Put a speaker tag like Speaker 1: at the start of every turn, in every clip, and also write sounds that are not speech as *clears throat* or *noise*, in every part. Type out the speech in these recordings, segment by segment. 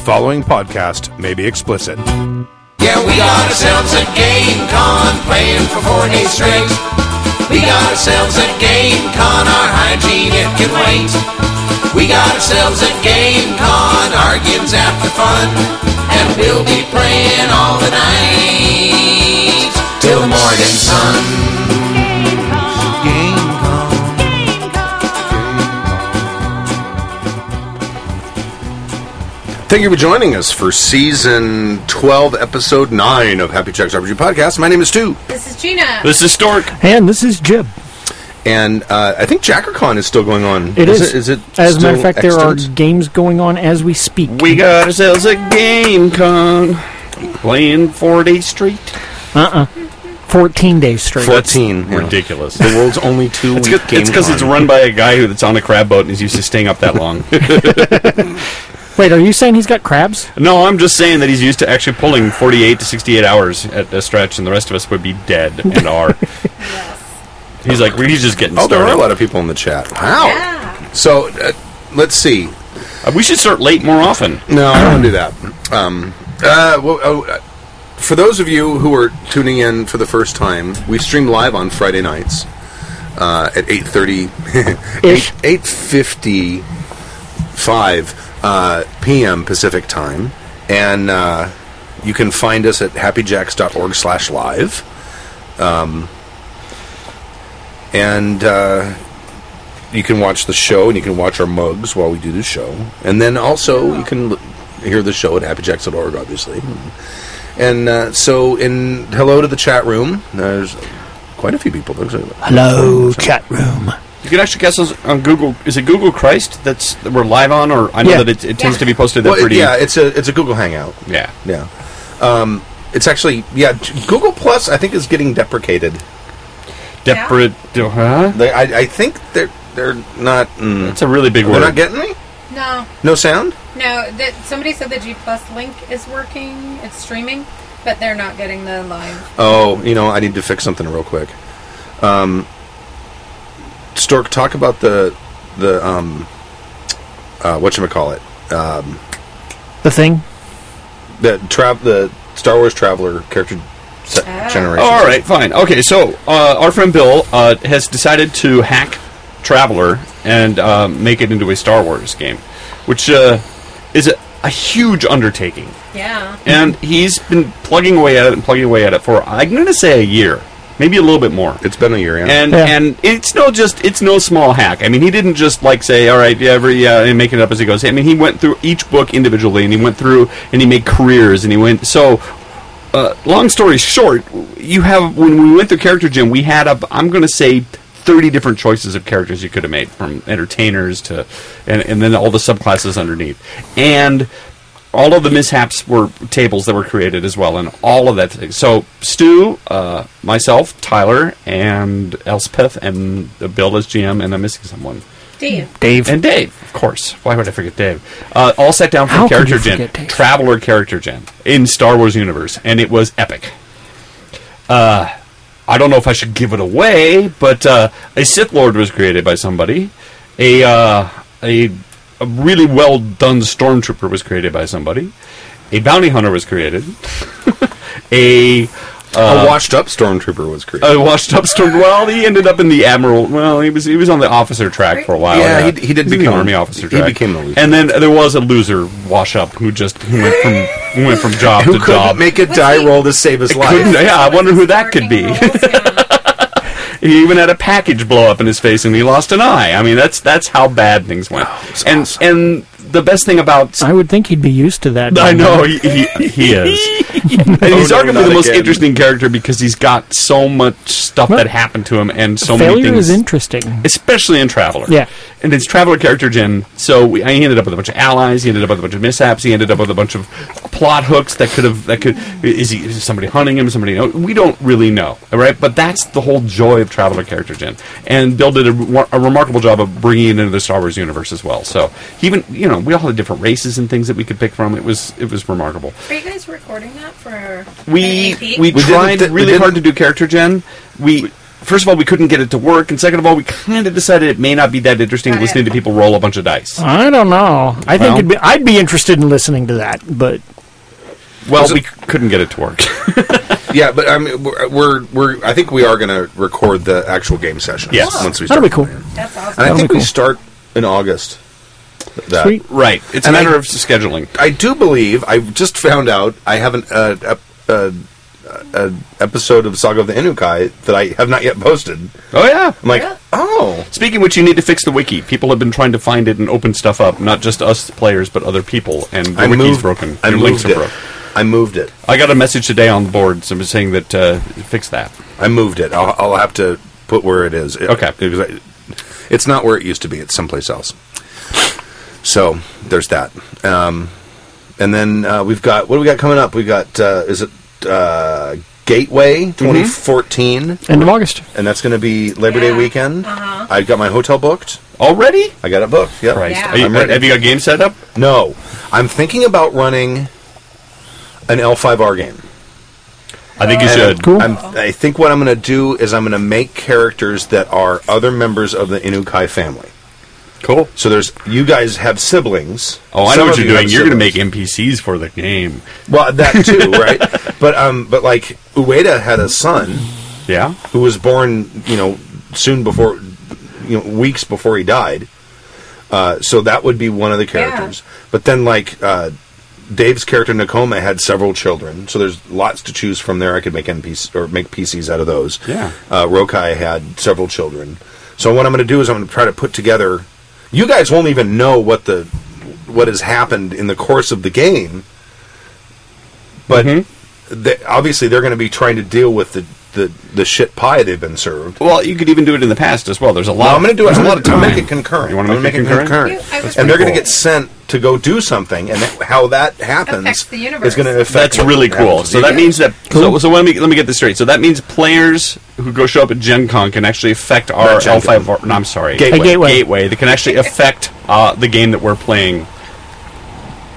Speaker 1: following podcast may be explicit.
Speaker 2: Yeah, we got ourselves a game con playing for four days straight. We got ourselves a game con, our hygiene it can wait. We got ourselves a game con, our game's after fun. And we'll be playing all the night till the morning sun. Game con.
Speaker 3: Thank you for joining us for season 12, episode 9 of Happy Checks RPG Podcast. My name is Stu,
Speaker 4: This is Gina.
Speaker 5: This is Stork.
Speaker 6: And this is Jib.
Speaker 3: and uh, I think JackerCon is still going on.
Speaker 6: It is.
Speaker 3: It, is it
Speaker 6: As a matter of
Speaker 3: still
Speaker 6: fact, there are
Speaker 3: extant?
Speaker 6: games going on as we speak.
Speaker 5: We got ourselves a game con playing 40 Street.
Speaker 6: 14 days straight.
Speaker 3: 14. yeah.
Speaker 5: Ridiculous.
Speaker 3: The world's only two
Speaker 5: It's
Speaker 3: week Mm-hmm. game
Speaker 5: because it's
Speaker 3: con.
Speaker 5: run by a guy who that's on a crab boat and is used to staying up
Speaker 3: *laughs*
Speaker 5: that long.
Speaker 6: Wait, are you saying he's got crabs?
Speaker 5: no, I'm just saying that he's used to actually pulling 48 to 68 hours at a stretch, and the rest of us would be dead
Speaker 3: *laughs*
Speaker 5: and are. He's like, we're he's just getting
Speaker 3: Oh, there
Speaker 5: started.
Speaker 3: are a lot of people in the chat. Wow.
Speaker 4: Yeah.
Speaker 3: So, uh, let's see.
Speaker 5: Uh, we should start late more often.
Speaker 3: No, I don't do that. Um, uh, well, oh, uh, for those of you who are tuning in for the first time, we stream live on Friday nights uh, at *laughs* 8.30,
Speaker 6: Ish.
Speaker 3: 8, 8.55 uh, p.m. Pacific time. And uh, you can find us at happyjacks.org slash live. Um, and... Uh, you can watch the show and you can watch our mugs while we do the show. And then also you can l- hear the show at happyjacks.org, obviously. And uh, so, in hello to the chat room. There's quite a few people. There's a,
Speaker 6: Hello, chat room.
Speaker 5: You can actually guess us on Google. Is it Google Christ that's that we're live on, or I know
Speaker 6: Yeah.
Speaker 5: that it, it tends
Speaker 4: Yeah.
Speaker 5: to be posted that
Speaker 3: well, it-
Speaker 5: pretty.
Speaker 3: yeah, it's a it's a Google Hangout.
Speaker 5: yeah.
Speaker 3: Yeah, um, it's actually yeah. G- Google Plus, I think, is getting deprecated.
Speaker 5: Depre- huh?
Speaker 3: They, I, I think they're they're not mm,
Speaker 5: That's a really big
Speaker 3: they're
Speaker 5: word.
Speaker 3: not getting me.
Speaker 4: No,
Speaker 3: No sound.
Speaker 4: no. That somebody said the G Plus link is working. It's streaming, but they're not getting the live.
Speaker 3: Oh, you know, I need to fix something real quick. Um, Stork, talk about the the um, uh, what call it
Speaker 6: The thing?
Speaker 3: the trav the Star Wars Traveler character se-
Speaker 4: Ah.
Speaker 3: generation.
Speaker 5: All right, fine. Okay, so uh, our friend Bill uh, has decided to hack Traveler and uh, make it into a Star Wars game, which uh, is a, a huge undertaking.
Speaker 4: Yeah.
Speaker 5: And he's been plugging away at it and plugging away at it for I'm going to say a year, maybe a little bit more.
Speaker 3: It's been a year, yeah.
Speaker 5: And
Speaker 6: Yeah.
Speaker 5: and it's no just it's no small hack. I mean, he didn't just like say, all right, yeah, every uh, and make it up as he goes. I mean, he went through each book individually, and he went through and he made careers, and he went so. Uh, long story short, you have when we went through character gym, we had up I'm going to say 30 different choices of characters you could have made from entertainers to and, and then all the subclasses underneath. And all of the mishaps were tables that were created as well, and all of that. Thing. So Stu, uh, myself, Tyler, and Elspeth, and Bill as GM, and I'm missing someone.
Speaker 4: Dave.
Speaker 6: Dave.
Speaker 5: And Dave, of course. Why would I forget Dave? Uh, all sat down for
Speaker 6: How could
Speaker 5: character
Speaker 6: you
Speaker 5: gen,
Speaker 6: forget Dave?
Speaker 5: traveler character gen in Star Wars universe, and it was epic. Uh, I don't know if I should give it away, but uh, a Sith Lord was created by somebody. A uh, a, a really well done stormtrooper was created by somebody. A bounty hunter was created. *laughs* a
Speaker 3: a washed up stormtrooper was created.
Speaker 5: a uh, washed up storm. Well, he ended up in the admiral. Well, he was he was on the officer track for a while.
Speaker 3: Yeah, he- he did
Speaker 5: He's in the
Speaker 3: become-
Speaker 5: army officer.
Speaker 3: he
Speaker 5: Track.
Speaker 3: became a loser.
Speaker 5: And then there was a loser wash up who just who went from who went from job
Speaker 3: Who
Speaker 5: to
Speaker 3: could
Speaker 5: job.
Speaker 3: not make a
Speaker 4: Was
Speaker 3: die
Speaker 4: he-
Speaker 3: roll to save his
Speaker 5: couldn't-
Speaker 3: life?
Speaker 5: *laughs* yeah, I wonder who that could
Speaker 4: Working
Speaker 5: be.
Speaker 4: roles, yeah.
Speaker 5: *laughs* he even had a package blow up in his face, and he lost an eye. I mean, that's that's how bad things went.
Speaker 3: Oh,
Speaker 5: and and the best thing about
Speaker 6: I would think he'd be used to
Speaker 5: *laughs*
Speaker 6: that.
Speaker 5: I know he, he,
Speaker 3: *laughs*
Speaker 5: he is, and he's
Speaker 3: Oh, no,
Speaker 5: arguably
Speaker 3: not
Speaker 5: the most
Speaker 3: again.
Speaker 5: interesting character because he's got so much stuff
Speaker 6: Well,
Speaker 5: that happened to him, and so many
Speaker 6: Failure
Speaker 5: things.
Speaker 6: is interesting.
Speaker 5: especially in Traveler.
Speaker 6: Yeah.
Speaker 5: And it's Traveler character gen. So we, he ended up with a bunch of allies. He ended up with a bunch of mishaps. He ended up with a bunch of plot hooks that could have that could is he is somebody hunting him? Somebody no, we don't really know, all right? But that's the whole joy of Traveler character gen. And Bill did a, re- a remarkable job of bringing it into the Star Wars universe as well. So he even you know we all had different races and things that we could pick from. It was it was remarkable
Speaker 4: Are you guys recording that for?
Speaker 5: we
Speaker 4: an E AP?
Speaker 3: We
Speaker 5: we tried
Speaker 3: didn't- we
Speaker 5: really hard to
Speaker 3: didn't-
Speaker 5: do character gen. We First of all, we couldn't get it to work, and second of all, we kind of decided it may not be that interesting
Speaker 4: Got it.
Speaker 5: listening to people roll a bunch of dice.
Speaker 3: Uh-huh.
Speaker 6: I don't know. I think
Speaker 5: Well-
Speaker 6: it'd be, I'd be interested in listening to that, but
Speaker 5: Well, we c- couldn't get it to work. *laughs*
Speaker 3: Yeah, but I mean, we're, we're, we're I think we are going to record the actual game session.
Speaker 5: Yes.
Speaker 3: once we start.
Speaker 6: that'll be cool.
Speaker 3: playing.
Speaker 4: That's awesome.
Speaker 3: And I
Speaker 6: That'll
Speaker 3: think
Speaker 6: be
Speaker 3: we
Speaker 6: cool.
Speaker 3: start in August. That.
Speaker 6: Sweet.
Speaker 5: right. It's
Speaker 3: And
Speaker 5: a matter
Speaker 3: I-
Speaker 5: of scheduling.
Speaker 3: I do believe I just found out I have an uh, ep- uh, uh, episode of Saga of the Inukai that I have not yet posted.
Speaker 5: Oh yeah.
Speaker 3: I'm like,
Speaker 4: Yeah.
Speaker 3: oh,
Speaker 5: Speaking of which, you need to fix the wiki. People have been trying to find it and open stuff up, not just us players, but other people. And the
Speaker 3: I
Speaker 5: wiki's
Speaker 3: moved.
Speaker 5: broken.
Speaker 3: I
Speaker 5: Your
Speaker 3: moved
Speaker 5: links
Speaker 3: it.
Speaker 5: are broken.
Speaker 3: I moved it.
Speaker 5: I got a message today on the board somebody saying that uh, fix that.
Speaker 3: I moved it. I'll, I'll have to put where it is. It-
Speaker 5: Okay.
Speaker 3: because I- it's not where it used to be. It's someplace else. So there's that. Um, and then uh, we've got what do we got coming up? We got uh, is it uh, Gateway
Speaker 5: Mm-hmm.
Speaker 3: 2014,
Speaker 6: end of August.
Speaker 3: and that's going to be Labor Day
Speaker 4: Yeah.
Speaker 3: weekend.
Speaker 4: Uh-huh.
Speaker 3: I've got my hotel booked.
Speaker 5: Already?
Speaker 3: I got it booked. Yep.
Speaker 5: Christ.
Speaker 4: Yeah.
Speaker 5: Are you-
Speaker 3: I'm ready.
Speaker 5: have you got game set up?
Speaker 3: No, I'm thinking about running an L5R game.
Speaker 5: I think
Speaker 3: Uh,
Speaker 5: you should.
Speaker 6: Cool.
Speaker 3: I'm, I think what I'm going to do is I'm going to make characters that are other members of the Inukai family.
Speaker 5: Cool.
Speaker 3: So there's you guys have siblings.
Speaker 5: Oh, I know
Speaker 3: Some
Speaker 5: what
Speaker 3: of
Speaker 5: you're
Speaker 3: you
Speaker 5: doing.
Speaker 3: have
Speaker 5: You're going to make
Speaker 3: siblings.
Speaker 5: NPCs for the game.
Speaker 3: well that
Speaker 5: *laughs*
Speaker 3: too, right? But um, but like Ueda had a son
Speaker 5: Yeah.
Speaker 3: who was born, you know, soon before, you know, weeks before he died. Uh, so that would be one of the characters. But then, like, uh, Dave's character Nakoma had several children, so there's lots to choose from there. I could make NPC or make PCs out of those.
Speaker 5: Yeah.
Speaker 3: Uh, Rokai had several children, so what I'm going to do is I'm going to try to put together. You guys won't even know what the what has happened in the course of the game, but they, obviously they're going to be trying to deal with the, the, the shit pie they've been served.
Speaker 5: Well, you could even do it in the past as well. There's a lot.
Speaker 3: Well, I'm going to do it.
Speaker 5: there's
Speaker 3: I'm
Speaker 5: a
Speaker 3: going
Speaker 5: lot *clears throat* of
Speaker 3: to
Speaker 5: time.
Speaker 3: make it concurrent.
Speaker 5: You want to
Speaker 3: I'm
Speaker 5: make,
Speaker 3: gonna
Speaker 5: it concurrent?
Speaker 4: Cute. I was
Speaker 3: and they're going to
Speaker 5: cool.
Speaker 3: get sent to go do something, and that, how that happens
Speaker 4: Affects the universe.
Speaker 3: is going to affect.
Speaker 5: That's
Speaker 3: what
Speaker 5: really
Speaker 3: happens
Speaker 5: cool.
Speaker 3: with
Speaker 5: So
Speaker 3: you
Speaker 5: that
Speaker 3: guys.
Speaker 5: means that. So, so let me let me get this straight. So that means players who go show up at Gen Con can actually affect our
Speaker 3: Not Gen
Speaker 5: L five. No, I'm sorry.
Speaker 3: Gateway.
Speaker 6: A gateway.
Speaker 5: That can actually affect uh, the game that we're playing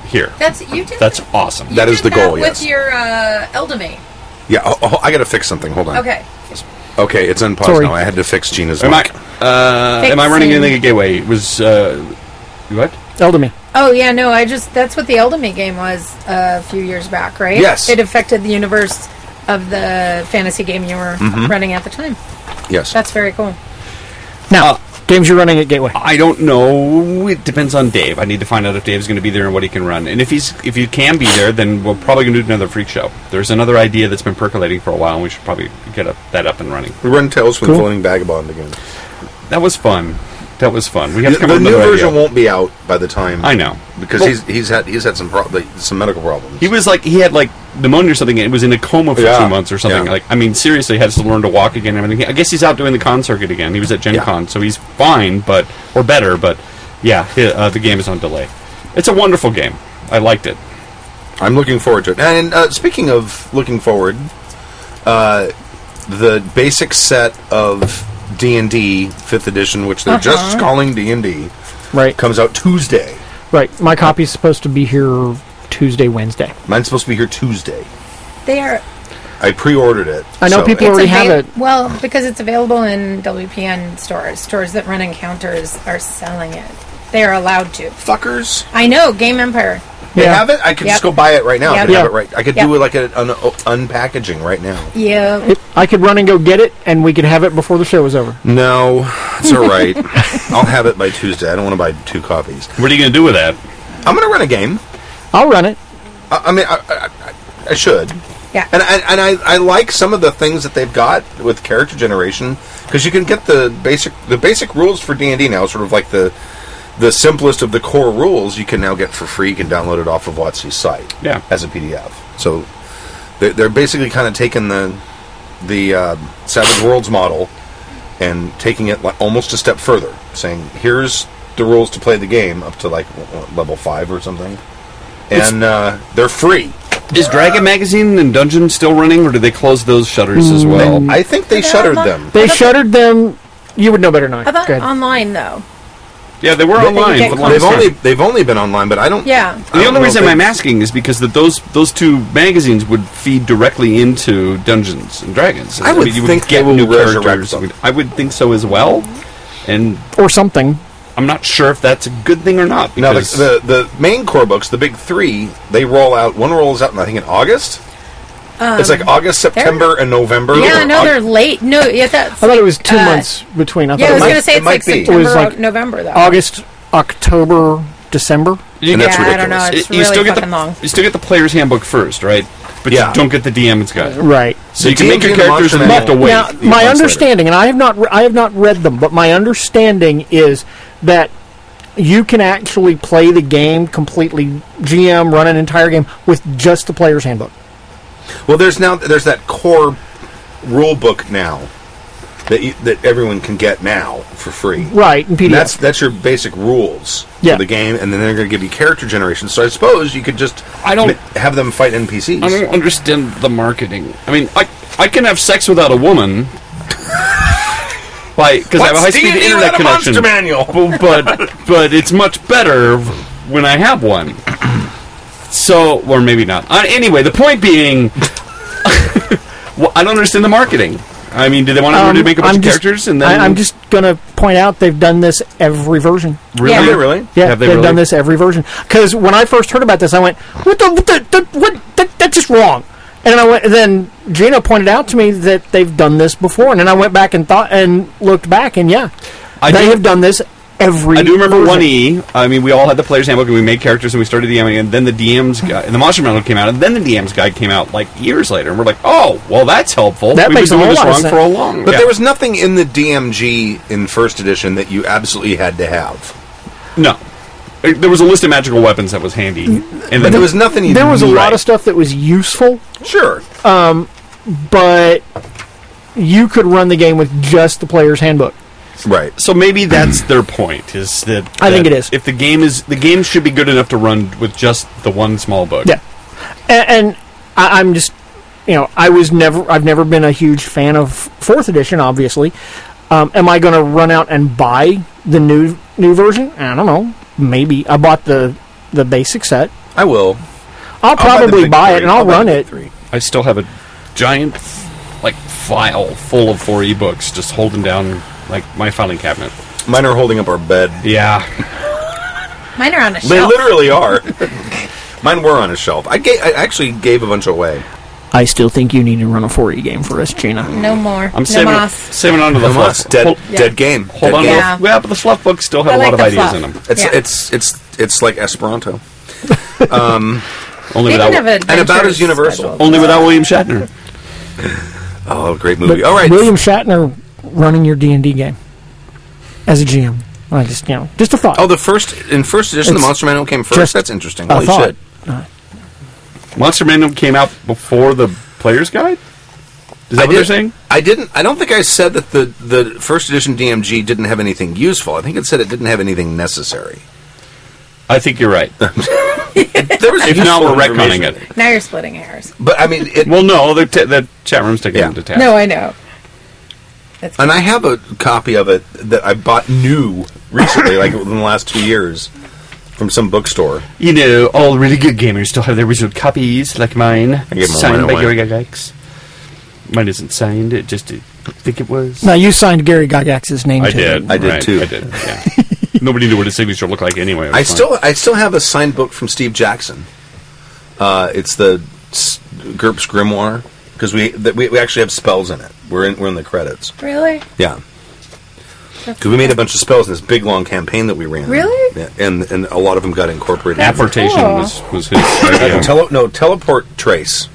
Speaker 5: here.
Speaker 4: That's you did.
Speaker 5: That's awesome.
Speaker 4: you
Speaker 3: That is
Speaker 4: did
Speaker 3: the goal,
Speaker 4: With
Speaker 3: yes.
Speaker 4: your uh, Eldame.
Speaker 3: yeah. Oh, oh, I got to fix something. Hold on.
Speaker 4: Okay.
Speaker 3: Okay, it's unpaused
Speaker 6: Sorry.
Speaker 3: now. I had to fix Gina's
Speaker 5: Am I,
Speaker 3: mic.
Speaker 5: uh, am I running
Speaker 4: Fixing.
Speaker 5: anything at Gateway? It was uh, what?
Speaker 6: Elder me.
Speaker 4: Oh yeah, no, I just that's what the Eldame game was uh, a few years back, right?
Speaker 3: Yes.
Speaker 4: It affected the universe of the fantasy game you were
Speaker 5: Mm-hmm.
Speaker 4: running at the time.
Speaker 3: Yes.
Speaker 4: That's very cool.
Speaker 6: Now, games you're running at Gateway.
Speaker 5: I don't know. It depends on Dave. I need to find out if Dave's going to be there and what he can run. And if he's if he can be there, then we're probably going to do another freak show. There's another idea that's been percolating for a while, and we should probably get up, that up and running.
Speaker 3: we run Tales from
Speaker 6: Cool.
Speaker 3: the Floating Vagabond again.
Speaker 5: That was fun. That was fun. We have to
Speaker 3: The,
Speaker 5: come up
Speaker 3: the
Speaker 5: with
Speaker 3: new
Speaker 5: another
Speaker 3: version
Speaker 5: idea.
Speaker 3: won't be out by the time.
Speaker 5: I know
Speaker 3: because
Speaker 5: Well,
Speaker 3: he's he's had he's had some prob- like, some medical problems.
Speaker 5: he was like he had like pneumonia or something. and was in a coma for
Speaker 3: Yeah.
Speaker 5: two months or something.
Speaker 3: Yeah.
Speaker 5: Like I mean, seriously, has to learn to walk again. And everything. I guess he's out doing the con circuit again. He was at Gen
Speaker 3: Yeah.
Speaker 5: Con, so he's fine, but or better. But yeah, he- uh, the game is on delay. It's a wonderful game. I liked it.
Speaker 3: I'm looking forward to it. And uh, speaking of looking forward, uh, the basic set of D and D Fifth Edition, which they're
Speaker 6: Uh-huh.
Speaker 3: just calling D and D,
Speaker 6: Right.
Speaker 3: comes out Tuesday.
Speaker 6: Right. My copy's supposed to be here Tuesday, Wednesday.
Speaker 3: Mine's supposed to be here Tuesday.
Speaker 4: They are
Speaker 3: I pre-ordered it.
Speaker 6: I know
Speaker 3: so-
Speaker 6: people- already have
Speaker 4: avail-
Speaker 6: it.
Speaker 4: Well, because it's available in WPN stores. Stores that run encounters are selling it. They are allowed to.
Speaker 3: fuckers.
Speaker 4: I know, Game Empire.
Speaker 3: They
Speaker 6: Yeah.
Speaker 3: have it. I could
Speaker 4: Yep.
Speaker 3: just go buy it right now. I
Speaker 4: Yep.
Speaker 3: could have
Speaker 6: Yeah.
Speaker 3: it right. I could
Speaker 4: Yep.
Speaker 3: do like an un- unpackaging right now.
Speaker 4: Yeah.
Speaker 6: It, I could run and go get it, and we could have it before the show was
Speaker 3: Mm.
Speaker 6: over.
Speaker 3: No, it's all right. *laughs* I'll have it by Tuesday. I don't want to buy two copies.
Speaker 5: What are you going to do with that?
Speaker 3: I'm gonna run a game.
Speaker 6: I'll run it.
Speaker 3: I, I mean, I, I- I, I should.
Speaker 4: Yeah.
Speaker 3: And I, and I, I like some of the things that they've got with character generation because you can get the basic the basic rules for D and D now, sort of like the the simplest of the core rules. You can now get for free. You can download it off of WotC's site,
Speaker 5: Yeah.
Speaker 3: as a PDF. So they're, they're basically kind of taking the the uh, Savage Worlds model and taking it like almost a step further, saying here's the rules to play the game up to like w- w- level five or something, and uh, they're free.
Speaker 5: Is Dragon Magazine and Dungeon still running, or did they close those shutters as well?
Speaker 3: Mm, I think they
Speaker 4: But they're
Speaker 3: shuttered
Speaker 4: online.
Speaker 3: them.
Speaker 6: They shuttered them. You would know better than I.
Speaker 4: How about um,
Speaker 6: Go ahead.
Speaker 4: online though?
Speaker 5: Yeah, they were
Speaker 4: you
Speaker 5: online.
Speaker 4: get
Speaker 5: for
Speaker 4: caught.
Speaker 5: the longest
Speaker 3: They've
Speaker 5: time.
Speaker 3: only they've only been online, but I don't.
Speaker 4: Yeah.
Speaker 5: The
Speaker 3: I don't
Speaker 5: only
Speaker 3: know
Speaker 5: reason
Speaker 3: if they-
Speaker 5: I'm asking is because that those those two magazines would feed directly into Dungeons and Dragons.
Speaker 3: I would think they will resurrect them.
Speaker 5: I would think so as well, and
Speaker 6: or something.
Speaker 5: I'm not sure if that's a good thing or not.
Speaker 3: Now
Speaker 5: because-
Speaker 3: the, the the main core books, the big three, they roll out. One rolls out, I think, in August. it's like August, September, and November.
Speaker 4: Um, Yeah,
Speaker 3: Or
Speaker 4: no,
Speaker 3: Aug-
Speaker 4: they're late. No, yeah, that's.
Speaker 6: I thought it was two
Speaker 4: uh,
Speaker 6: months between. I thought
Speaker 4: Yeah, I was
Speaker 6: it was
Speaker 3: might-
Speaker 4: going to say
Speaker 3: it
Speaker 4: it's
Speaker 3: might
Speaker 4: like
Speaker 3: be. It
Speaker 4: September,
Speaker 6: was like
Speaker 4: or November, though.
Speaker 6: August, October, December.
Speaker 5: you
Speaker 3: And
Speaker 5: get-
Speaker 3: that's
Speaker 4: yeah, I
Speaker 3: ridiculous.
Speaker 4: don't know. It's
Speaker 5: you
Speaker 4: really
Speaker 5: still get
Speaker 4: fucking
Speaker 5: the
Speaker 4: long.
Speaker 5: you still get the player's handbook first, right? But
Speaker 3: Yeah.
Speaker 5: you don't get the DM's guide.
Speaker 6: Right.
Speaker 5: So you
Speaker 3: The
Speaker 5: can make your
Speaker 3: DM's guide
Speaker 5: characters and
Speaker 3: launches
Speaker 5: have to wait.
Speaker 6: now,
Speaker 3: the
Speaker 6: my
Speaker 3: months later.
Speaker 6: understanding, and I have not, re- I have not read them, but my understanding is that you can actually play the game completely, GM run an entire game with just the player's handbook.
Speaker 3: Well, there's now there's that core rule book now that you, that everyone can get now for free.
Speaker 6: Right, in
Speaker 3: And
Speaker 6: PDF.
Speaker 3: That's that's your basic rules
Speaker 6: Yeah.
Speaker 3: for the game, and then they're going to give you character generation. So I suppose you could just
Speaker 5: I don't-
Speaker 3: ma- have them fight NPCs.
Speaker 5: I don't understand the marketing. I mean, I I can have sex without a woman. *laughs* Like, because I have a
Speaker 3: What's
Speaker 5: high speed
Speaker 3: D&D
Speaker 5: internet
Speaker 3: without a monster
Speaker 5: connection.
Speaker 3: manual?
Speaker 5: Bu- But but it's much better when I have one. So, or maybe not. Uh, anyway, the point being, *laughs* well, I don't understand the marketing. I mean, do they want everyone to
Speaker 6: Um,
Speaker 5: make a bunch
Speaker 6: I'm
Speaker 5: of
Speaker 6: just-
Speaker 5: characters and then
Speaker 6: I, am just going to point out they've done this every version.
Speaker 5: really,
Speaker 4: Yeah.
Speaker 3: really?
Speaker 6: Yeah,
Speaker 5: Have they
Speaker 6: they have
Speaker 5: really?
Speaker 6: done this every version. Because when I first heard about this, I went, "What the? What? The, the, what that, that's just wrong." And I went. Then Gina pointed out to me that they've done this before, and then I went back and thought and looked back, and yeah,
Speaker 5: I
Speaker 6: they
Speaker 5: do-
Speaker 6: have done this every.
Speaker 5: I do remember
Speaker 6: version.
Speaker 5: one E. I mean, we all had the player's handbook, and we made characters, and we started DMing, and then the DM's guy, and the monster manual came out, and then the DM's guy came out like years later, and we're like, oh, well, that's helpful. We've
Speaker 6: That
Speaker 5: been
Speaker 6: makes a
Speaker 5: doing
Speaker 6: whole
Speaker 5: this
Speaker 6: lot of
Speaker 5: wrong
Speaker 6: sense.
Speaker 5: for a long.
Speaker 3: But
Speaker 5: yeah.
Speaker 3: there was nothing in the DMG in first edition that you absolutely had to have.
Speaker 5: no. Uh, There was a list of magical weapons that was handy, and then
Speaker 3: There was nothing. Uh, You
Speaker 6: There was a
Speaker 3: knew-
Speaker 6: lot of stuff that was useful,
Speaker 3: Sure.
Speaker 6: but you could run the game with just the player's handbook.
Speaker 3: right.
Speaker 5: So maybe that's their point is that
Speaker 6: I think
Speaker 5: that
Speaker 6: it is.
Speaker 5: If the game is the game should be good enough to run with just the one small book.
Speaker 6: Yeah, and, and I, I'm just, you know, I was never, I've never been a huge fan of fourth edition. Obviously, um, am I going to run out and buy the new new version? I don't know. Maybe I bought the the basic set.
Speaker 3: I will.
Speaker 6: I'll
Speaker 3: I'll the
Speaker 6: probably
Speaker 3: big
Speaker 6: buy, it
Speaker 3: three.
Speaker 6: and I'll,
Speaker 3: buy
Speaker 6: run
Speaker 3: the big
Speaker 6: it.
Speaker 3: three.
Speaker 5: I still have a giant like file full of four ebooks just holding down like my filing cabinet.
Speaker 3: Mine are holding up our bed.
Speaker 5: Yeah.
Speaker 4: Mine are on a
Speaker 3: They
Speaker 4: shelf.
Speaker 3: literally are. *laughs* Mine were on a shelf. I gave, I actually gave a bunch away.
Speaker 6: I still think you need to run a 4E game for us, Gina.
Speaker 4: No more.
Speaker 5: I'm
Speaker 4: no
Speaker 5: saving,
Speaker 4: moss.
Speaker 5: saving on to the
Speaker 3: Come on,
Speaker 5: fluff.
Speaker 3: dead,
Speaker 5: Hold,
Speaker 4: Yeah.
Speaker 3: dead game.
Speaker 5: hold
Speaker 3: Dead
Speaker 5: on.
Speaker 3: game.
Speaker 4: Yeah.
Speaker 5: Yeah. yeah, but the fluff books still have
Speaker 4: I
Speaker 5: a
Speaker 4: like
Speaker 5: lot of
Speaker 4: the
Speaker 5: ideas
Speaker 4: fluff.
Speaker 5: in them.
Speaker 3: It's
Speaker 4: Yeah.
Speaker 3: it's it's it's like Esperanto,
Speaker 5: Only
Speaker 4: They
Speaker 5: without,
Speaker 4: didn't have
Speaker 3: and about
Speaker 4: adventures
Speaker 3: as universal.
Speaker 4: scheduled.
Speaker 5: only without William Shatner.
Speaker 3: Oh, great
Speaker 6: But
Speaker 3: movie! All right,
Speaker 6: William Shatner running your D and D game as a GM. I just, you know, just a thought.
Speaker 3: Oh, the first in first edition,
Speaker 6: It's
Speaker 3: the Monster Manual came first.
Speaker 6: just
Speaker 3: That's interesting.
Speaker 6: a
Speaker 3: Holy
Speaker 6: thought.
Speaker 3: shit!
Speaker 5: Monster Manual came out before the Player's Guide. Is that what they're
Speaker 3: did-
Speaker 5: saying?
Speaker 3: I didn't. I don't think I said that the the first edition DMG didn't have anything useful. I think it said it didn't have anything necessary.
Speaker 5: I think you're right.
Speaker 3: There was
Speaker 5: If
Speaker 3: useful
Speaker 5: not, we're
Speaker 3: information.
Speaker 5: retconning it.
Speaker 4: Now you're splitting hairs.
Speaker 3: But I mean, it,
Speaker 5: Well, no, the, t- the chat room's taking
Speaker 3: Yeah.
Speaker 5: them to task.
Speaker 4: No, I know. That's
Speaker 3: and I have a copy of it that I bought new recently, like within the last two years, from some bookstore.
Speaker 5: You know, all really good gamers still have their original copies, like mine,
Speaker 3: gave mine
Speaker 5: signed by
Speaker 3: away.
Speaker 5: Gary Gygax. Mine isn't signed; it just I think it was.
Speaker 6: now you signed Gary Gygax's name. to it.
Speaker 3: I did too.
Speaker 5: I did. Yeah. Nobody knew what his signature looked like anyway. it
Speaker 3: I
Speaker 5: was fine.
Speaker 3: still I still have a signed book from Steve Jackson. Uh, it's the S- GURPS Grimoire because we, that we we actually have spells in it. We're in we're in the credits.
Speaker 4: really.
Speaker 3: Yeah. Because we made a bunch of spells in this big long campaign that we ran.
Speaker 4: Really?
Speaker 3: Yeah, and and a lot of them got incorporated.
Speaker 5: Apportation
Speaker 4: Cool.
Speaker 5: was was his.
Speaker 3: Uh, *laughs*
Speaker 5: idea.
Speaker 3: tele- no, teleport trace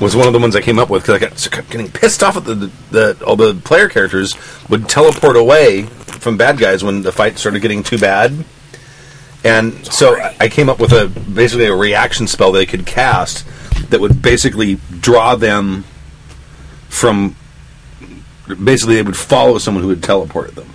Speaker 3: was one of the ones I came up with because I got, so kept getting pissed off at the, the all the player characters would teleport away from bad guys when the fight started getting too bad. And so I- I came up with a basically a reaction spell they could cast that would basically draw them from. Basically, they would follow someone who had teleported them,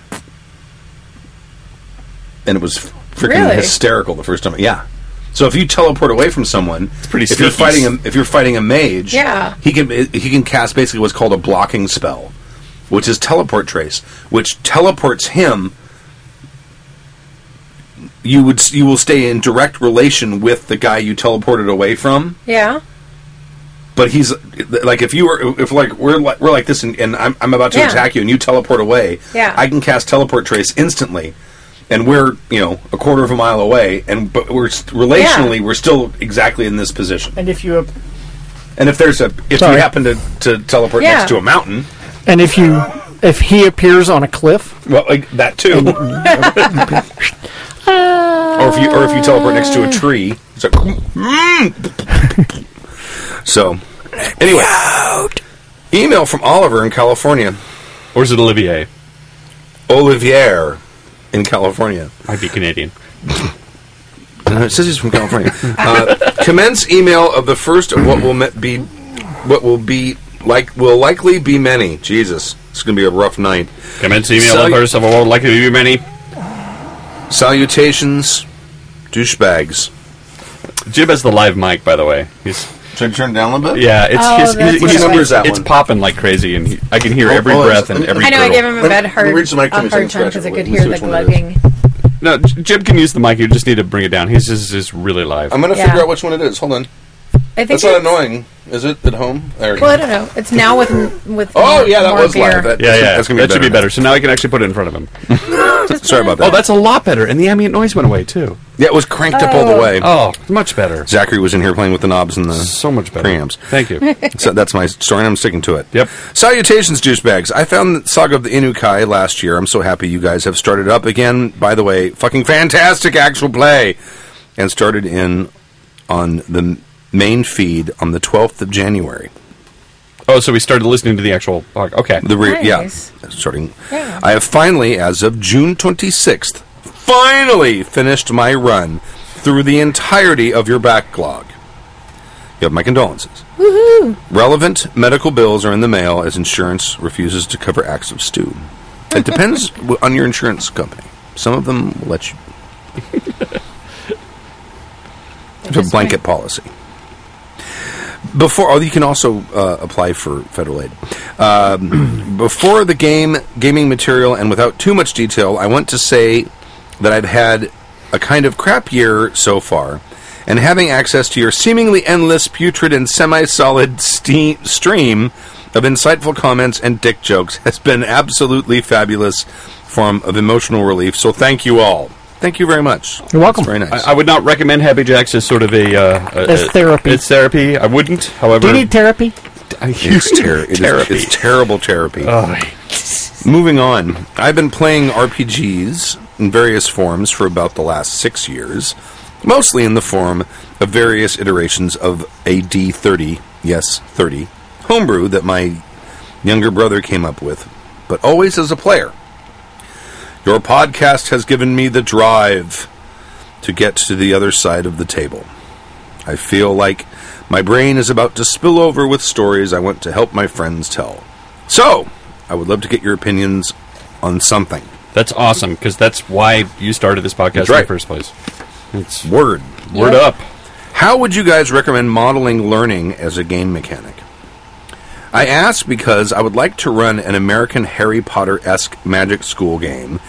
Speaker 3: and it was freaking
Speaker 4: Really?
Speaker 3: hysterical the first time. Yeah. So if you teleport away from someone, it's
Speaker 5: pretty
Speaker 3: If you're
Speaker 5: sneaky.
Speaker 3: fighting a, if you're fighting a mage,
Speaker 4: Yeah.
Speaker 3: he can he can cast basically what's called a blocking spell, which is teleport trace, which teleports him you would s- you will stay in direct relation with the guy you teleported away from.
Speaker 4: Yeah.
Speaker 3: But he's like if you were if like we're like, we're like this and, and I'm I'm about to
Speaker 4: Yeah.
Speaker 3: attack you and you teleport away.
Speaker 4: Yeah.
Speaker 3: I can cast teleport trace instantly, and we're you know a quarter of a mile away, and but we're s- relationally we're still exactly in this position.
Speaker 6: And if you
Speaker 3: And if there's a if
Speaker 6: Sorry.
Speaker 3: you happen to to teleport
Speaker 4: Yeah.
Speaker 3: next to a mountain,
Speaker 6: and if you if he appears on a cliff,
Speaker 3: well like that
Speaker 4: *laughs*
Speaker 3: too. or if you or if you teleport next to a tree, it's like, mm. so anyway. Email from Oliver in California.
Speaker 5: Or is it Olivier?
Speaker 3: Olivier in California.
Speaker 5: I'd be Canadian.
Speaker 3: Uh, it says he's from California. uh, commence email of the first of what will me- be, what will be like will likely be many. Jesus, it's going to be a rough night.
Speaker 5: Commence email
Speaker 3: So-
Speaker 5: so, first of all, likely to be many.
Speaker 3: Salutations, douchebags.
Speaker 5: Jib has the live mic, by the way. He's
Speaker 3: Should I turn it down a little bit?
Speaker 5: yeah, it's
Speaker 4: Oh,
Speaker 5: his.
Speaker 4: that's
Speaker 5: his-
Speaker 4: Which
Speaker 5: his-
Speaker 3: number is that
Speaker 5: It's
Speaker 3: one?
Speaker 5: popping like crazy, and he, I can hear
Speaker 3: Oh,
Speaker 5: every
Speaker 3: oh,
Speaker 5: breath
Speaker 3: it's-
Speaker 5: and every.
Speaker 4: I know I
Speaker 5: gurgle.
Speaker 4: gave him a
Speaker 3: Let-
Speaker 4: bad
Speaker 3: let me
Speaker 4: hard,
Speaker 3: reach the
Speaker 4: a
Speaker 3: mic to me so I can
Speaker 4: hard time
Speaker 3: scratch
Speaker 4: because
Speaker 3: it.
Speaker 4: I
Speaker 3: Let
Speaker 4: could
Speaker 3: me see
Speaker 4: hear the
Speaker 3: which one it is.
Speaker 4: glugging.
Speaker 5: No, J- Jib can use the mic. You just need to bring it down. His is, is really live.
Speaker 3: I'm going to
Speaker 4: Yeah.
Speaker 3: figure out which one it is. Hold on.
Speaker 4: I think
Speaker 3: That's not
Speaker 4: it's-
Speaker 3: annoying, is it? At home? There. it
Speaker 4: Well, I
Speaker 3: is.
Speaker 4: don't know. It's now with with.
Speaker 3: Oh
Speaker 4: more-
Speaker 3: yeah, that
Speaker 4: more
Speaker 3: was
Speaker 4: beer.
Speaker 3: live. That,
Speaker 5: yeah, yeah,
Speaker 3: that's gonna
Speaker 5: that should be better. So now I can actually put it in front of him.
Speaker 3: Sorry about that.
Speaker 5: Oh, that's a lot better, and the ambient noise went away too.
Speaker 3: yeah, it was cranked up all the
Speaker 4: Oh.
Speaker 3: way.
Speaker 5: Oh, much better.
Speaker 3: Zachary was in here playing with the knobs and the
Speaker 5: So much better.
Speaker 3: preamps.
Speaker 5: Thank
Speaker 4: *laughs*
Speaker 5: you.
Speaker 3: so that's my story, and I'm sticking to it.
Speaker 5: Yep.
Speaker 3: Salutations, douchebags. I found the Saga of the Inukai last year. I'm so happy you guys have started up again. By the way, fucking fantastic actual play. And started in on the main feed on the 12th of January.
Speaker 5: Oh, so we started listening to the actual. podcast. Okay.
Speaker 3: The re-
Speaker 4: Nice.
Speaker 3: yeah, starting.
Speaker 4: Yeah.
Speaker 3: I have finally, as of June 26th, finally finished my run through the entirety of your backlog. You have my condolences. Woohoo! Relevant medical bills are in the mail as insurance refuses to cover acts of stew. It
Speaker 4: *laughs*
Speaker 3: depends w- on your insurance company. Some of them will let you. it's a blanket policy. Before, oh, you can also uh, apply for federal aid. Um, *clears throat* before the game, gaming material, and without too much detail, I want to say that I've had a kind of crap year so far, and having access to your seemingly endless, putrid, and semi-solid ste- stream of insightful comments and dick jokes has been absolutely fabulous form of emotional relief. So thank you all. Thank you very much.
Speaker 6: You're welcome.
Speaker 3: That's very nice.
Speaker 5: I, I would not recommend Happy Jacks as sort of a, uh, a-
Speaker 6: As
Speaker 5: a-
Speaker 6: therapy.
Speaker 5: It's therapy. I wouldn't. However,
Speaker 6: do you need therapy?
Speaker 5: I use
Speaker 3: It's, ter- it is-
Speaker 5: therapy.
Speaker 3: it's terrible therapy.
Speaker 5: Oh,
Speaker 3: Moving on, I've been playing RPGs in various forms for about the last six years, mostly in the form of various iterations of a D30, yes, 30, homebrew that my younger brother came up with, but always as a player. Your podcast has given me the drive to get to the other side of the table. I feel like my brain is about to spill over with stories I want to help my friends tell. So, I would love to get your opinions on something.
Speaker 5: that's awesome because that's why you started this podcast in the
Speaker 3: right.
Speaker 5: first place. It's
Speaker 3: Word.
Speaker 5: word up.
Speaker 3: How would you guys recommend modeling learning as a game mechanic? I ask because I would like to run an American Harry Potter esque magic school game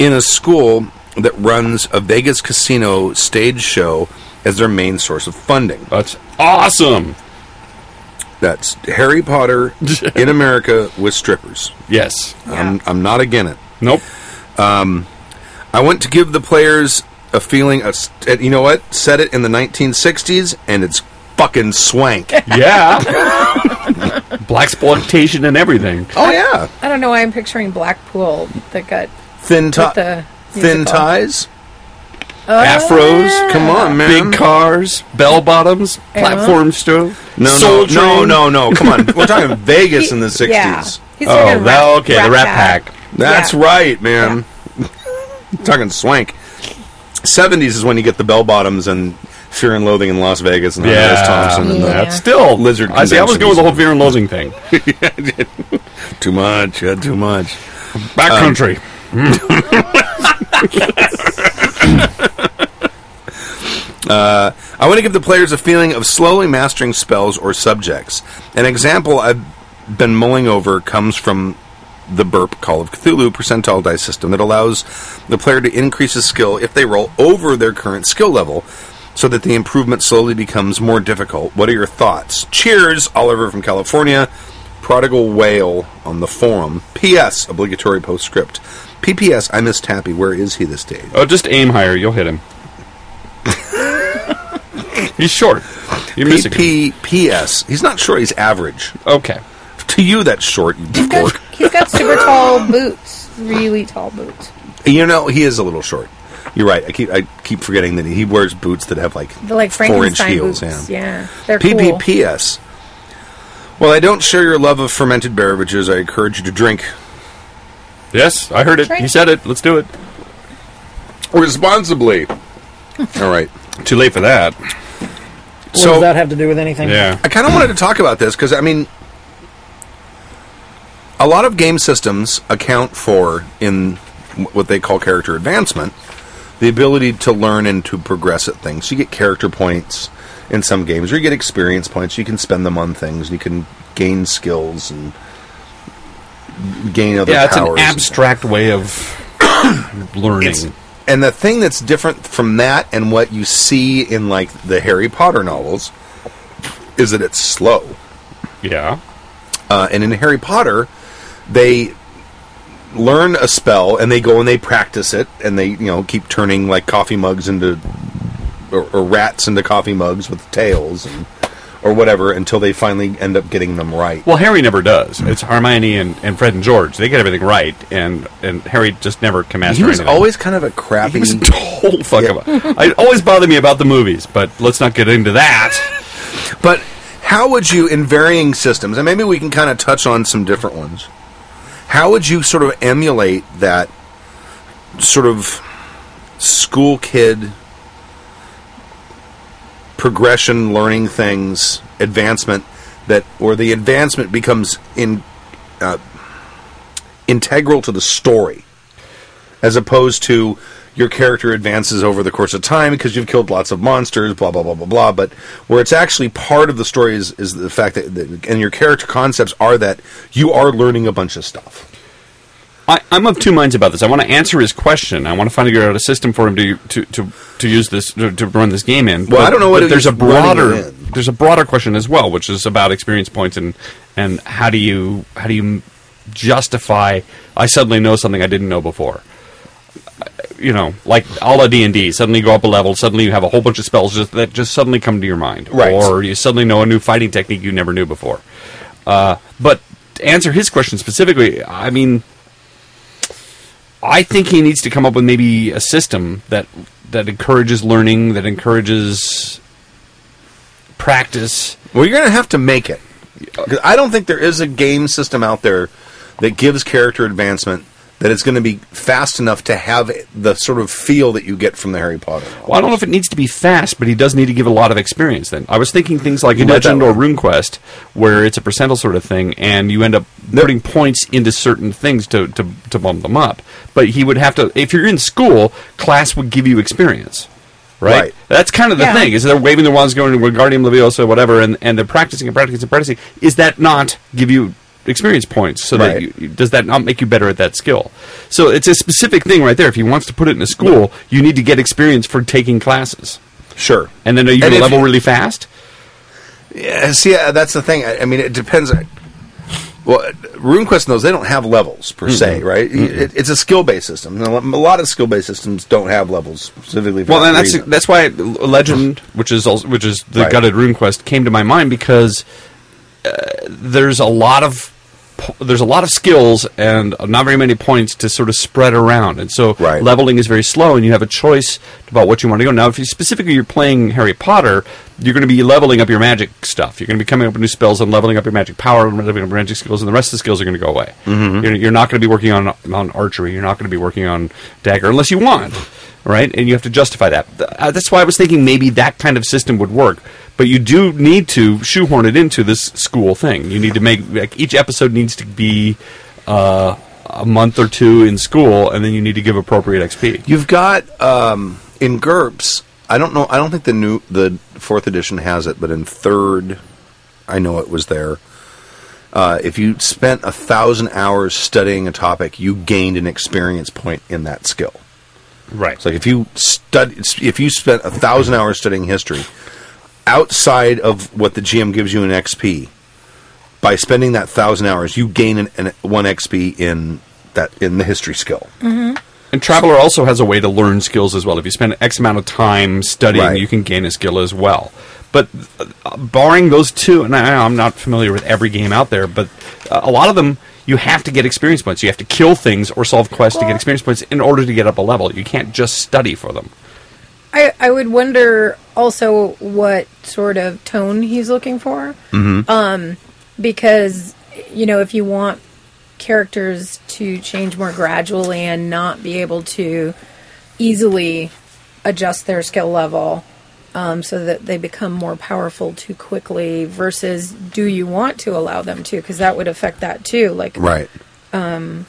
Speaker 3: in a school that runs a Vegas casino stage show as their main source of funding.
Speaker 5: That's awesome.
Speaker 3: That's Harry Potter in America with strippers.
Speaker 5: Yes.
Speaker 3: I'm, I'm not again it.
Speaker 5: Nope.
Speaker 3: I want to give the players a feeling of, st- you know what? Set it in the 1960s and it's fucking
Speaker 4: *laughs*
Speaker 3: swank.
Speaker 5: Yeah. *laughs* Black exploitation and everything.
Speaker 3: oh, yeah.
Speaker 4: I don't know why I'm picturing Blackpool that got
Speaker 3: Thin,
Speaker 4: with
Speaker 3: ti-
Speaker 4: the
Speaker 3: thin
Speaker 4: musical.
Speaker 3: ties.
Speaker 5: Afros.
Speaker 3: Come on, man.
Speaker 5: Big cars, bell bottoms, platform stove,
Speaker 3: No, no,
Speaker 5: Soul
Speaker 3: no,
Speaker 5: Train.
Speaker 3: no, no. Come on. We're
Speaker 4: *laughs*
Speaker 3: talking Vegas in the 60s.
Speaker 4: Yeah. He's talking
Speaker 5: Oh, that, okay, the Rat Pack.
Speaker 3: That's
Speaker 4: Yeah.
Speaker 3: right, man. *laughs* talking swank. 70s is when you get the bell bottoms and Fear and Loathing in Las Vegas and
Speaker 5: Yeah.
Speaker 3: Hunter S. Thompson and the
Speaker 4: Yeah.
Speaker 5: That's still
Speaker 3: Lizard
Speaker 5: I see. I was
Speaker 3: conventions.
Speaker 5: going with the whole fear and loathing thing.
Speaker 3: Too much, yeah, too much.
Speaker 5: Backcountry.
Speaker 3: I want to give the players a feeling of slowly mastering spells or subjects. An example I've been mulling over comes from the Burp Call of Cthulhu percentile dice system that allows the player to increase his skill if they roll over their current skill level, so that the improvement slowly becomes more difficult. What are your thoughts? Cheers, Oliver from California. Prodigal Whale on the forum. P.S. Obligatory postscript. P.P.S. I missed Happy. Where is he this day?
Speaker 5: Oh, just aim higher. You'll hit *laughs* him. He's short. You're missing him.
Speaker 3: P.P.P.S. He's not short. He's average.
Speaker 5: Okay.
Speaker 3: To you, that's short, you
Speaker 4: He's got,
Speaker 3: dork.
Speaker 4: he's got super tall boots, really tall boots.
Speaker 3: You know, he is a little short. You're right. I keep I keep forgetting that he wears boots that have like
Speaker 4: They're like
Speaker 3: four
Speaker 4: Frankenstein
Speaker 3: inch heels.
Speaker 4: boots.
Speaker 3: Yeah.
Speaker 4: Yeah, they're cool.
Speaker 3: PPPS. Well, I don't share your love of fermented beverages. I encourage you to drink.
Speaker 5: Yes, I heard it.
Speaker 4: Try
Speaker 5: He
Speaker 4: it.
Speaker 5: said it. Let's do it.
Speaker 3: Responsibly. All right.
Speaker 5: Too late for that.
Speaker 6: What does that have to do with anything?
Speaker 5: Yeah.
Speaker 3: I kind of wanted to talk about this because I mean, a lot of game systems account for in wh- what they call character advancement, the ability to learn and to progress at things. You get character points in some games, or you get experience points. You can spend them on things. You can gain skills and gain other
Speaker 5: Yeah, it's
Speaker 3: powers.
Speaker 5: an
Speaker 3: and things.
Speaker 5: abstract way of *coughs* learning.
Speaker 3: It's- and the thing that's different from that and what you see in like the Harry Potter novels is that it's slow.
Speaker 5: yeah.
Speaker 3: Uh, and in Harry Potter, they learn a spell and they go and they practice it and they you know keep turning like coffee mugs into or, or rats into coffee mugs with tails and or whatever until they finally end up getting them right.
Speaker 5: Well, Harry never does. It's Hermione and, and Fred and George. They get everything right, and, and Harry just never can master
Speaker 3: he was
Speaker 5: anything.
Speaker 3: always kind of a crappy.
Speaker 5: He was a total fuck
Speaker 3: Yeah.
Speaker 5: up. It always bothered me about the movies, but let's not get into that.
Speaker 3: But how would you, in varying systems, and maybe we can kind of touch on some different ones, how would you sort of emulate that sort of school kid progression, learning things, advancement that, or the advancement becomes in uh, integral to the story, as opposed to your character advances over the course of time because you've killed lots of monsters, blah blah blah blah blah. But where it's actually part of the story is, is the fact that, that and your character concepts are that you are learning a bunch of stuff.
Speaker 5: I, I'm of two minds about this. I want to answer his question. I want to figure out a system for him to to, to, to use this to, to run this game in.
Speaker 3: Well, I don't know what
Speaker 5: but there's a
Speaker 3: he's running it
Speaker 5: broader
Speaker 3: in.
Speaker 5: there's a broader question as well, which is about experience points and and how do you how do you justify? I suddenly know something I didn't know before. You know, like a la D and D, suddenly you go up a level. Suddenly you have a whole bunch of spells just, that just suddenly come to your mind,
Speaker 3: Right.
Speaker 5: or you suddenly know a new fighting technique you never knew before. Uh, but to answer his question specifically, I mean, I think he needs to come up with maybe a system that that encourages learning, that encourages practice.
Speaker 3: Well, you're going to have to make it. 'Cause I don't think there is a game system out there that gives character advancement that is going to be fast enough to have the sort of feel that you get from the Harry Potter.
Speaker 5: Well, I don't know if it needs to be fast, but he does need to give a lot of experience. Then I was thinking things like
Speaker 3: might
Speaker 5: Legend
Speaker 3: that
Speaker 5: or
Speaker 3: way.
Speaker 5: RuneQuest, where it's a percentile sort of thing, and you end up putting points into certain things to, to to bump them up. But he would have to, if you're in school, class would give you experience, right?
Speaker 3: Right.
Speaker 5: That's kind of the
Speaker 4: Yeah.
Speaker 5: thing. Is they're waving their wands, going to Wingardium Leviosa, whatever, and, and they're practicing and practicing and practicing. Is that not give you experience points? So that
Speaker 3: Right.
Speaker 5: you, you- does that not make you better at that skill? So it's a specific thing right there. If he wants to put it in a school, you need to get experience for taking classes,
Speaker 3: Sure.
Speaker 5: and then are
Speaker 3: And
Speaker 5: you going to
Speaker 3: if
Speaker 5: level
Speaker 3: you-
Speaker 5: really fast?
Speaker 3: Yeah, see, uh, that's the thing. I, I mean, it depends. on- Well, RuneQuest knows they don't have levels per se,
Speaker 5: Mm-hmm.
Speaker 3: right? It, it's a skill-based system. Now, A lot of skill-based systems don't have levels specifically. For
Speaker 5: Well,
Speaker 3: that
Speaker 5: and that's
Speaker 3: reason.
Speaker 5: that's why Legend, which is also, which is the
Speaker 3: Right.
Speaker 5: gutted RuneQuest, came to my mind because uh, there's a lot of po- there's a lot of skills and not very many points to sort of spread around, and so
Speaker 3: Right.
Speaker 5: leveling is very slow, and you have a choice about what you want to go. Now, if you specifically you're playing Harry Potter, you're going to be leveling up your magic stuff. You're going to be coming up with new spells and leveling up your magic power and leveling up your magic skills, and the rest of the skills are going to go away. You're, you're not going to be working on on archery. You're not going to be working on dagger unless you want right? And you have to justify that. Th- uh, That's why I was thinking maybe that kind of system would work. But you do need to shoehorn it into this school thing. You need to make like, each episode needs to be uh, a month or two in school, and then you need to give appropriate XP.
Speaker 3: You've got um, in GURPS. I don't know. I don't think the new the fourth edition has it, but in third, I know it was there. Uh, if you spent a thousand hours studying a topic, you gained an experience point in that skill.
Speaker 5: Right.
Speaker 3: It's like if you stud, if you spent a thousand hours studying history, outside of what the GM gives you in XP, by spending that thousand hours, you gain an, an one XP in that in the history skill.
Speaker 5: And Traveler also has a way to learn skills as well. If you spend X amount of time studying,
Speaker 3: Right.
Speaker 5: you can gain a skill as well. But uh, barring those two, and I, I'm not familiar with every game out there, but uh, a lot of them, you have to get experience points. You have to kill things or solve quests to get experience points in order to get up a level. You can't just study for them.
Speaker 4: I, I would wonder also what sort of tone he's looking for. Um, because, you know, if you want characters to change more gradually and not be able to easily adjust their skill level um, so that they become more powerful too quickly, versus do you want to allow them to? Because that would affect that too. Like,
Speaker 3: Right.
Speaker 5: Well,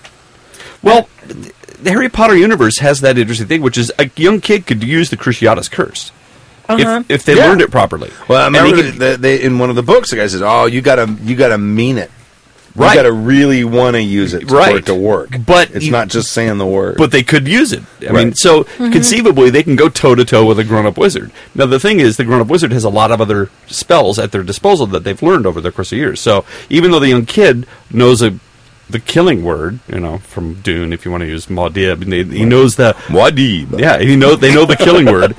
Speaker 5: th- the Harry Potter universe has that interesting thing, which is a young kid could use the Cruciatus Curse if, if they
Speaker 3: Yeah.
Speaker 5: learned it properly.
Speaker 3: Well, I
Speaker 5: And they
Speaker 3: remember
Speaker 5: could-
Speaker 3: that they, in one of the books, the guy says, "Oh, you gotta, you gotta mean it.
Speaker 5: Right.
Speaker 3: You gotta really want to use it for
Speaker 5: Right.
Speaker 3: it to work.
Speaker 5: But
Speaker 3: it's
Speaker 5: you-
Speaker 3: not just saying the word.
Speaker 5: but they could use it. I mean,
Speaker 3: Right.
Speaker 5: so conceivably they can go toe to toe with a grown up wizard. Now the thing is, the grown up wizard has a lot of other spells at their disposal that they've learned over the course of years. So even though the young kid knows a the killing word, you know, from Dune, if you want to use Maudib, and they, he knows the Maudib. Yeah, he know they know the
Speaker 3: *laughs*
Speaker 5: killing word.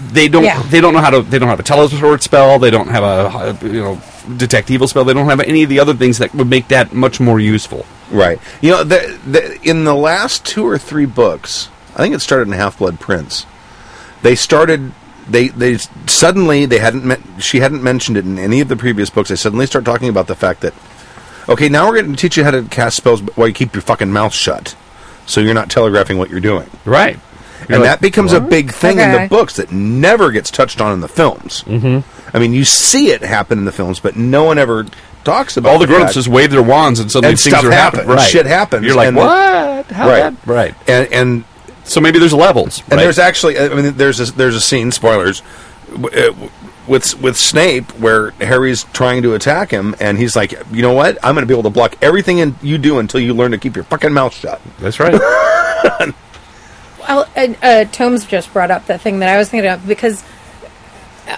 Speaker 5: They don't.
Speaker 4: Yeah.
Speaker 5: They don't know how to. They don't have a teleport spell. They don't have a uh, you know detect evil spell. They don't have any of the other things that would make that much more useful.
Speaker 3: Right. You know, the, the, in the last two or three books, I think it started in Half Blood Prince. They started. They they suddenly they hadn't men- she hadn't mentioned it in any of the previous books. They suddenly start talking about the fact that okay, now we're going to teach you how to cast spells while you keep your fucking mouth shut, so you're not telegraphing what you're doing.
Speaker 5: Right.
Speaker 3: and that becomes a big thing in
Speaker 4: Okay.
Speaker 3: the books that never gets touched on in the films. Mm-hmm. I mean, you see it happen in the films, but no one ever talks about
Speaker 5: all the
Speaker 3: the
Speaker 5: grown-ups
Speaker 3: fact-
Speaker 5: just wave their wands and suddenly
Speaker 3: And
Speaker 5: things
Speaker 3: stuff
Speaker 5: are happening.
Speaker 3: happens.
Speaker 5: Right.
Speaker 3: Shit happens,
Speaker 5: You're like,
Speaker 3: and then-
Speaker 5: what? How
Speaker 3: Right.
Speaker 5: that- Right.
Speaker 3: and and
Speaker 5: So maybe there's levels.
Speaker 3: And
Speaker 5: right.
Speaker 3: there's actually, I mean, there's a, there's a scene, spoilers, w- uh, w- with with Snape where Harry's trying to attack him, and he's like, you know what? I'm going to be able to block everything in, you do until you learn to keep your fucking mouth shut.
Speaker 5: That's
Speaker 4: *laughs*
Speaker 5: right.
Speaker 4: Well, and, uh, Tomes just brought up the thing that I was thinking of because uh,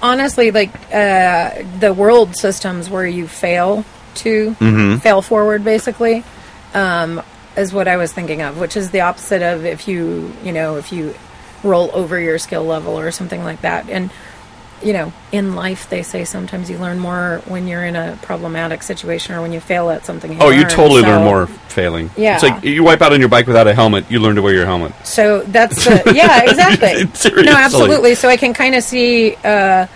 Speaker 4: honestly, like uh, the world systems where you fail to
Speaker 5: Mm-hmm.
Speaker 4: fail forward, basically, um, is what I was thinking of, which is the opposite of if you, you know, if you roll over your skill level or something like that. And you know, in life, they say sometimes you learn more when you're in a problematic situation or when you fail at something.
Speaker 5: Oh, you totally learn
Speaker 4: so-
Speaker 5: more failing.
Speaker 4: Yeah.
Speaker 5: It's like you wipe out on your bike without a helmet. You learn to wear your helmet.
Speaker 4: So that's the yeah, exactly.
Speaker 5: Seriously.
Speaker 4: No, absolutely. So I can kind of see uh,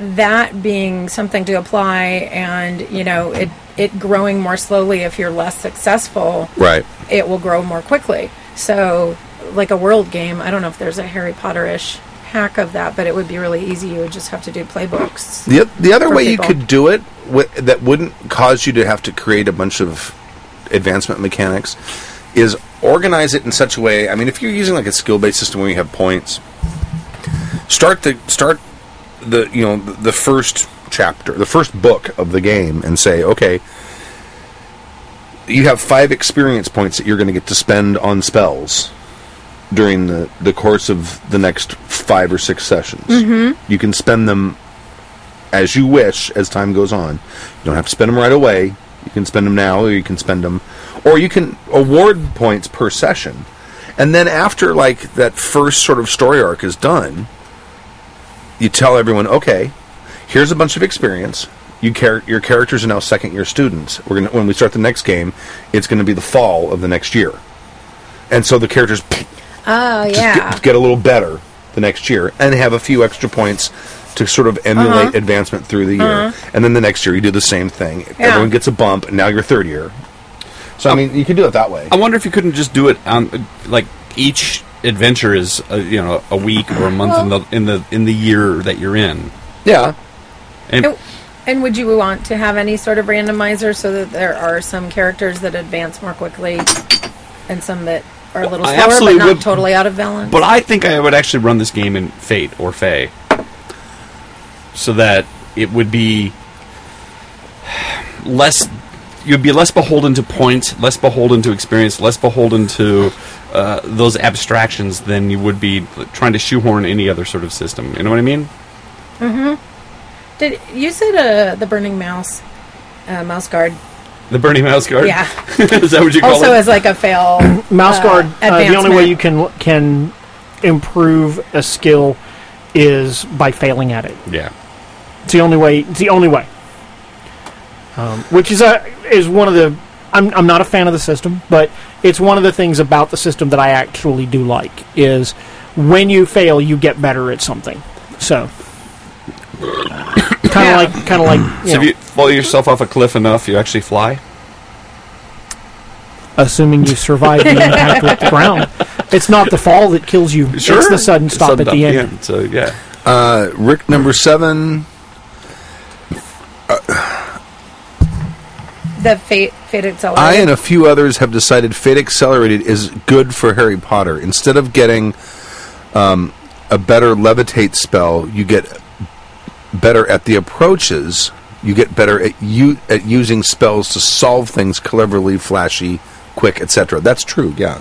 Speaker 4: that being something to apply, and you know, it it growing more slowly. If you're less successful,
Speaker 3: Right.
Speaker 4: it will grow more quickly. So, like a world game, I don't know if there's a Harry Potter-ish hack of that, but it would be really easy. You would just have to do playbooks.
Speaker 3: The, oth- the other
Speaker 4: For
Speaker 3: way
Speaker 4: people.
Speaker 3: you could do it wi- that wouldn't cause you to have to create a bunch of advancement mechanics is organize it in such a way. I mean, if you're using like a skill based system where you have points, start the start the you know the, the first chapter, the first book of the game, and say, okay, you have five experience points that you're going to get to spend on spells during the, the course of the next five or six sessions. Mm-hmm. You can spend them as you wish as time goes on. You don't have to spend them right away. You can spend them now, or you can spend them, or you can award points per session. And then after like that first sort of story arc is done, you tell everyone, okay, here's a bunch of experience. You char- your characters are now second year students. We're gonna when we start the next game, it's gonna be the fall of the next year, and so the characters
Speaker 4: Oh
Speaker 3: just
Speaker 4: yeah,
Speaker 3: get, get a little better the next year and have a few extra points to sort of emulate advancement through the year. And then the next year you do the same thing. Everyone gets a bump, and now you're third year. So I mean, you can do it that way.
Speaker 5: I wonder if you couldn't just do it on like each adventure is uh, you know a week or a month in the in the in the year that you're in.
Speaker 3: yeah,
Speaker 5: And
Speaker 4: And- And would you want to have any sort of randomizer so that there are some characters that advance more quickly and some that are a little
Speaker 5: I
Speaker 4: slower but
Speaker 5: absolutely
Speaker 4: not
Speaker 5: would-
Speaker 4: totally out of balance?
Speaker 5: But I think I would actually run this game in Fate or Fey, so that it would be less you'd be less beholden to points, less beholden to experience, less beholden to uh, those abstractions than you would be trying to shoehorn any other sort of system. You know what I mean?
Speaker 4: Did you said uh, the burning mouse, uh, mouse guard?
Speaker 5: The Bernie Mouse card.
Speaker 4: Yeah.
Speaker 5: *laughs* is that what you call
Speaker 4: Also,
Speaker 5: it?
Speaker 4: as like a
Speaker 5: *coughs*
Speaker 4: fail.
Speaker 6: Mouse
Speaker 4: uh,
Speaker 6: guard. Uh, the only
Speaker 4: advancement.
Speaker 6: way you can can improve a skill is by failing at it.
Speaker 5: yeah.
Speaker 6: It's the only way. It's the only way. Um, which is a is one of the. I'm I'm not a fan of the system, but it's one of the things about the system that I actually do like is when you fail, you get better at something. So. *coughs* kind of
Speaker 4: Yeah.
Speaker 6: like, kind of like, you
Speaker 5: So
Speaker 6: know,
Speaker 5: if you fall yourself off a cliff enough, you actually fly.
Speaker 6: assuming you survive the impact with *laughs* the ground. It's not the fall that kills you. It's the sudden stop
Speaker 5: Sudden
Speaker 6: at the end.
Speaker 5: So yeah.
Speaker 3: Uh, Rick number seven.
Speaker 4: the fate, fate accelerator.
Speaker 3: I and a few others have decided Fate Accelerated is good for Harry Potter. Instead of getting um, a better levitate spell, you get better at the approaches. You get better at you at using spells to solve things cleverly, flashy, quick, etc. That's true. Yeah.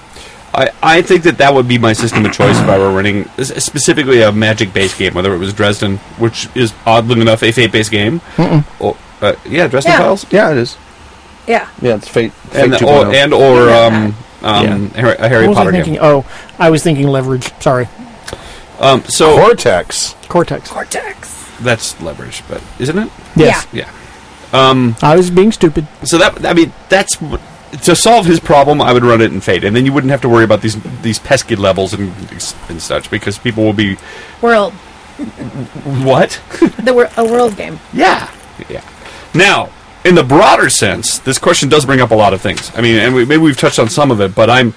Speaker 5: I, I think that that would be my system of choice if I were running s- specifically a magic based game, whether it was Dresden, which is oddly enough a fate based game. Or, uh, yeah, Dresden
Speaker 4: Yeah.
Speaker 5: Files.
Speaker 3: Yeah, it is.
Speaker 4: yeah.
Speaker 3: Yeah, it's Fate. oh.
Speaker 5: And or, and or um, um, Harry, a Harry
Speaker 6: what was
Speaker 5: Potter
Speaker 6: I thinking?
Speaker 5: game.
Speaker 6: Oh, I was thinking leverage. Sorry,
Speaker 5: Um, so
Speaker 3: Cortex.
Speaker 6: cortex.
Speaker 4: Cortex.
Speaker 5: that's leverage, but isn't it?
Speaker 6: Yes,
Speaker 5: Yeah.
Speaker 6: I was being stupid.
Speaker 5: So that I mean that's w- to solve his problem. I would run it in Fate, and then you wouldn't have to worry about these these pesky levels and and such because people will be
Speaker 4: Yeah. World.
Speaker 5: what?
Speaker 4: The wor- a world game.
Speaker 5: Yeah. Yeah. Now, in the broader sense, this question does bring up a lot of things. I mean, and we, maybe we've touched on some of it, but I'm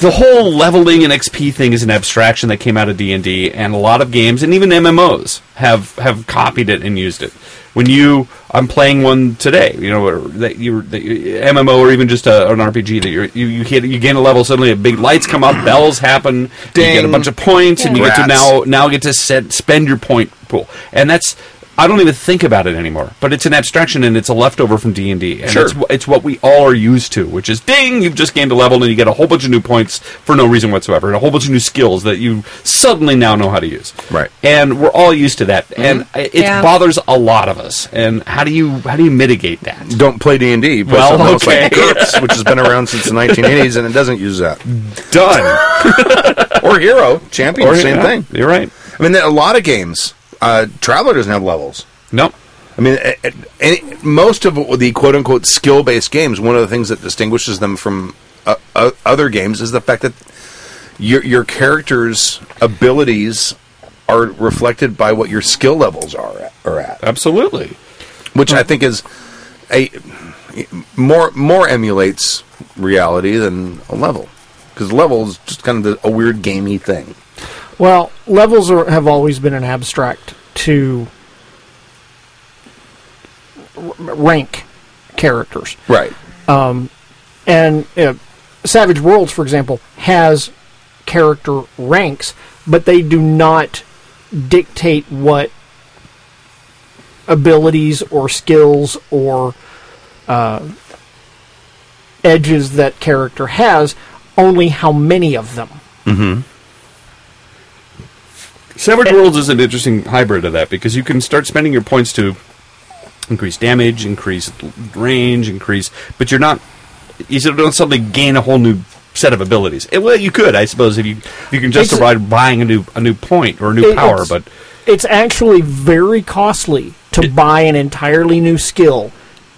Speaker 5: the whole leveling and XP thing is an abstraction that came out of D&D and a lot of games and even MMOs have have copied it and used it. When you I'm playing one today, you know, or that you that you, MMO or even just a, an RPG that you're, you you hit you gain a level suddenly big lights come up, bells happen, you get a
Speaker 3: Ding.
Speaker 5: bunch of points and you get to
Speaker 3: Rats.
Speaker 5: now now get to set, spend your point pool, and that's I don't even think about it anymore. But it's an abstraction and it's a leftover from D and D, and
Speaker 3: Sure.
Speaker 5: it's wh- it's what we all are used to, which is ding, you've just gained a level and you get a whole bunch of new points for no reason whatsoever, and a whole bunch of new skills that you suddenly now know how to use.
Speaker 3: Right.
Speaker 5: and we're all used to that, and i- it
Speaker 4: Yeah.
Speaker 5: bothers a lot of us. And how do you how do you mitigate that?
Speaker 3: Don't play D and D.
Speaker 5: Well, okay.
Speaker 3: like GURPS, which has been around since the 1980s, and it doesn't use that.
Speaker 5: Done.
Speaker 3: Or Hero Champion, same
Speaker 5: Yeah,
Speaker 3: thing.
Speaker 5: You're right.
Speaker 3: I mean, there are a lot of games. Uh, Traveler doesn't have levels.
Speaker 5: Nope.
Speaker 3: I mean, a- a- any, most of the quote unquote skill based games, one of the things that distinguishes them from uh, uh, other games is the fact that your, your character's abilities are reflected by what your skill levels are at, are at
Speaker 5: Absolutely.
Speaker 3: which I think is a more more emulates reality than a level because level is just kind of the, a weird gamey thing.
Speaker 6: Well, levels are, have always been an abstract to r- rank characters.
Speaker 3: Right.
Speaker 6: And uh, Savage Worlds, for example, has character ranks, but they do not dictate what abilities or skills or uh, edges that character has, only how many of them.
Speaker 5: Savage Worlds is an interesting hybrid of that because you can start spending your points to increase damage, increase l- range, increase, but you're not you sort of don't suddenly gain a whole new set of abilities. Eh, well, you could, I suppose, if you if you can
Speaker 6: It's-
Speaker 5: justify buying a new a new point or a new
Speaker 6: It-
Speaker 5: power,
Speaker 6: it's-
Speaker 5: but
Speaker 6: it's actually very costly to buy an entirely new skill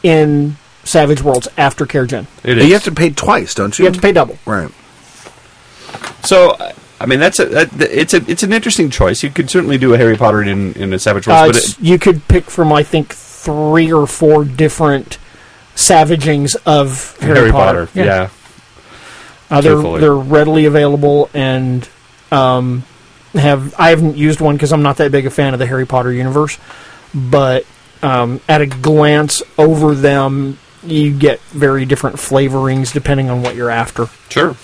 Speaker 6: in Savage Worlds after Care Gen.
Speaker 5: it
Speaker 3: You
Speaker 5: is.
Speaker 3: have to pay twice, don't you?
Speaker 6: You have to pay double.
Speaker 3: Right.
Speaker 5: so I- I mean that's a that, th- it's a it's an interesting choice. You could certainly do a Harry Potter in in a Savage Worlds,
Speaker 6: Uh,
Speaker 5: but
Speaker 6: it's-
Speaker 5: it,
Speaker 6: you could pick from I think three or four different savagings of Harry, Potter.
Speaker 5: yeah.
Speaker 6: Uh, they're
Speaker 5: truthfully.
Speaker 6: they're readily available and um, have I haven't used one because I'm not that big a fan of the Harry Potter universe, but um, at a glance over them, you get very different flavorings depending on what you're after.
Speaker 5: sure.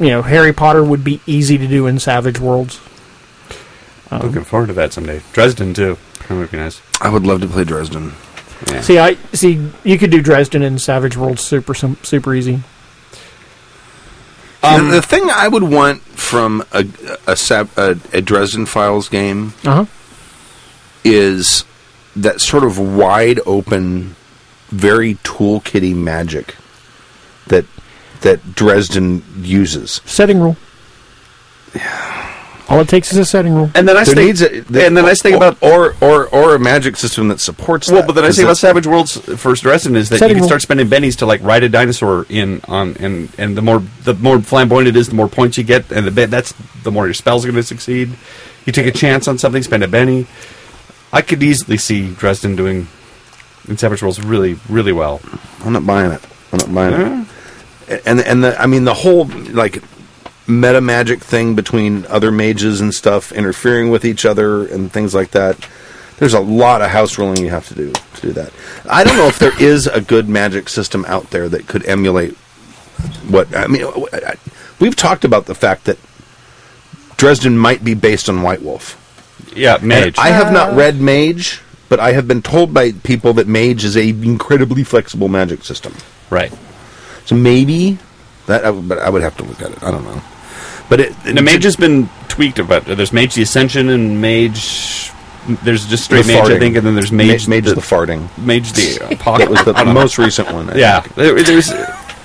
Speaker 6: You know, Harry Potter would be easy to do in Savage Worlds.
Speaker 5: Looking forward to that someday. Dresden too. That would be nice.
Speaker 3: I would love to play Dresden.
Speaker 5: Yeah.
Speaker 6: See, I see. You could do Dresden and Savage World super sim- super easy.
Speaker 5: Um,
Speaker 3: the, the thing I would want from a a, Sab- a, a Dresden Files game
Speaker 5: Uh-huh.
Speaker 6: Uh huh.
Speaker 3: is that sort of wide open, very toolkitty magic that that Dresden uses.
Speaker 6: Setting rule. All it takes is a setting rule.
Speaker 5: and then I
Speaker 3: There
Speaker 5: think,
Speaker 3: needs a- there-
Speaker 5: and then I think
Speaker 3: or-
Speaker 5: about
Speaker 3: or or or a magic system that supports.
Speaker 5: well,
Speaker 3: that,
Speaker 5: but then I
Speaker 3: 'cause
Speaker 5: think about
Speaker 3: that-
Speaker 5: Savage Worlds first Dresden is that
Speaker 6: Setting
Speaker 5: you can
Speaker 6: rule.
Speaker 5: start spending bennies to like ride a dinosaur in on and and the more the more flamboyant it is, the more points you get, and the ben- that's the more your spells are going to succeed. You take a chance on something, spend a penny. I could easily see Dresden doing in Savage Worlds really really well.
Speaker 3: I'm not buying it. I'm not buying it. And and the I mean the whole like meta magic thing between other mages and stuff interfering with each other and things like that. There's a lot of house ruling you have to do to do that. I don't know if there is a good magic system out there that could emulate what I mean. I- I- We've talked about the fact that Dresden might be based on White Wolf.
Speaker 5: Yeah, mage.
Speaker 3: I have not read Mage, but I have been told by people that Mage is a incredibly flexible magic system.
Speaker 5: right.
Speaker 3: So maybe that, I, would- but I would have to look at it. I don't know. But it,
Speaker 5: The mage has been tweaked about. There's mage the ascension and mage. There's just straight mage, I
Speaker 3: farting.
Speaker 5: think, and then there's mage
Speaker 3: Ma- mage the, farting.
Speaker 5: mage *laughs* the
Speaker 3: It
Speaker 5: apocalypse.
Speaker 3: was the most recent one. I
Speaker 5: yeah,
Speaker 3: think.
Speaker 5: there, there's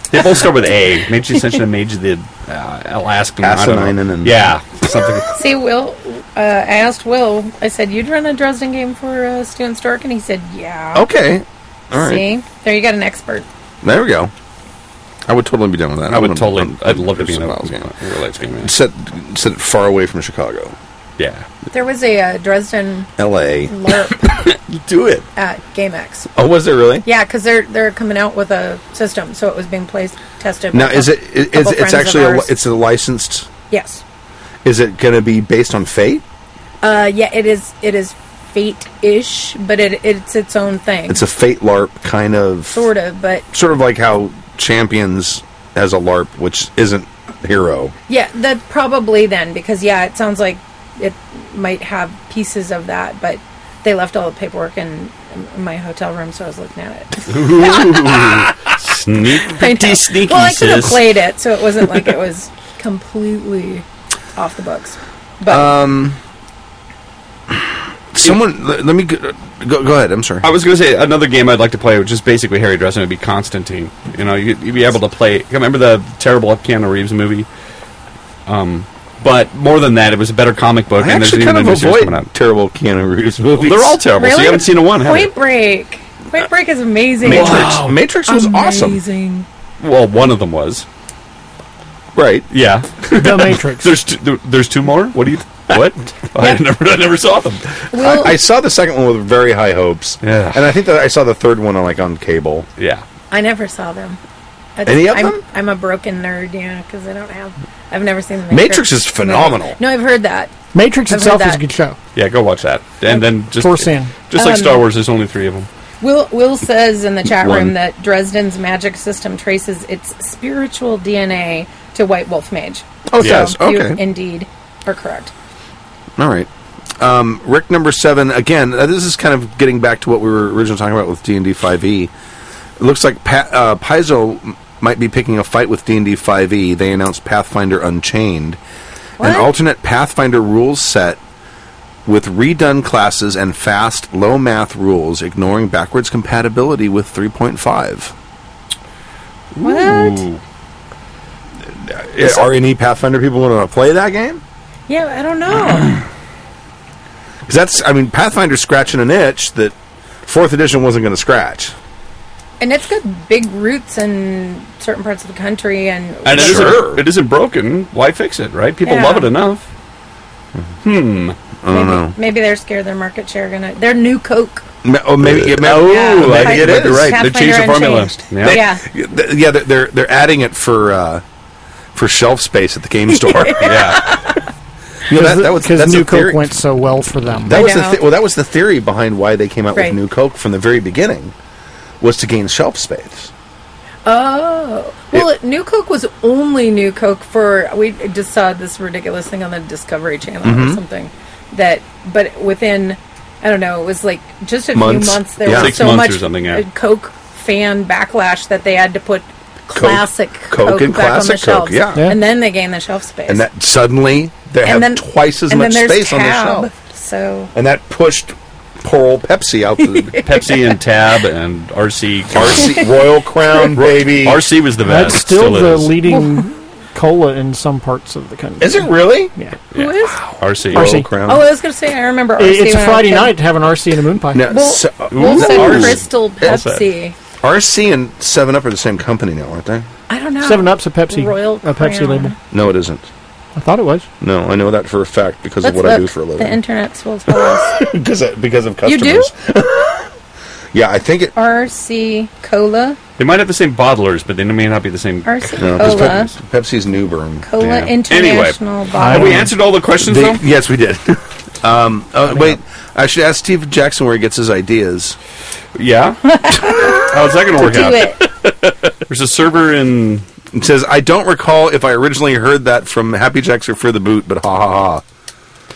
Speaker 5: they both start with A. Mage the ascension and mage the uh, Alaskan. I don't know.
Speaker 3: Asinine and-
Speaker 5: yeah, *laughs* something.
Speaker 4: See, Will, uh, I asked Will, I said, you'd run a Dresden game for uh, Stu and Stork? And he said, yeah.
Speaker 5: Oh,
Speaker 3: Okay. All right.
Speaker 4: See? There you got an expert.
Speaker 3: There we go. I would totally be done with that.
Speaker 5: I would
Speaker 3: wouldn't-
Speaker 5: totally.
Speaker 3: I'm-
Speaker 5: I'd love to be in a
Speaker 3: Files game.
Speaker 5: real life game. yeah.
Speaker 3: Set set it far away from Chicago,
Speaker 5: Yeah,
Speaker 4: There was a uh, Dresden
Speaker 3: L.A.
Speaker 4: LARP
Speaker 3: Do it.
Speaker 4: at GameX.
Speaker 3: Oh, was there really?
Speaker 4: Yeah, because they're they're coming out with a system, so it was being placed tested.
Speaker 3: Now
Speaker 4: by
Speaker 3: is
Speaker 4: a
Speaker 3: it is,
Speaker 4: couple
Speaker 3: it's
Speaker 4: friends of
Speaker 3: actually a, li-
Speaker 4: ours.
Speaker 3: it's a licensed?
Speaker 4: yes,
Speaker 3: Is it going to be based on Fate?
Speaker 4: uh, yeah, it is it is fate ish, but it it's its own thing,
Speaker 3: It's a Fate LARP kind of
Speaker 4: sort of. But
Speaker 3: sort of like how Champions has a LARP, which isn't Hero.
Speaker 4: yeah, that probably then because yeah, it sounds like it might have pieces of that, but they left all the paperwork in in my hotel room, so I was looking
Speaker 3: *laughs*
Speaker 4: at it.
Speaker 5: sneak
Speaker 4: I know.
Speaker 5: pretty sneaky.
Speaker 4: Well, I could have
Speaker 5: sis.
Speaker 4: played it, so it wasn't
Speaker 3: *laughs*
Speaker 4: like it was completely off the books. But
Speaker 3: Someone, let, let me go, go. Go ahead. I'm sorry.
Speaker 5: I was going to say another game I'd like to play, which is basically Harry Dresden, would be Constantine. You know, you'd, you'd be able to play. Remember the terrible Keanu Reeves movie? Um, but more than that, it was a better comic book,
Speaker 3: I
Speaker 5: and there's
Speaker 3: actually
Speaker 5: even
Speaker 3: kind
Speaker 5: a
Speaker 3: of
Speaker 5: new series coming
Speaker 3: avoid
Speaker 5: out.
Speaker 3: terrible Keanu Reeves movies.
Speaker 5: They're all terrible. So
Speaker 4: Really?
Speaker 5: you haven't seen a one, have
Speaker 4: Point
Speaker 5: you?
Speaker 4: Break. Point Break is amazing.
Speaker 3: Matrix. Matrix was awesome.
Speaker 4: Amazing.
Speaker 5: Well, one of them was.
Speaker 3: Right.
Speaker 5: Yeah. *laughs*
Speaker 6: The Matrix.
Speaker 5: there's two, there, there's two more. What do you? What?
Speaker 6: *laughs*
Speaker 5: I never I never saw them.
Speaker 4: Will,
Speaker 3: I, I saw the second one with very high hopes.
Speaker 5: Yeah.
Speaker 3: And I think that I saw the third one on like on cable.
Speaker 5: Yeah.
Speaker 4: I never saw them. I just-
Speaker 3: Any of
Speaker 4: I'm,
Speaker 3: them?
Speaker 4: I'm a broken nerd, yeah, because I don't have. I've never seen the
Speaker 3: Matrix
Speaker 4: Matrix.
Speaker 3: is phenomenal.
Speaker 4: No, I've heard that.
Speaker 6: Matrix
Speaker 4: I've heard
Speaker 6: itself is a
Speaker 4: that.
Speaker 6: good show.
Speaker 5: Yeah. Go watch that, and then just
Speaker 6: Source in.
Speaker 5: just like
Speaker 4: Um,
Speaker 5: Star Wars. There's only three of them.
Speaker 4: Will Will says in the chat
Speaker 3: One.
Speaker 4: room that Dresden's magic system traces its spiritual DNA to White Wolf Mage.
Speaker 3: Oh, it does.
Speaker 4: you
Speaker 3: Okay.
Speaker 4: indeed are correct.
Speaker 3: All right. Um, Rick number seven again. Uh, this is kind of getting back to what we were originally talking about with D and D five e. It looks like pa- uh, Paizo m- might be picking a fight with D and D five e. They announced Pathfinder Unchained, an
Speaker 4: What?
Speaker 3: alternate Pathfinder rules set with redone classes and fast, low math rules, ignoring backwards compatibility with three point five.
Speaker 4: What?
Speaker 5: Ooh.
Speaker 3: Are any E Pathfinder people going to play that game?
Speaker 4: Yeah, I
Speaker 3: *clears throat*
Speaker 4: don't know.
Speaker 3: Because that's, I mean, Pathfinder's scratching an itch that fourth edition wasn't going to scratch.
Speaker 4: and it's got big roots in certain parts of the country, and
Speaker 5: And it
Speaker 3: Sure.
Speaker 5: not it isn't broken. Why fix it, right? People
Speaker 4: Yeah.
Speaker 5: love it enough.
Speaker 3: I don't know.
Speaker 4: Maybe they're scared their market share gonna. Their new Coke.
Speaker 3: Ma- Oh, maybe, yeah, ma-
Speaker 4: Yeah,
Speaker 3: oh,
Speaker 4: like-
Speaker 3: maybe it
Speaker 4: like
Speaker 3: is.
Speaker 4: the
Speaker 5: You're right. They
Speaker 4: Pathfinder
Speaker 5: changed the formula.
Speaker 4: Unchanged.
Speaker 5: Yeah.
Speaker 3: They-
Speaker 4: Yeah.
Speaker 3: th- yeah, they're- they're they're adding it for uh, for shelf space at the
Speaker 4: *laughs*
Speaker 3: game store.
Speaker 5: Yeah.
Speaker 3: You know, that,
Speaker 6: Because
Speaker 3: that was that's
Speaker 6: New
Speaker 3: the
Speaker 6: Coke
Speaker 3: theory.
Speaker 6: went so well for them.
Speaker 3: That
Speaker 4: I
Speaker 3: was the
Speaker 4: know.
Speaker 3: th- well, that was the theory behind why they came out
Speaker 4: Right.
Speaker 3: with New Coke from the very beginning, was to gain shelf space.
Speaker 4: Oh. Well, New Coke was
Speaker 3: Mm-hmm.
Speaker 4: only New Coke for. We just saw this ridiculous thing on the Discovery Channel or something. that, but within, I don't know, it was like just a
Speaker 5: Months.
Speaker 4: few months. There
Speaker 5: Yeah.
Speaker 4: was
Speaker 5: Six
Speaker 4: so
Speaker 5: months
Speaker 4: much
Speaker 5: or something, yeah.
Speaker 4: uh, Coke fan backlash that they had to put classic
Speaker 3: Coke
Speaker 4: Coke,
Speaker 3: and
Speaker 4: back on the
Speaker 3: classic Coke,
Speaker 4: shelves.
Speaker 3: yeah. Yeah.
Speaker 4: and then they gained the shelf space.
Speaker 3: and that suddenly they have twice as
Speaker 4: and
Speaker 3: much
Speaker 4: then there's
Speaker 3: space on the
Speaker 4: Tab,
Speaker 3: shelf,
Speaker 4: So
Speaker 3: and that pushed poor old Pepsi out
Speaker 4: *laughs*
Speaker 3: the
Speaker 5: Pepsi and Tab and RC.
Speaker 3: RC, *laughs* Royal Crown, baby.
Speaker 5: RC was the best.
Speaker 6: That's still, the
Speaker 5: is.
Speaker 6: leading cola in some parts of the country.
Speaker 3: Is it really?
Speaker 6: Yeah.
Speaker 4: who is?
Speaker 5: RC.
Speaker 6: RC.
Speaker 3: Royal Crown.
Speaker 4: Oh, I was going to say I remember.
Speaker 6: Um,
Speaker 4: RC
Speaker 6: It- it's
Speaker 4: when I
Speaker 6: a
Speaker 4: was
Speaker 6: Friday
Speaker 4: kid.
Speaker 6: night to have an RC and a moon pie.
Speaker 3: Now,
Speaker 4: Well,
Speaker 3: so-
Speaker 4: Wolf
Speaker 5: Ooh.
Speaker 4: and
Speaker 5: Ooh.
Speaker 4: Crystal Pepsi.
Speaker 3: RC and Seven Up are the same company now, aren't they?
Speaker 4: I don't know.
Speaker 6: Seven Up's a Pepsi,
Speaker 4: Royal
Speaker 6: a Pepsi
Speaker 4: Crown.
Speaker 6: label.
Speaker 3: No, it isn't.
Speaker 6: I thought it was.
Speaker 3: No, I know that for a fact because
Speaker 4: Let's
Speaker 3: of what I
Speaker 4: look.
Speaker 3: do for a
Speaker 4: The
Speaker 3: living.
Speaker 4: internet's full of
Speaker 6: *laughs*
Speaker 4: photos.
Speaker 3: *laughs* because of, because of
Speaker 4: You
Speaker 3: customers.
Speaker 4: do?
Speaker 3: *laughs* yeah, I think it.
Speaker 4: RC Cola,
Speaker 5: They might have the same bottlers, but they may not be the same.
Speaker 4: RC
Speaker 3: No, 'cause
Speaker 4: Cola,
Speaker 3: Pepsi- Pepsi's new burn.
Speaker 4: Cola
Speaker 5: Yeah.
Speaker 4: International
Speaker 5: Have we
Speaker 4: Bottle.
Speaker 5: answered all the questions
Speaker 3: They-
Speaker 5: though?
Speaker 3: yes, we did. *laughs* um, uh, wait, I should ask Steve Jackson where he gets his ideas.
Speaker 4: *laughs*
Speaker 5: Yeah. How's that going to work
Speaker 4: Do
Speaker 5: out?
Speaker 4: it.
Speaker 5: There's a server in.
Speaker 3: It says, I don't recall if I originally heard that from Happy Jacks or For the Boot, but ha ha ha.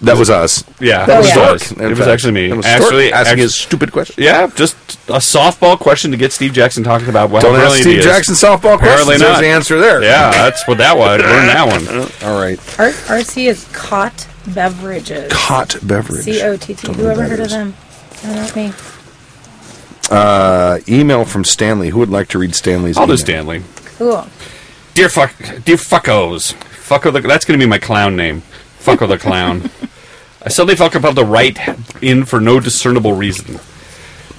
Speaker 3: That was us.
Speaker 5: Yeah,
Speaker 3: That
Speaker 4: was
Speaker 5: it
Speaker 3: Stork.
Speaker 5: was, us.
Speaker 3: in
Speaker 5: It was
Speaker 3: fact.
Speaker 5: actually me.
Speaker 3: That was Stork
Speaker 5: actually,
Speaker 3: asking
Speaker 5: actually-
Speaker 3: his stupid question.
Speaker 5: yeah, just a softball question to get Steve Jackson talking about. Well,
Speaker 3: Don't
Speaker 5: how
Speaker 3: ask
Speaker 5: brilliant he
Speaker 3: Steve
Speaker 5: is.
Speaker 3: Jackson softball
Speaker 5: Apparently
Speaker 3: questions. There's
Speaker 5: not.
Speaker 3: the answer there.
Speaker 5: Yeah, that's what that was. Learn
Speaker 3: *laughs*
Speaker 5: that one.
Speaker 3: All right.
Speaker 4: R- RC is Cot Beverages.
Speaker 3: Hot beverage.
Speaker 4: C O T T.
Speaker 3: Don't know what
Speaker 4: Whoever
Speaker 3: that
Speaker 4: heard of
Speaker 3: is.
Speaker 4: them? No, not me.
Speaker 3: Uh, email from Stanley. Who would like to read Stanley's
Speaker 5: I'll do
Speaker 3: email?
Speaker 5: Stanley.
Speaker 4: Cool.
Speaker 5: Dear fuck, dear fuckos, fucko. The, that's going to be my clown name. Fucko the clown. I suddenly felt compelled to write in for no discernible reason.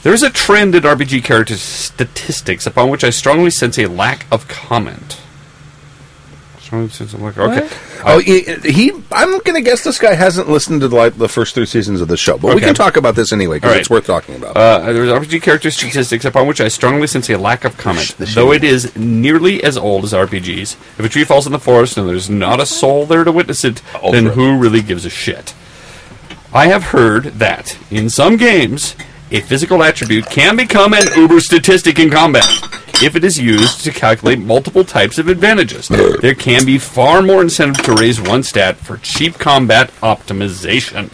Speaker 5: There is a trend in RPG character statistics upon which I strongly sense a lack of comment. Strongly sense a lack. Okay.
Speaker 3: Oh, he, he- I'm going to guess this guy hasn't listened to the, like, the first three seasons of the show, but we
Speaker 5: Okay.
Speaker 3: can talk about this anyway because
Speaker 5: All right.
Speaker 3: it's worth talking about.
Speaker 5: Uh, there's RPG character statistics upon which I strongly sense a lack of comment, though it is nearly as old as RPGs. If a tree falls in the forest and there's not a soul there to witness it, then who really gives a shit? I have heard that in some games, a physical attribute can become an uber statistic in combat if it is used to calculate multiple types of advantages. there can be far more incentive to raise one stat for cheap combat optimization.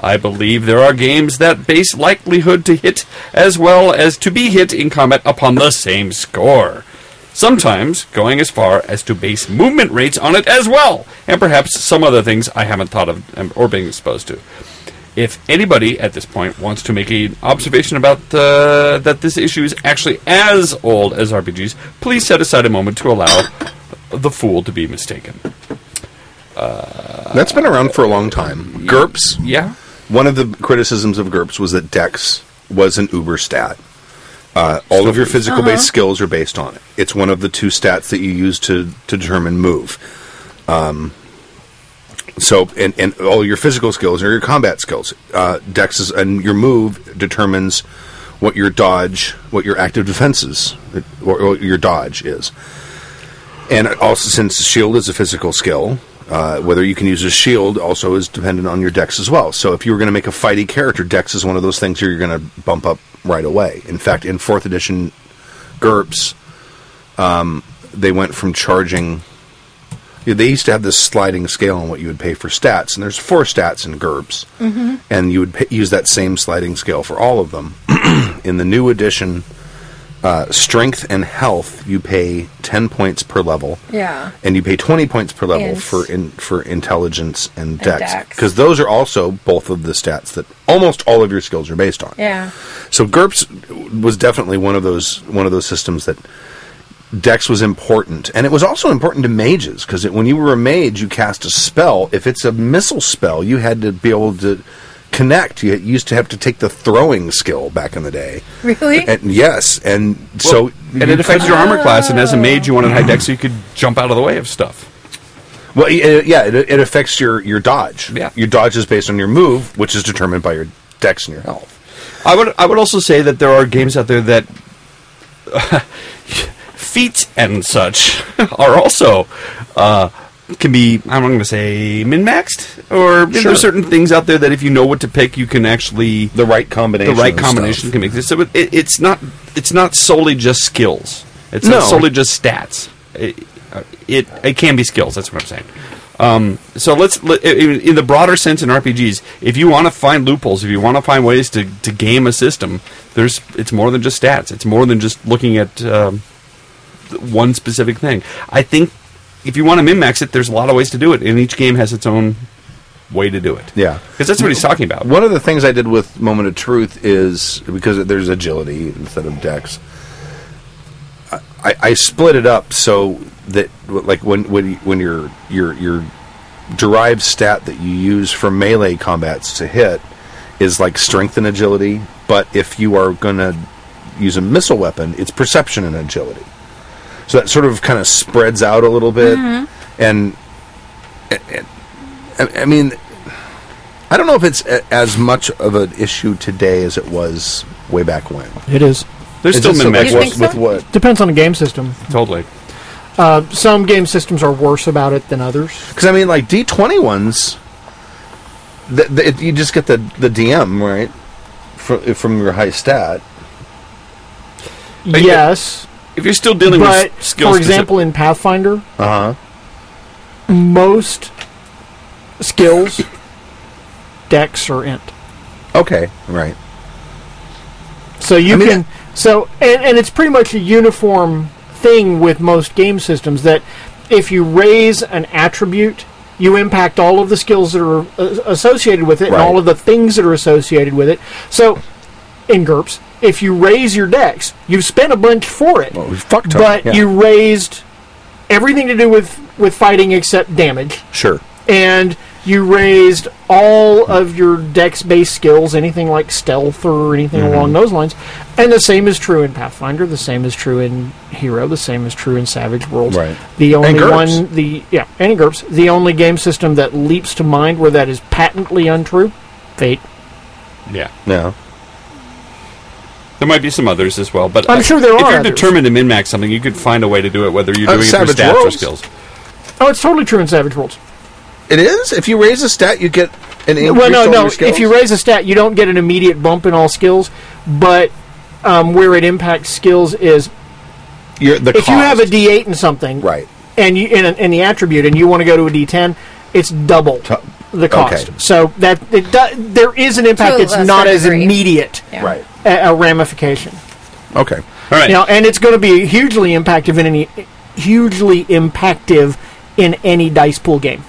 Speaker 5: I believe there are games that base likelihood to hit as well as to be hit in combat upon the same score. Sometimes going as far as to base movement rates on it as well, and perhaps some other things I haven't thought of um, or been exposed to. If anybody at this point wants to make an observation about uh, that this issue is actually as old as RPGs, please set aside a moment to allow the fool to be mistaken.
Speaker 3: That's been around for a long time. GURPS.
Speaker 5: Yeah?
Speaker 3: One of the criticisms of GURPS was that Dex was an uber stat. Uh, all of your physical based skills are based on it. It's one of the two stats that you use to, to determine move. Um, so, and, and all your physical skills are your combat skills. Uh, Dex is, and your move determines what your dodge, what your active defenses, or, or your dodge is. And also, since shield is a physical skill, uh, whether you can use a shield also is dependent on your dex as well. So if you were going to make a fighty character, dex is one of those things you're going to bump up right away. In fact, in fourth edition GURPS, um, they went from charging. yeah, They used to have this sliding scale on what you would pay for stats, and there's four stats in GURPS,
Speaker 4: Mm-hmm.
Speaker 3: and you would pay, use that same sliding scale for all of them. *clears throat* in the new edition, uh, strength and health, you pay ten points per level
Speaker 4: Yeah.
Speaker 3: and you pay 20 points per level
Speaker 4: Yes.
Speaker 3: for in, for intelligence and dex
Speaker 4: dex.
Speaker 3: because those are also both of the stats that almost all of your skills are based on
Speaker 4: Yeah. *laughs*
Speaker 3: so GURPS was definitely one of those one of those systems that Dex was important, and it was also important to mages because when you were a mage, you cast a spell. If it's a missile spell, you had to be able to connect. You used to have to take the throwing skill back in the day.
Speaker 4: Really?
Speaker 3: And yes, and so
Speaker 5: so and it affects your armor class. And as a mage, you want a high deck so you could jump out of the way of stuff.
Speaker 3: Well, y- uh, yeah, it, it affects your your dodge.
Speaker 5: Yeah.
Speaker 3: your dodge is based on your move, which is determined by your dex and your health.
Speaker 5: I would I would also say that there are games out there that *laughs* feats and such *laughs* are also uh, can be I'm going to say min maxed or
Speaker 3: Sure.
Speaker 5: there's certain things out there that if you know what to pick, you can actually
Speaker 3: The right combination.
Speaker 5: the right
Speaker 3: and
Speaker 5: combination
Speaker 3: stuff.
Speaker 5: can make this. So it, it's not it's not solely just skills. It's
Speaker 3: No.
Speaker 5: uh, not solely just stats. It, it it can be skills. That's what I'm saying. Um, so let's let- i- i- in the broader sense in RPGs, if you want to find loopholes, if you want to find ways to, to game a system, there's it's more than just stats. It's more than just looking at um, th- one specific thing. I think if you want to min max it, there's a lot of ways to do it, and each game has its own way to do it.
Speaker 3: Yeah.
Speaker 5: because that's what he's talking about.
Speaker 3: One of the things I did with Moment of Truth is because there's agility instead of dex. I, I split it up so that like when when when your your your derived stat that you use for melee combats to hit is like strength and agility, but if you are gonna use a missile weapon, it's perception and agility. So that sort of kind of spreads out a little bit, and, and, I I mean, I don't know if it's a- as much of an issue today as it was way back when.
Speaker 6: It is.
Speaker 5: There's
Speaker 3: Is
Speaker 5: still
Speaker 3: this
Speaker 5: min max
Speaker 4: You think
Speaker 3: with,
Speaker 4: so?
Speaker 3: with what?
Speaker 6: Depends on the game system.
Speaker 5: totally.
Speaker 6: Some game systems are worse about it than others.
Speaker 3: Because I mean, like D twenty ones, th- th- it- you just get the the DM right from from your high stat.
Speaker 5: you-
Speaker 6: yes,
Speaker 5: If you're still dealing
Speaker 6: but
Speaker 5: with skills,
Speaker 6: for example, in Pathfinder,
Speaker 3: Uh huh.
Speaker 6: most skills, dex or int.
Speaker 3: Okay. Right.
Speaker 6: So you
Speaker 3: I mean,
Speaker 6: can so and, and it's pretty much a uniform thing with most game systems that if you raise an attribute, you impact all of the skills that are uh, associated with it
Speaker 3: Right.
Speaker 6: and all of the things that are associated with it. So in GURPS, if you raise your dex, you've spent a bunch for it.
Speaker 3: Well, we fucked up.
Speaker 6: but
Speaker 3: Yeah.
Speaker 6: you raised everything to do with with fighting except damage
Speaker 3: sure.
Speaker 6: and you raised all of your dex based skills, anything like stealth or anything
Speaker 3: Mm-hmm.
Speaker 6: along those lines. And the same is true in Pathfinder, the same is true in Hero, the same is true in Savage Worlds.
Speaker 3: Right.
Speaker 6: The only
Speaker 3: GURPS.
Speaker 6: one the yeah, and in GURPS, the only game system that leaps to mind where that is patently untrue, Fate.
Speaker 5: yeah.
Speaker 3: Yeah.
Speaker 5: There might be some others as well, but
Speaker 6: I'm
Speaker 5: uh,
Speaker 6: sure there
Speaker 5: if
Speaker 6: are
Speaker 5: you're
Speaker 6: others.
Speaker 5: determined to min max something, you could find a way to do it, whether you're
Speaker 3: Uh,
Speaker 5: doing it for
Speaker 3: Savage
Speaker 5: stats or
Speaker 3: Worlds?
Speaker 5: skills.
Speaker 6: Oh, it's totally true in Savage Worlds.
Speaker 3: It is. If you raise a stat, you get an increase
Speaker 6: Well, no,
Speaker 3: on
Speaker 6: no.
Speaker 3: your skills.
Speaker 6: If you raise a stat, you don't get an immediate bump in all skills, but um, where it impacts skills is
Speaker 3: Your- the
Speaker 6: if you have a
Speaker 3: cost.
Speaker 6: D8 and something,
Speaker 3: right.
Speaker 6: and you in, in the attribute and you want to go to a d10 it's double the cost
Speaker 3: okay.
Speaker 6: so that it do, there is an impact
Speaker 4: To a
Speaker 6: it's not
Speaker 4: lesser
Speaker 6: as
Speaker 4: degree.
Speaker 6: immediate
Speaker 4: Yeah.
Speaker 3: Right.
Speaker 6: a, a ramification
Speaker 3: Okay.
Speaker 5: All right.
Speaker 6: you know and it's going to be hugely impactive in any hugely impactive in any dice pool game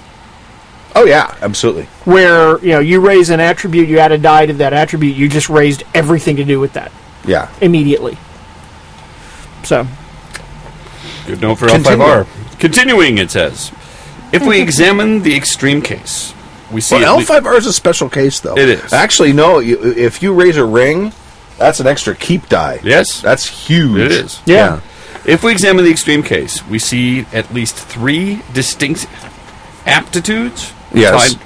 Speaker 3: Oh yeah, absolutely.
Speaker 6: where you know you raise an attribute you add a die to that attribute you just raised everything to do with that
Speaker 3: Yeah.
Speaker 6: immediately so
Speaker 5: Good note for
Speaker 3: Continue.
Speaker 5: L5R. Continuing, it says, if
Speaker 6: *laughs*
Speaker 5: we examine the extreme case, we see
Speaker 3: Well,
Speaker 5: at le-
Speaker 3: L5R is a special case, though.
Speaker 5: It is.
Speaker 3: Actually, no. You, if you raise a ring, that's an extra keep die.
Speaker 5: Yes.
Speaker 3: That's huge.
Speaker 5: It is.
Speaker 6: Yeah.
Speaker 5: If we examine the extreme case, we see at least three distinct aptitudes.
Speaker 3: Yes.
Speaker 5: Tied,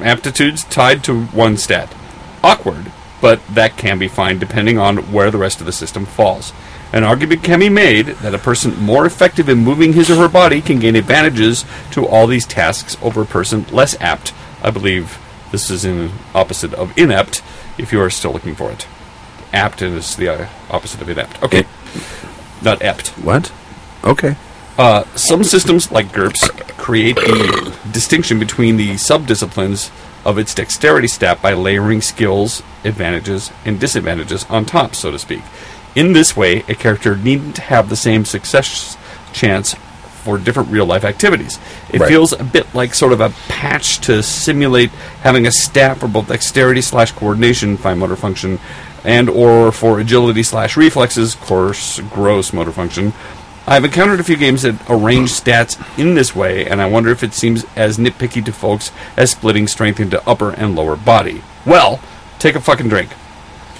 Speaker 5: aptitudes tied to one stat. Awkward, but that can be fine depending on where the rest of the system falls. An argument can be made that a person more effective in moving his or her body can gain advantages to all these tasks over a person less apt. I believe this is in opposite of inept. If you are still looking for it, apt is the uh, opposite of inept. Okay, not apt.
Speaker 3: What? Okay.
Speaker 5: Uh, some systems, like GURPS, create the distinction between the subdisciplines of its dexterity stat by layering skills, advantages, and disadvantages on top, so to speak. In this way, a character needn't have the same success chance for different real life activities. It
Speaker 3: Right.
Speaker 5: feels a bit like sort of a patch to simulate having a stat for both dexterity slash coordination, fine motor function, and or for agility slash reflexes, coarse, gross motor function. I've encountered a few games that arrange stats in this way, and I wonder if it seems as nitpicky to folks as splitting strength into upper and lower body. Well, take a fucking drink.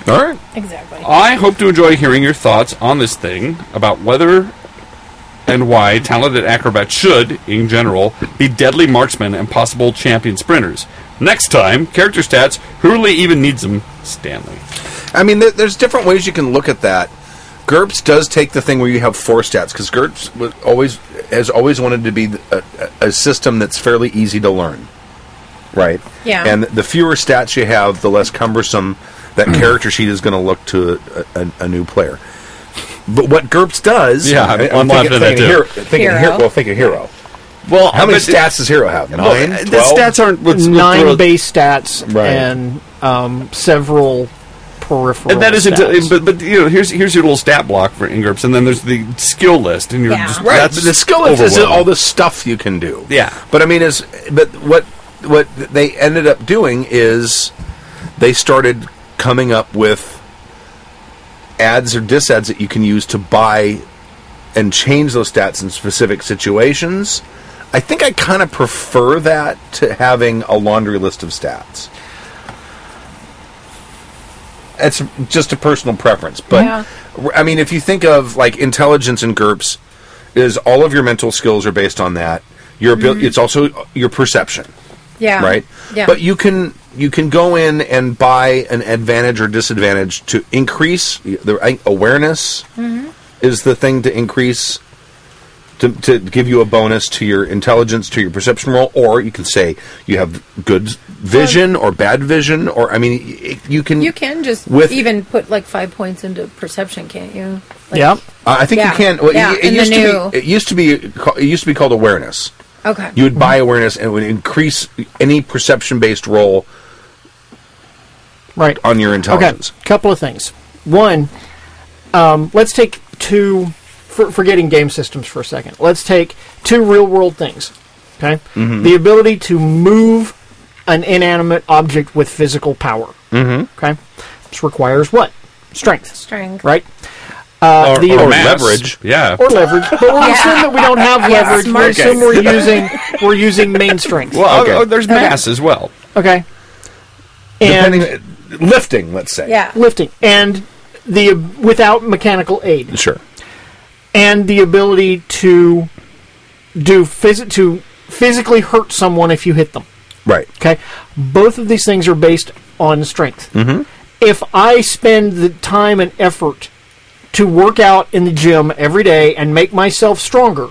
Speaker 3: All right.
Speaker 4: Exactly.
Speaker 5: I hope to enjoy hearing your thoughts on this thing about whether and why talented acrobats should, in general, be deadly marksmen and possible champion sprinters. Next time, character stats, who really even needs them? Stanley.
Speaker 3: I mean, there, there's different ways you can look at that. GURPS does take the thing where you have four stats because GURPS was always has always wanted to be a, a a system that's fairly easy to learn, right?
Speaker 4: Yeah.
Speaker 3: And the fewer stats you have, the less cumbersome that
Speaker 5: Mm.
Speaker 3: character sheet is going to look to a, a, a new player. But what GURPS does,
Speaker 5: Yeah, I'm- I'm laughing at that
Speaker 3: thinking,
Speaker 5: too.
Speaker 3: hero- thinking hero.
Speaker 4: Hero.
Speaker 3: well, think of hero.
Speaker 5: Well,
Speaker 3: How many
Speaker 5: but-
Speaker 3: stats does Hero have?
Speaker 5: Well,
Speaker 3: Nine?
Speaker 5: the
Speaker 3: Twelve?
Speaker 5: stats aren't what's
Speaker 6: nine base stats
Speaker 3: Right.
Speaker 6: and um, several peripheral.
Speaker 5: And that isn't,
Speaker 6: stats.
Speaker 5: but but you know, here's here's your little stat block for Ingrips, and then there's the skill list, and you're
Speaker 4: Yeah.
Speaker 5: just
Speaker 3: Right,
Speaker 5: that's
Speaker 3: but the skill is- is
Speaker 5: overwhelming.
Speaker 3: all the stuff you can do.
Speaker 5: Yeah.
Speaker 3: but I mean, is but what what they ended up doing is they started coming up with ads or disads that you can use to buy and change those stats in specific situations. I think I kind of prefer that to having a laundry list of stats. It's just a personal preference, but
Speaker 4: Yeah.
Speaker 3: I mean, if you think of like intelligence and GURPS, is all of your mental skills are based on that. Your abil- it's also uh, your perception,
Speaker 4: Yeah.
Speaker 3: right?
Speaker 4: Yeah.
Speaker 3: But you can you can go in and buy an advantage or disadvantage to increase the I think awareness
Speaker 4: Mm-hmm.
Speaker 3: is the thing to increase to, to give you a bonus to your intelligence to your perception roll, or you can say you have good vision or bad vision, or I mean, y- you can *laughs*
Speaker 4: you can just
Speaker 3: With-
Speaker 4: even put like five points into perception, can't you? Like,
Speaker 6: yeah.
Speaker 3: Uh, I think
Speaker 4: Yeah.
Speaker 3: you can. Well,
Speaker 4: Yeah,
Speaker 3: it, it
Speaker 4: in the
Speaker 3: used
Speaker 4: new-
Speaker 3: to be, it used to be ca- it used to be called awareness.
Speaker 4: Okay.
Speaker 3: You would buy awareness and it would increase any perception based roll
Speaker 6: Right.
Speaker 3: on your
Speaker 6: Okay.
Speaker 3: intelligence.
Speaker 6: Couple of things. One, um, let's take two. For, forgetting game systems for a second, let's take two real world things. Okay. The ability to move an inanimate object with physical power. Mm-hmm. Okay. This requires what? Strength.
Speaker 4: Strength.
Speaker 6: Right.
Speaker 5: or,
Speaker 6: Uh, the-
Speaker 5: or
Speaker 6: or
Speaker 5: mass.
Speaker 3: leverage.
Speaker 5: Yeah,
Speaker 6: or leverage, but we'll assume that we don't have
Speaker 4: Yeah,
Speaker 6: leverage. we
Speaker 4: smart
Speaker 6: assume
Speaker 4: guess.
Speaker 6: we're using we're using main strength.
Speaker 5: well,
Speaker 3: Okay.
Speaker 5: oh, oh, there's mass as well.
Speaker 6: Okay, and
Speaker 3: Depending lifting, let's say.
Speaker 4: Yeah.
Speaker 6: lifting and the without mechanical aid
Speaker 3: Sure.
Speaker 6: and the ability to do phys- to physically hurt someone if you hit them.
Speaker 3: Right.
Speaker 6: Okay, both of these things are based on strength. Mm-hmm. If I spend the time and effort to work out in the gym every day and make myself stronger,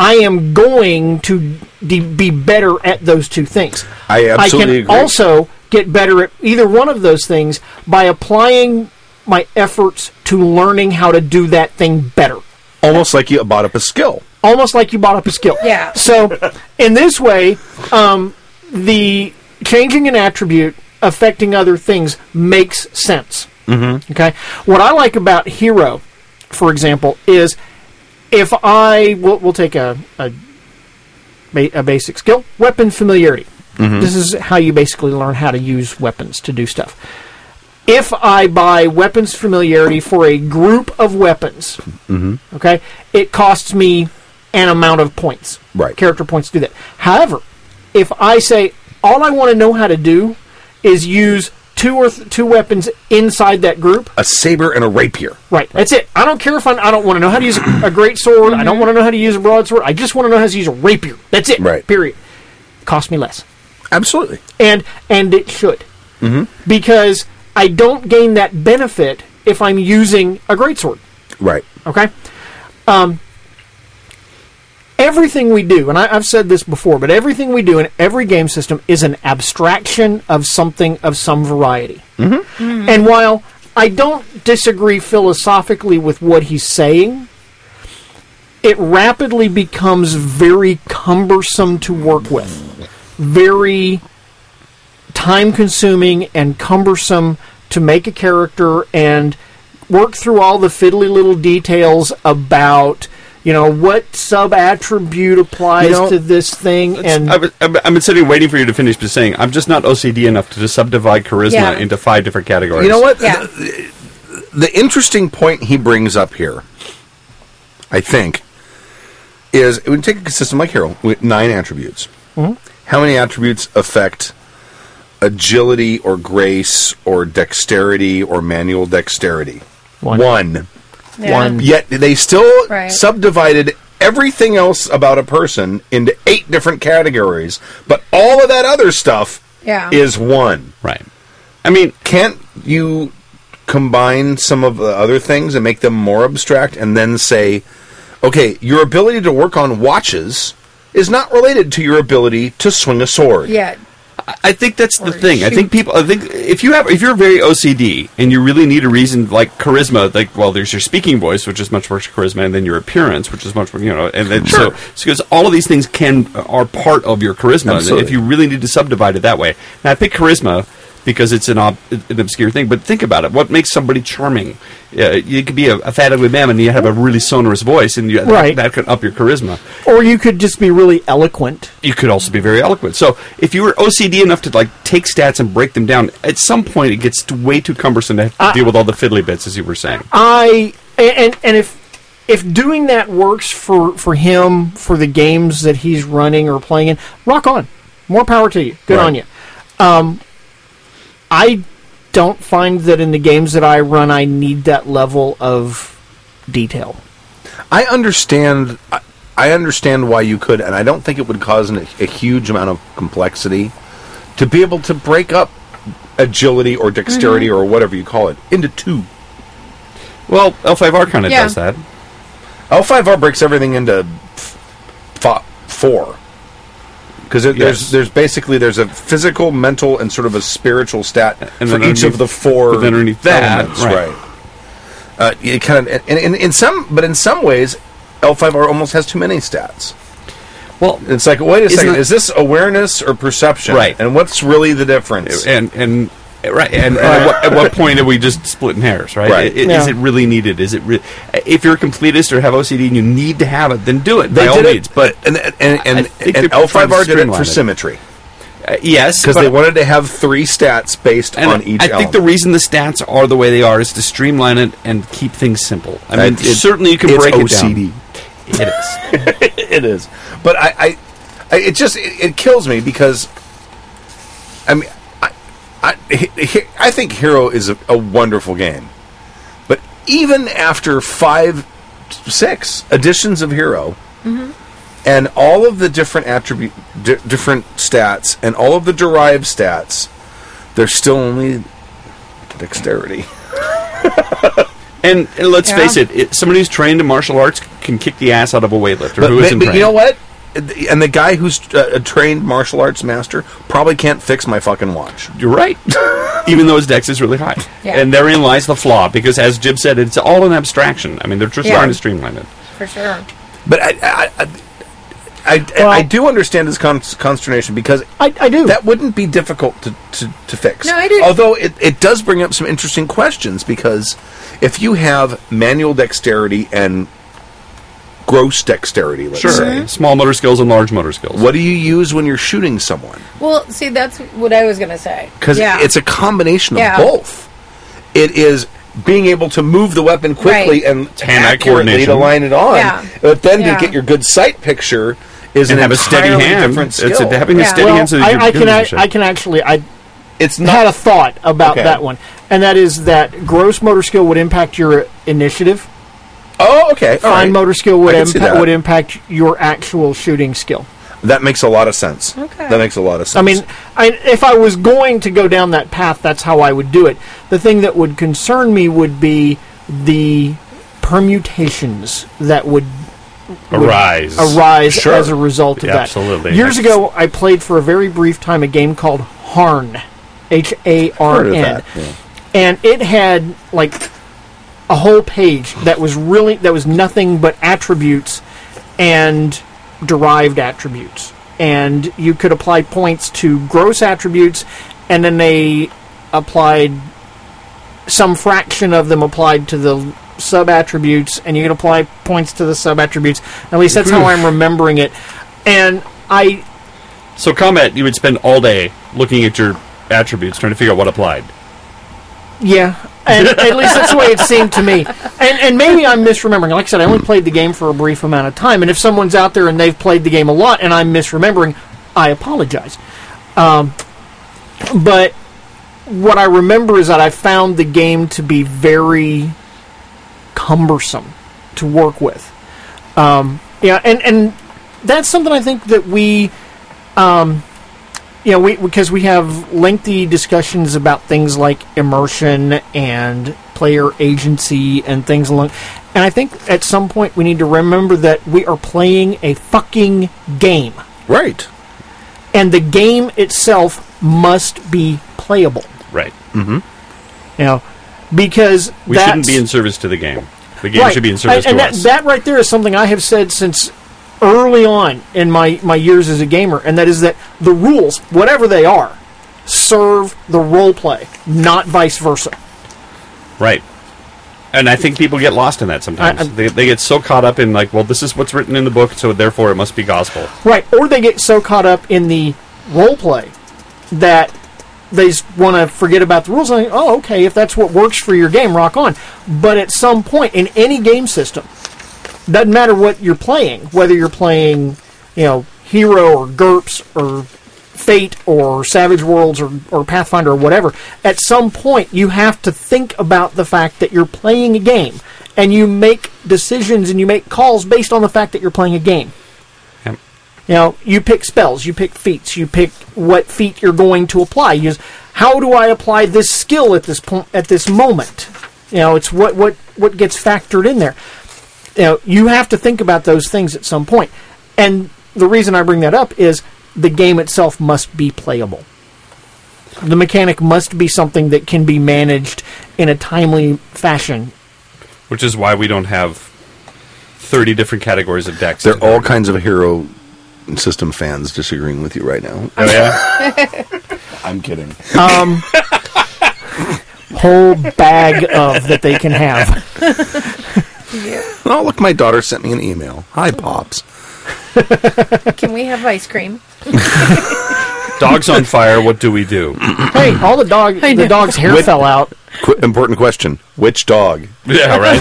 Speaker 6: I am going to de- be better at those two things.
Speaker 3: I absolutely
Speaker 6: can
Speaker 3: agree.
Speaker 6: also get better at either one of those things by applying my efforts to learning how to do that thing better
Speaker 3: Almost like you bought up a skill.
Speaker 6: almost like you bought up a skill.
Speaker 4: Yeah.
Speaker 6: So, in this way, um, the changing an attribute affecting other things makes sense. Mm-hmm. Okay. What I like about hero, for example, is if I we'll, we'll take a a, ba- a basic skill, weapon familiarity. This is how you basically learn how to use weapons to do stuff. If I buy weapons familiarity for a group of weapons, Okay, it costs me an amount of points.
Speaker 3: Right.
Speaker 6: Character points to do that. However, if I say all I want to know how to do is use two or th- two weapons inside that group,
Speaker 3: A saber and a rapier.
Speaker 6: right? That's it. I don't care if I, I don't want to know how to use a great sword. I don't want to know how to use a broadsword. I just want to know how to use a rapier. That's it.
Speaker 3: Right.
Speaker 6: Period. Cost me less
Speaker 3: Absolutely.
Speaker 6: and and it should because I don't gain that benefit if I'm using a greatsword.
Speaker 3: Right.
Speaker 6: Okay. Um, everything we do, and I, I've said this before, but everything we do in every game system is an abstraction of something of some variety. Mm-hmm. And while I don't disagree philosophically with what he's saying, it rapidly becomes very cumbersome to work with, very time consuming and cumbersome to make a character and work through all the fiddly little details about you know what sub attribute applies
Speaker 3: You know,
Speaker 6: to this thing and
Speaker 5: I was, I've I've been sitting waiting for you to finish, but saying I'm just not OCD enough to just subdivide charisma
Speaker 4: Yeah.
Speaker 5: into five different categories.
Speaker 3: You know what?
Speaker 4: Yeah.
Speaker 3: the interesting point he brings up here, I think, is it would take a system like Hero with nine attributes. How many attributes affect agility or grace or dexterity or manual dexterity?
Speaker 6: One.
Speaker 4: Yeah.
Speaker 6: One.
Speaker 3: Yet they still
Speaker 4: Right.
Speaker 3: subdivided everything else about a person into eight different categories, but all of that other stuff
Speaker 4: Yeah.
Speaker 3: is one
Speaker 5: Right. I mean,
Speaker 3: can't you combine some of the other things and make them more abstract and then say okay your ability to work on watches is not related to your ability to swing a sword
Speaker 4: Yeah.
Speaker 5: I think that's the
Speaker 4: Or
Speaker 5: thing. I think
Speaker 4: shoot.
Speaker 5: people. I think if you have, if you're very OCD and you really need a reason, like charisma, like well, there's your speaking voice, which is much more charisma, and then your appearance, which is much more, you know, and then so so because all of these things can are part of your charisma. and If
Speaker 3: Absolutely.
Speaker 5: you really need to subdivide it that way, and I pick charisma because it's an ob- an obscure thing. But think about it. What makes somebody charming? Yeah, you could be a, a fat ugly man and you have a really sonorous voice, and you,
Speaker 6: Right.
Speaker 5: that could up your charisma
Speaker 6: Or you could just be really eloquent.
Speaker 5: you could also be very eloquent. So if you were OCD enough to like take stats and break them down, at some point it gets t- way too cumbersome to have to
Speaker 6: I-
Speaker 5: deal with all the fiddly bits, as you were saying.
Speaker 6: I and and- and if if doing that works for for him for the games that he's running or playing in, rock on. More power to you. Good
Speaker 5: Right.
Speaker 6: on you. Um, I don't find that in the games that I run, I need that level of detail.
Speaker 3: I understand. I, I understand why you could, and I don't think it would cause an, a huge amount of complexity to be able to break up agility or dexterity or whatever you call it into two.
Speaker 5: Well, L5R kind of
Speaker 4: Yeah.
Speaker 5: does that.
Speaker 3: L5R breaks everything into f- fo- four. Because
Speaker 5: Yes.
Speaker 3: there's there's basically there's a physical, mental, and sort of a spiritual stat
Speaker 5: And
Speaker 3: for
Speaker 5: then
Speaker 3: each
Speaker 5: underneath-
Speaker 3: of the four.
Speaker 5: but underneath that,
Speaker 3: elements,
Speaker 5: right.
Speaker 3: right? Uh, it kind of and, and in some, but in some ways, L5R almost has too many stats.
Speaker 5: Well,
Speaker 3: It's like, wait a
Speaker 5: Isn't
Speaker 3: second,
Speaker 5: it-
Speaker 3: is this awareness or perception?
Speaker 5: Right.
Speaker 3: And what's really the difference?
Speaker 5: and and right and, and at, what, at what point are we just splitting hairs right,
Speaker 3: Right.
Speaker 5: I- i-
Speaker 6: Yeah.
Speaker 5: is it really needed is it re- if you're a completist or have ocd and you need to have it then do it by
Speaker 3: They
Speaker 5: all
Speaker 3: did it,
Speaker 5: means but
Speaker 3: and and and,
Speaker 5: I
Speaker 3: and,
Speaker 5: think they're trying
Speaker 3: L5R
Speaker 5: to
Speaker 3: did it
Speaker 5: streamline
Speaker 3: for
Speaker 5: it.
Speaker 3: symmetry
Speaker 5: uh, yes
Speaker 3: because
Speaker 5: but-
Speaker 3: they wanted to have three stats based
Speaker 5: and
Speaker 3: on each.
Speaker 5: I think
Speaker 3: element.
Speaker 5: the reason the stats are the way they are is to streamline it and keep things simple. I mean,
Speaker 3: It's-
Speaker 5: certainly you can
Speaker 3: it's
Speaker 5: break
Speaker 3: OCD.
Speaker 5: it down. It is.
Speaker 3: *laughs* it is. But I, I, I it just it, it kills me because, I mean, I, I, he- he- I think Hero is a, a wonderful game, but even after five, six editions of Hero. And all of the different attribute, di- different stats, and all of the derived stats, they're still only dexterity.
Speaker 5: And, and let's
Speaker 4: Yeah.
Speaker 5: face it, it, somebody who's trained in martial arts c- can kick the ass out of a weightlifter
Speaker 3: But,
Speaker 5: who
Speaker 3: but-
Speaker 5: isn't
Speaker 3: but
Speaker 5: trained.
Speaker 3: you know what? And the guy who's uh, a trained martial arts master probably can't fix my fucking watch.
Speaker 5: You're right. *laughs* Even though his dex is really high.
Speaker 4: Yeah.
Speaker 5: And therein lies the flaw, because as Jib said, it's all an abstraction. I mean, they're just
Speaker 4: Yeah.
Speaker 5: trying to streamline it.
Speaker 4: for sure.
Speaker 3: But I, I, I, I,
Speaker 6: Well-
Speaker 3: I do understand his con- consternation because
Speaker 6: I, I do.
Speaker 3: that wouldn't be difficult to, to, to fix.
Speaker 4: No, I do.
Speaker 3: Although it, it does bring up some interesting questions because if you have manual dexterity and gross dexterity, let's
Speaker 4: Mm-hmm.
Speaker 3: say,
Speaker 5: Small motor skills and large motor skills.
Speaker 3: what do you use when you're shooting someone?
Speaker 4: Well, see, that's what I was gonna say.
Speaker 3: because
Speaker 4: yeah.
Speaker 3: it's a combination of
Speaker 4: Yeah.
Speaker 3: both. It is being able to move the weapon quickly
Speaker 4: Right.
Speaker 3: and
Speaker 5: hand-eye
Speaker 3: accurately to
Speaker 5: coordination.
Speaker 3: line it on,
Speaker 4: Yeah.
Speaker 3: but then
Speaker 4: Yeah.
Speaker 3: to get your good sight picture is
Speaker 5: And
Speaker 3: an
Speaker 5: have a steady
Speaker 3: entirely
Speaker 5: hand.
Speaker 3: Different
Speaker 5: It's
Speaker 3: skill.
Speaker 5: a- having a
Speaker 4: Yeah.
Speaker 5: steady
Speaker 4: Well,
Speaker 5: hand so that
Speaker 6: I,
Speaker 5: you're
Speaker 6: I can
Speaker 5: doing
Speaker 6: ac-
Speaker 5: shit.
Speaker 6: I can actually I
Speaker 3: it's
Speaker 6: had
Speaker 3: not
Speaker 6: a thought about
Speaker 3: Okay.
Speaker 6: that one, and that is that gross motor skill would impact your initiative.
Speaker 3: oh okay. all
Speaker 6: Fine
Speaker 3: right.
Speaker 6: motor skill would
Speaker 3: I can see
Speaker 6: impa-
Speaker 3: that.
Speaker 6: would impact your actual shooting skill.
Speaker 3: that makes a lot of sense.
Speaker 4: Okay.
Speaker 3: That makes a lot of sense.
Speaker 6: I mean, I, if I was going to go down that path, that's how I would do it. The thing that would concern me would be the permutations that would would
Speaker 5: Arise.
Speaker 6: arise
Speaker 3: Sure.
Speaker 6: as a result of
Speaker 5: Yeah,
Speaker 6: that.
Speaker 5: absolutely.
Speaker 6: Years
Speaker 5: I-
Speaker 6: ago, I played for a very brief time a game called Harn, H A
Speaker 3: Heard
Speaker 6: R
Speaker 3: of
Speaker 6: N,
Speaker 3: that, yeah.
Speaker 6: and it had like a whole page that was really that was nothing but attributes and derived attributes, and you could apply points to gross attributes, and then they applied some fraction of them applied to the sub attributes, and you can apply points to the sub attributes. At least that's how I'm remembering it. And I,
Speaker 5: So combat, you would spend all day looking at your attributes, trying to figure out what applied.
Speaker 6: yeah, and at least that's the way it seemed to me. And and maybe I'm misremembering. Like I said, I only played the game for a brief amount of time, and if someone's out there and they've played the game a lot and I'm misremembering, I apologize. Um, but what I remember is that I found the game to be very cumbersome to work with. Um, Yeah, and and that's something I think that we, um, you know, we because we have lengthy discussions about things like immersion and player agency and things along. And I think at some point we need to remember that we are playing a fucking game,
Speaker 3: right.
Speaker 6: and the game itself must be playable.
Speaker 5: Right.
Speaker 6: You know, because
Speaker 5: We
Speaker 6: that's,
Speaker 5: shouldn't be in service to the game. The game should be in service
Speaker 6: I- and
Speaker 5: to
Speaker 6: that,
Speaker 5: us.
Speaker 6: that right there is something I have said since early on in my, my years as a gamer, and that is that the rules, whatever they are, serve the role play, not vice versa.
Speaker 5: Right. And I think people get lost in that sometimes.
Speaker 6: I- I-
Speaker 5: they, they get so caught up in like, well, this is what's written in the book, so therefore it must be gospel.
Speaker 6: Right, or they get so caught up in the role play that they want to forget about the rules. And oh, okay, if that's what works for your game, rock on. But at some point in any game system, doesn't matter what you're playing, whether you're playing, you know, Hero or Gerps or Fate or Savage Worlds or, or Pathfinder or whatever, at some point you have to think about the fact that you're playing a game and you make decisions and you make calls based on the fact that you're playing a game.
Speaker 5: Yep.
Speaker 6: You know, you pick spells, you pick feats, you pick what feat you're going to apply. You, how do I apply this skill at this point at this moment? You know, it's what what what gets factored in there. You know, you have to think about those things at some point. And the reason I bring that up is the game itself must be playable. The mechanic must be something that can be managed in a timely fashion.
Speaker 5: Which is why we don't have 30 different categories of decks.
Speaker 3: There are all kinds of hero system fans disagreeing with you right now.
Speaker 5: Oh, yeah?
Speaker 3: *laughs* I'm kidding.
Speaker 6: Whole bag of that they
Speaker 4: *laughs*
Speaker 6: can have.
Speaker 3: Oh, look, my daughter sent me an email. Hi, Pops.
Speaker 4: *laughs* Can we have ice
Speaker 3: *laughs*
Speaker 4: cream?
Speaker 5: Dogs on fire, what do
Speaker 3: *laughs*
Speaker 5: we do?
Speaker 6: Hey, all the dog
Speaker 4: I
Speaker 6: the
Speaker 4: know.
Speaker 6: dog's hair
Speaker 3: With-
Speaker 6: fell out.
Speaker 3: Qu- important question. Which dog?
Speaker 5: yeah, *laughs* right?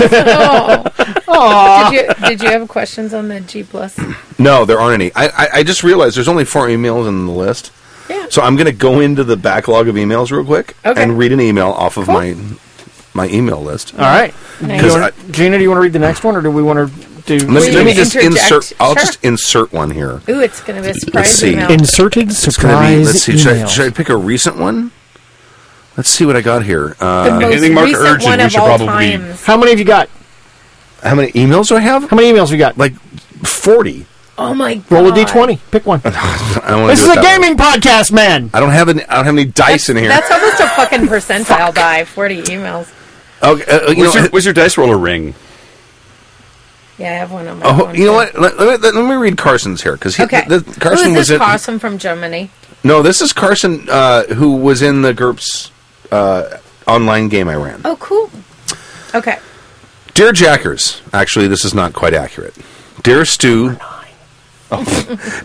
Speaker 4: Oh. Did you did you have questions on the G plus?
Speaker 3: No, there aren't any. I, I, I just realized there's only four emails in the list.
Speaker 4: Yeah.
Speaker 3: So I'm going to go into the backlog of emails real quick
Speaker 4: Okay.
Speaker 3: and read an email off of
Speaker 4: Cool.
Speaker 3: my my email list.
Speaker 6: All right.
Speaker 4: Nice.
Speaker 6: Do you
Speaker 3: 'Cause
Speaker 6: wanna- Gina, do you want to read the next one, or do we want to do?
Speaker 3: Let me,
Speaker 4: Will
Speaker 3: let me
Speaker 4: you
Speaker 3: just
Speaker 4: interject?
Speaker 3: insert. I'll
Speaker 4: Sure.
Speaker 3: just insert one here.
Speaker 4: Ooh, it's gonna be a surprise
Speaker 3: see.
Speaker 4: amount.
Speaker 6: Inserted
Speaker 3: It's gonna be-
Speaker 6: surprise
Speaker 3: let's see. Should I,
Speaker 6: email.
Speaker 3: should I pick a recent one? Let's see what I got here. Uh,
Speaker 4: the most
Speaker 5: anything marked
Speaker 4: recent
Speaker 5: urgent,
Speaker 4: one
Speaker 5: we
Speaker 4: of
Speaker 5: should
Speaker 4: all
Speaker 5: probably-
Speaker 4: times.
Speaker 6: How many have you got?
Speaker 3: how many emails do I have?
Speaker 6: How many emails have you got?
Speaker 3: Like forty.
Speaker 4: Oh my god!
Speaker 6: Roll a d20. Pick one.
Speaker 3: I don't wanna
Speaker 6: this
Speaker 3: do
Speaker 6: is
Speaker 3: it
Speaker 6: a
Speaker 3: that way.
Speaker 6: gaming podcast, man.
Speaker 3: I don't have any. I don't have any dice in here.
Speaker 4: That's almost a fucking percentile die. Forty emails.
Speaker 3: okay, uh, you know,
Speaker 5: Where's your, where's your dice roller ring?
Speaker 4: Yeah, I have one on my.
Speaker 3: Oh,
Speaker 4: phone,
Speaker 3: you know
Speaker 4: too.
Speaker 3: what? Let, let, let, let me read Carson's here because
Speaker 4: Okay.
Speaker 3: Carson
Speaker 4: Who is
Speaker 3: was
Speaker 4: this
Speaker 3: in.
Speaker 4: Carson from Germany?
Speaker 3: No, this is Carson uh, who was in the GURPS uh, online game I ran.
Speaker 4: Oh, cool. Okay.
Speaker 3: Dear Jackers, actually, this is not quite accurate. Dear Stu, *laughs*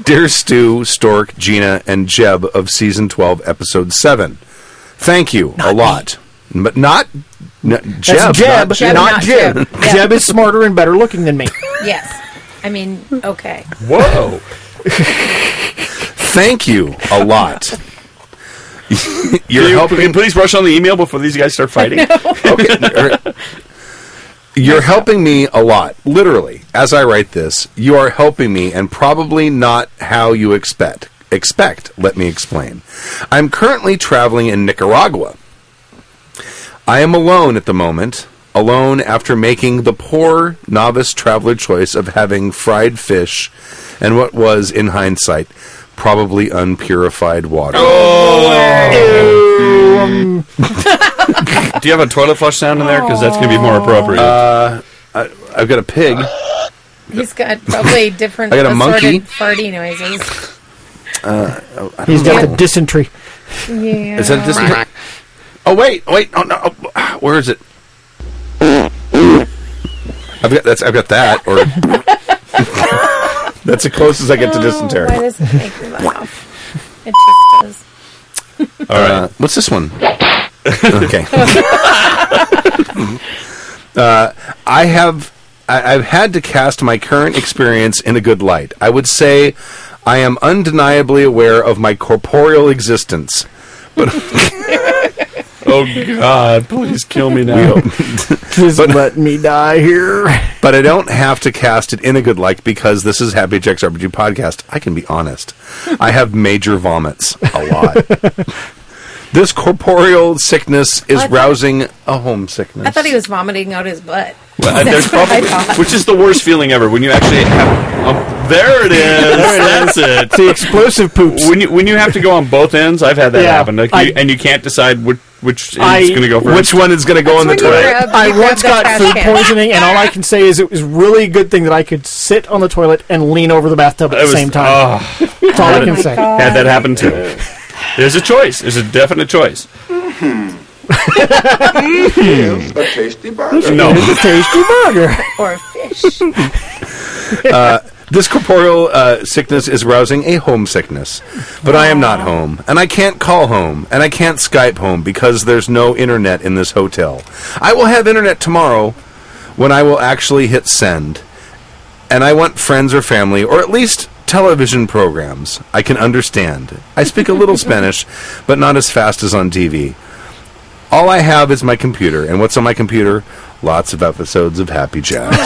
Speaker 3: Dear Stu, Stork, Gina, and Jeb of season twelve, episode seven. Thank you a lot, but not no, Jeb.
Speaker 6: That's Jeb,
Speaker 3: not-
Speaker 4: Jeb,
Speaker 6: not,
Speaker 4: not
Speaker 6: Jeb.
Speaker 4: Jeb.
Speaker 6: Jeb. is smarter and better looking than me.
Speaker 4: Yes. I mean, okay.
Speaker 5: Whoa!
Speaker 3: Thank you a lot. You're
Speaker 5: Can you-
Speaker 3: helping
Speaker 5: can you please rush on the email before these guys start fighting?
Speaker 3: *laughs* Okay. You're helping me a lot, literally. As I write this, you are helping me, and probably not how you expect. Expect. Let me explain. I'm currently traveling in Nicaragua. I am alone at the moment. Alone after making the poor novice traveler choice of having fried fish and what was, in hindsight, probably unpurified water.
Speaker 5: Do you have a toilet flush sound in there? Because that's going to be more appropriate.
Speaker 3: Uh, I've got a pig.
Speaker 4: He's got probably different
Speaker 3: I got a monkey.
Speaker 4: assorted farty noises.
Speaker 6: He's got
Speaker 3: know.
Speaker 6: the dysentery.
Speaker 4: Yeah.
Speaker 3: Is that a distant? Oh wait, wait, oh no, oh, where is it? I've got that's I've got that or that's the closest I get to dysentery.
Speaker 4: Oh, Why does it make me laugh? It just does.
Speaker 5: All right.
Speaker 3: Uh, what's this *laughs* one? okay. *laughs* uh, I have I, I've had to cast my current experience in a good light. I would say I am undeniably aware of my corporeal existence.
Speaker 5: oh God! Please kill me now.
Speaker 6: Just let me die here.
Speaker 3: But I don't have to cast it in a good light because this is Happy Jack's RPG podcast. I can be honest. I have major vomits a lot. This corporeal sickness is
Speaker 4: I thought-
Speaker 3: rousing a homesickness.
Speaker 4: I thought he was vomiting out his butt.
Speaker 5: *laughs* Well, there's
Speaker 4: That's what I
Speaker 5: probably-
Speaker 4: thought.
Speaker 5: which is the worst feeling ever when you actually have. Oh, there it is. That's it.
Speaker 6: The explosive poops.
Speaker 5: When you when you have to go on both ends, I've had that
Speaker 6: Yeah,
Speaker 5: happen. Like you,
Speaker 6: I-
Speaker 5: and you can't decide which which is
Speaker 6: I-
Speaker 5: going to go
Speaker 3: Which
Speaker 5: first.
Speaker 3: one is going to go in the
Speaker 4: That's when you
Speaker 3: toilet?
Speaker 4: grab-
Speaker 6: I
Speaker 4: you grab
Speaker 6: once
Speaker 4: the
Speaker 6: got
Speaker 4: trash
Speaker 6: food
Speaker 4: can.
Speaker 6: poisoning, and all I can say is it was really a good thing that I could sit on the toilet and lean over the bathtub
Speaker 5: It
Speaker 6: at the
Speaker 5: was-
Speaker 6: same time.
Speaker 5: oh,
Speaker 6: That's all I
Speaker 5: Oh
Speaker 6: can
Speaker 5: my
Speaker 6: say.
Speaker 4: God.
Speaker 5: had that happen too. There's a choice. There's a definite choice.
Speaker 7: Mm-hmm. A tasty burger.
Speaker 5: Hmm. No.
Speaker 6: It's a tasty burger.
Speaker 4: Or fish.
Speaker 3: This corporeal uh, sickness is rousing a homesickness, but I am not home, and I can't call home, and I can't Skype home because there's no internet in this hotel. I will have internet tomorrow when I will actually hit send, and I want friends or family, or at least television programs I can understand. I speak a little Spanish, but not as fast as on TV. All I have is my computer, and what's on my computer? Lots of episodes of Happy Jacks.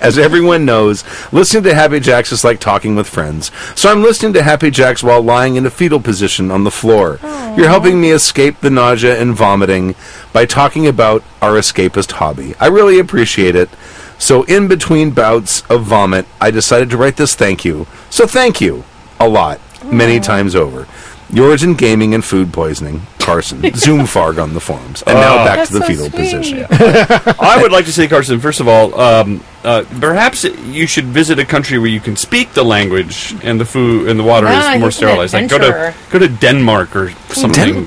Speaker 3: As everyone knows, listening to Happy Jacks is like talking with friends. So I'm listening to Happy Jacks while lying in a fetal position on the floor. You're helping me escape the nausea and vomiting by talking about our escapist hobby. I really appreciate it. So in between bouts of vomit, I decided to write this thank you. So thank you a lot, many times over. Yours in gaming and food poisoning,
Speaker 4: *laughs*
Speaker 3: Carson. Zoom farg on the forums. And now back
Speaker 4: That's
Speaker 3: to the
Speaker 4: so
Speaker 3: fetal
Speaker 4: sweet.
Speaker 3: position.
Speaker 4: *laughs*
Speaker 5: I would like to say, Carson. First of all, um, uh, perhaps you should visit a country where you can speak the language and the food and the water
Speaker 4: No, I
Speaker 5: is more
Speaker 4: think an
Speaker 5: sterilized. Like go to
Speaker 4: adventurer.
Speaker 5: go to Denmark or something,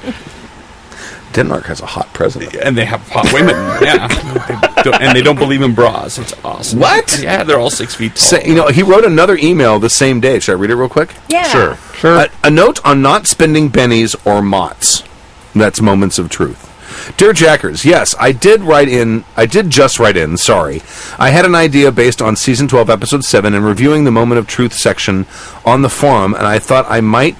Speaker 3: Denmark has a hot president.
Speaker 5: and they have
Speaker 4: *laughs*
Speaker 5: hot women. Yeah, They don't- and they don't believe in bras. It's awesome.
Speaker 3: What?
Speaker 5: Yeah, they're all six feet. Tall.
Speaker 3: Say, you know, he wrote another email the same day. Should I read it real quick?
Speaker 4: Yeah.
Speaker 5: Sure.
Speaker 3: Sure. A, a note on not spending bennies or mots. That's moments of truth. Dear Jackers, yes, I did write in. I did just write in. Sorry, I had an idea based on season twelve, episode seven, and reviewing the moment of truth section on the forum, and I thought I might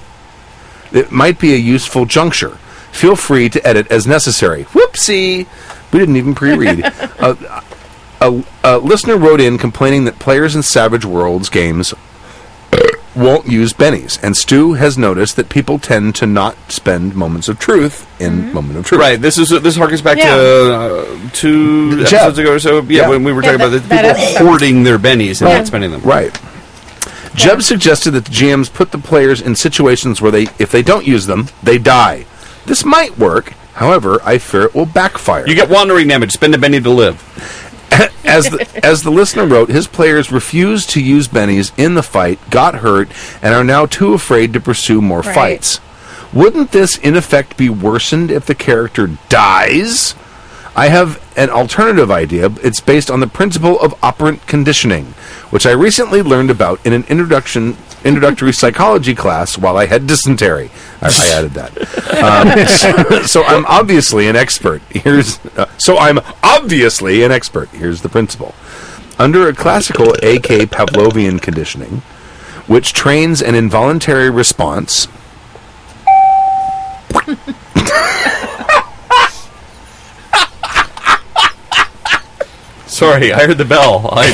Speaker 3: it might be a useful juncture. Feel free to edit as necessary. Whoopsie! We didn't even pre read. a, a, a listener wrote in complaining that players in Savage Worlds games won't use bennies, and Stu has noticed that people tend to not spend moments of truth in moment of truth.
Speaker 5: Right. This is this harkens back
Speaker 4: Yeah.
Speaker 5: to uh, two
Speaker 3: Jeff.
Speaker 5: episodes ago or so. Yeah,
Speaker 3: Yeah.
Speaker 5: when we were
Speaker 4: Yeah,
Speaker 5: talking about
Speaker 4: that-
Speaker 5: the
Speaker 4: that
Speaker 5: people
Speaker 4: episode.
Speaker 5: hoarding their bennies and
Speaker 4: Yeah.
Speaker 5: not spending them.
Speaker 3: Right. Jeb suggested that the GMs put the players in situations where they, if they don't use them, they die. This might work. However, I fear it will backfire.
Speaker 5: You get wandering damage. Spend a penny to live.
Speaker 3: as the, as the listener wrote, his players refused to use bennies in the fight, got hurt, and are now too afraid to pursue more
Speaker 4: Right.
Speaker 3: fights. Wouldn't this in effect be worsened if the character dies? I have an alternative idea. It's based on the principle of operant conditioning, which I recently learned about in an introduction introductory psychology class while I had dysentery. I, I added that. Um, so, so I'm obviously an expert. Here's uh, so I'm obviously an expert. Here's the principle. Under a classical AK Pavlovian conditioning, which trains an involuntary response,
Speaker 5: Sorry, I heard the bell. I,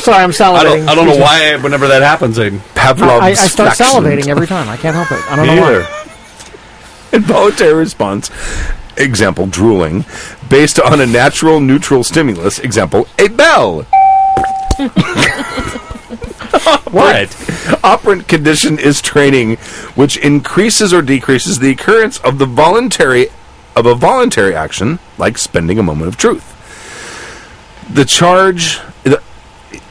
Speaker 6: Sorry, I'm
Speaker 5: I
Speaker 6: salivating.
Speaker 5: don't I don't know why. Whenever that happens, I
Speaker 3: Pavlov's
Speaker 6: I, I start
Speaker 3: flaxland.
Speaker 6: salivating every time. I can't help it. I don't know
Speaker 3: Neither.
Speaker 6: why.
Speaker 3: Involuntary response. Example, drooling. Based on a natural neutral stimulus. Example, a bell.
Speaker 5: what?
Speaker 3: *laughs* Operant condition is training, which increases or decreases the occurrence of the voluntary of a voluntary action, like spending a moment of truth. The charge the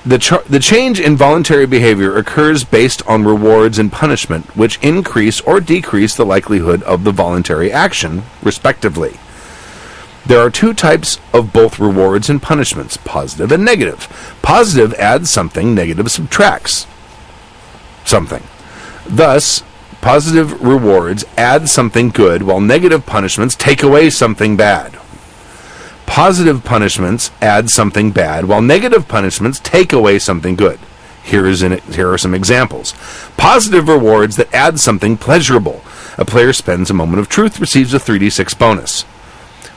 Speaker 3: the, char- the change in voluntary behavior occurs based on rewards and punishment, which increase or decrease the likelihood of the voluntary action, respectively. There are two types of both rewards and punishments positive and negative. Positive adds something, negative subtracts something. Thus, positive rewards add something good, while negative punishments take away something bad. Positive punishments add something bad, while negative punishments take away something good. Here, is an, here are some examples. Positive rewards that add something pleasurable. A player spends a moment of truth, receives a 3d6 bonus.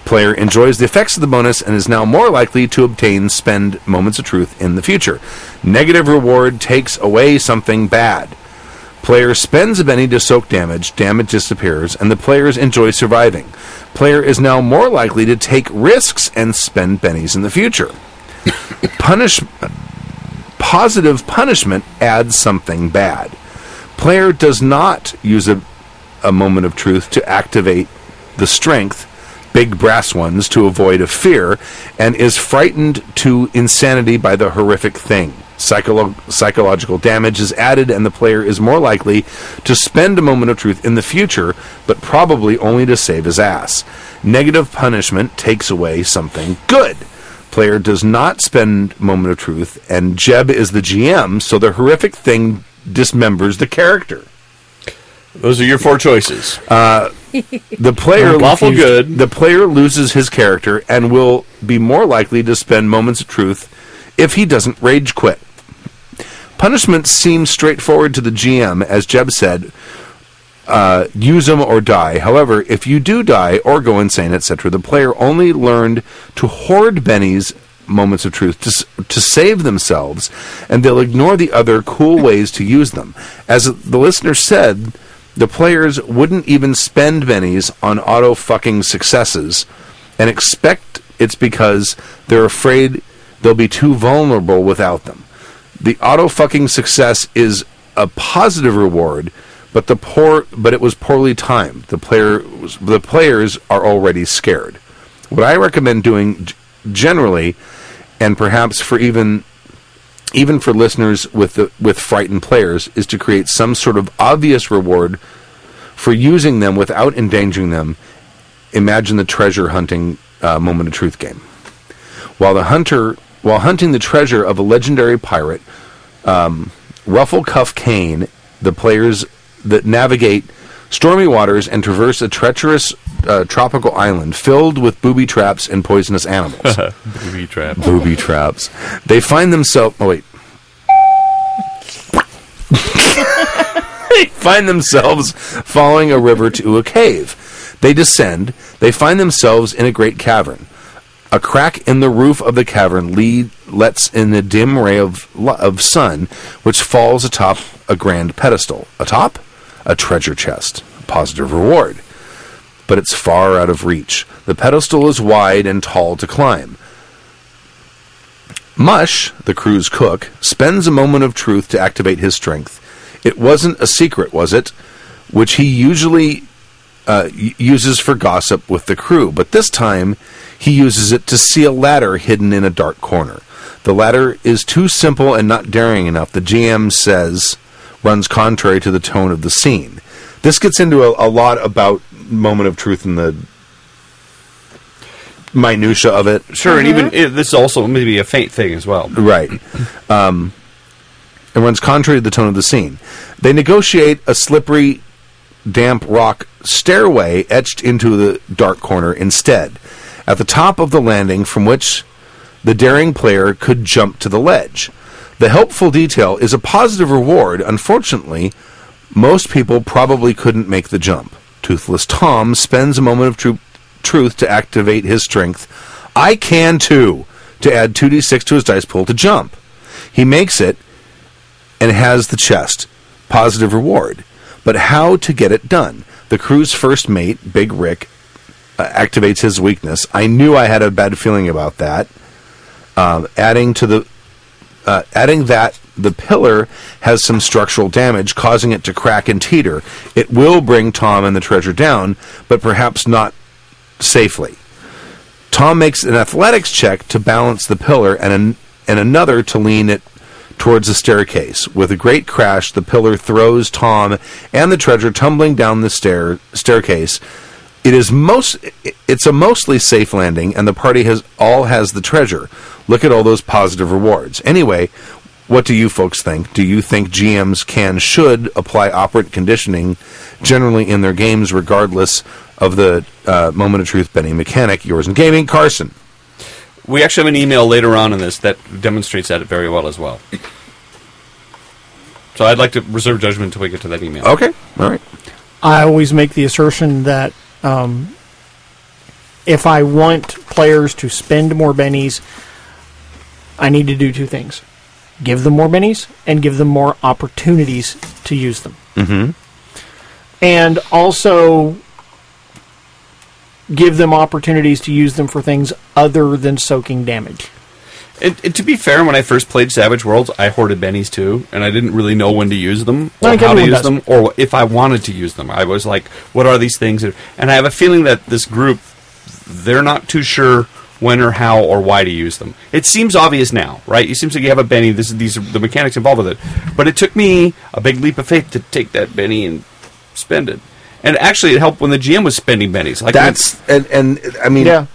Speaker 3: Player enjoys the effects of the bonus and is now more likely to obtain spend moments of truth in the future. Negative reward takes away something bad. Player spends a penny to soak damage, damage disappears, and the players enjoy surviving. Player is now more likely to take risks and spend pennies in the future. *coughs* Punish positive punishment adds something bad. Player does not use a, a moment of truth to activate the strength, big brass ones, to avoid a fear, and is frightened to insanity by the horrific thing. Psycholo- psychological damage is added, and the player is more likely to spend a moment of truth in the future, but probably only to save his ass. Negative punishment takes away something good player does not spend moment of truth and jeb is the gm so the horrific thing dismembers the character
Speaker 5: Those are your four choices.
Speaker 3: the player
Speaker 5: I'm awful good.
Speaker 3: the player loses his character and will be more likely to spend moments of truth if he doesn't rage quit punishment seems straightforward to the gm as jeb said use them or die. However, if you do die or go insane, etc., the player only learned to hoard Benny's moments of truth to, s- to save themselves, and they'll ignore the other cool ways to use them. As the listener said, the players wouldn't even spend Benny's on auto fucking successes and expect it's because they're afraid they'll be too vulnerable without them. The auto fucking success is a positive reward, but the poor but it was poorly timed. The player was- the players are already scared. What I recommend doing g- generally, and perhaps for even even for listeners with the, with frightened players, is to create some sort of obvious reward for using them without endangering them. Imagine the treasure hunting uh, moment of truth game. While the hunter, while hunting the treasure of a legendary pirate, um, Ruffle Cuff Kane, the players that navigate stormy waters and traverse a treacherous uh, tropical island filled with booby traps and poisonous animals.
Speaker 5: Booby trap.
Speaker 3: booby traps. They find themselves. Oh wait. they find themselves following a river to a cave. They descend. They find themselves in a great cavern. A crack in the roof of the cavern lead, lets in a dim ray of, lu- of sun, which falls atop a grand pedestal. Atop? A treasure chest. Positive reward but it's far out of reach. The pedestal is wide and tall to climb. Mush, the crew's cook, spends a moment of truth to activate his strength. It wasn't a secret, was it? Which he usually uh, y- uses for gossip with the crew, but this time he uses it to see a ladder hidden in a dark corner. The ladder is too simple and not daring enough. The GM says runs contrary to the tone of the scene. This gets into a, a lot about moment of truth and the minutia of it.
Speaker 5: Sure, and even eh, this is also maybe a faint thing as well.
Speaker 3: Right. Um, and runs contrary to the tone of the scene. They negotiate a slippery, damp rock stairway etched into the dark corner instead, at the top of the landing from which the daring player could jump to the ledge. The helpful detail is a positive reward. Unfortunately, most people probably couldn't make the jump. Toothless Tom spends a moment of tru- truth to activate his strength. I can too, to add 2d6 to his dice pool to jump. He makes it and has the chest. Positive reward. But how to get it done? The crew's first mate, Big Rick, uh, activates his weakness. I knew I had a bad feeling about that. Um, adding to the uh, adding that the pillar has some structural damage, causing it to crack and teeter. It will bring Tom and the treasure down, but perhaps not safely. Tom makes an athletics check to balance the pillar and an, and another to lean it towards the staircase. With a great crash, the pillar throws Tom and the treasure tumbling down the stair staircase. It is most i- it's a mostly safe landing and the party has all has the treasure. Look at all those positive rewards. Anyway, what do you folks think? Do you think GMs can should apply operant conditioning generally in their games, regardless of the uh, moment of truth Benny mechanic? Yours in gaming, Carson.
Speaker 5: We actually have an email later on in this that demonstrates that very well as well. So I'd like to reserve judgment until we get to that email.
Speaker 3: Okay, all right.
Speaker 6: I always make the assertion that um, if I want players to spend more bennies, I need to do two things give them more bennies and give them more opportunities to use them. and also give them opportunities to use them for things other than soaking damage.
Speaker 5: It, it, to be fair, when I first played Savage Worlds, I hoarded bennies too, and I didn't really know when to use them or
Speaker 6: Like
Speaker 5: how to
Speaker 6: everyone
Speaker 5: use
Speaker 6: does.
Speaker 5: them or if I wanted to use them. I was like, "What are these things?" And I have a feeling that this group, they're not too sure when or how or why to use them. It seems obvious now, right? It seems like you have a benny. This is these are the mechanics involved with it, but it took me a big leap of faith to take that benny and spend it. And actually, it helped when the GM was spending bennies. Like when-
Speaker 3: That's and and I mean,
Speaker 6: Yeah.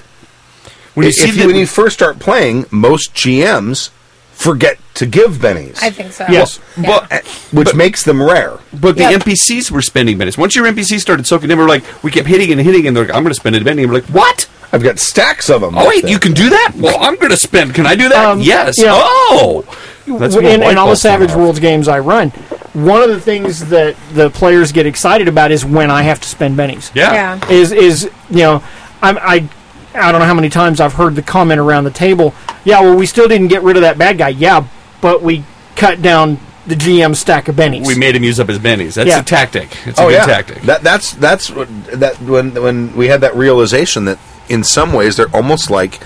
Speaker 3: when you
Speaker 5: If-
Speaker 3: see
Speaker 5: if
Speaker 3: the-
Speaker 5: you-
Speaker 3: when you first start playing, most GMs forget to give bennies,
Speaker 4: I think
Speaker 5: *laughs*
Speaker 4: so.
Speaker 6: Yes.
Speaker 4: Yeah.
Speaker 5: Well,
Speaker 3: which makes them rare.
Speaker 5: But the
Speaker 4: Yep.
Speaker 5: NPCs were spending minutes. Once your NPC started soaking in, we were like, we kept hitting and hitting, and they're like, I'm going to spend a minute. And we're like, what?
Speaker 3: I've got stacks of them.
Speaker 5: Oh, wait, you can do that? Well, I'm going to spend. Can I do that?
Speaker 6: Um,
Speaker 5: yes.
Speaker 6: yeah.
Speaker 5: Oh! That's
Speaker 6: in,
Speaker 5: what
Speaker 6: in
Speaker 5: White
Speaker 6: all the
Speaker 5: Claw's
Speaker 6: Savage
Speaker 5: about.
Speaker 6: Worlds games I run, one of the things that the players get excited about is when I have to spend bennies.
Speaker 5: Yeah.
Speaker 4: Yeah.
Speaker 6: Is is you know, I'm, I I don't know how many times I've heard the comment around the table. Yeah, well, we still didn't get rid of that bad guy. Yeah, but we cut down the GM stack of bennies.
Speaker 5: We made him use up his bennies. That's
Speaker 6: Yeah. Oh,
Speaker 5: a tactic. It's a good tactic.
Speaker 3: Oh, That that's that's what that when when we had that realization that in some ways they're almost like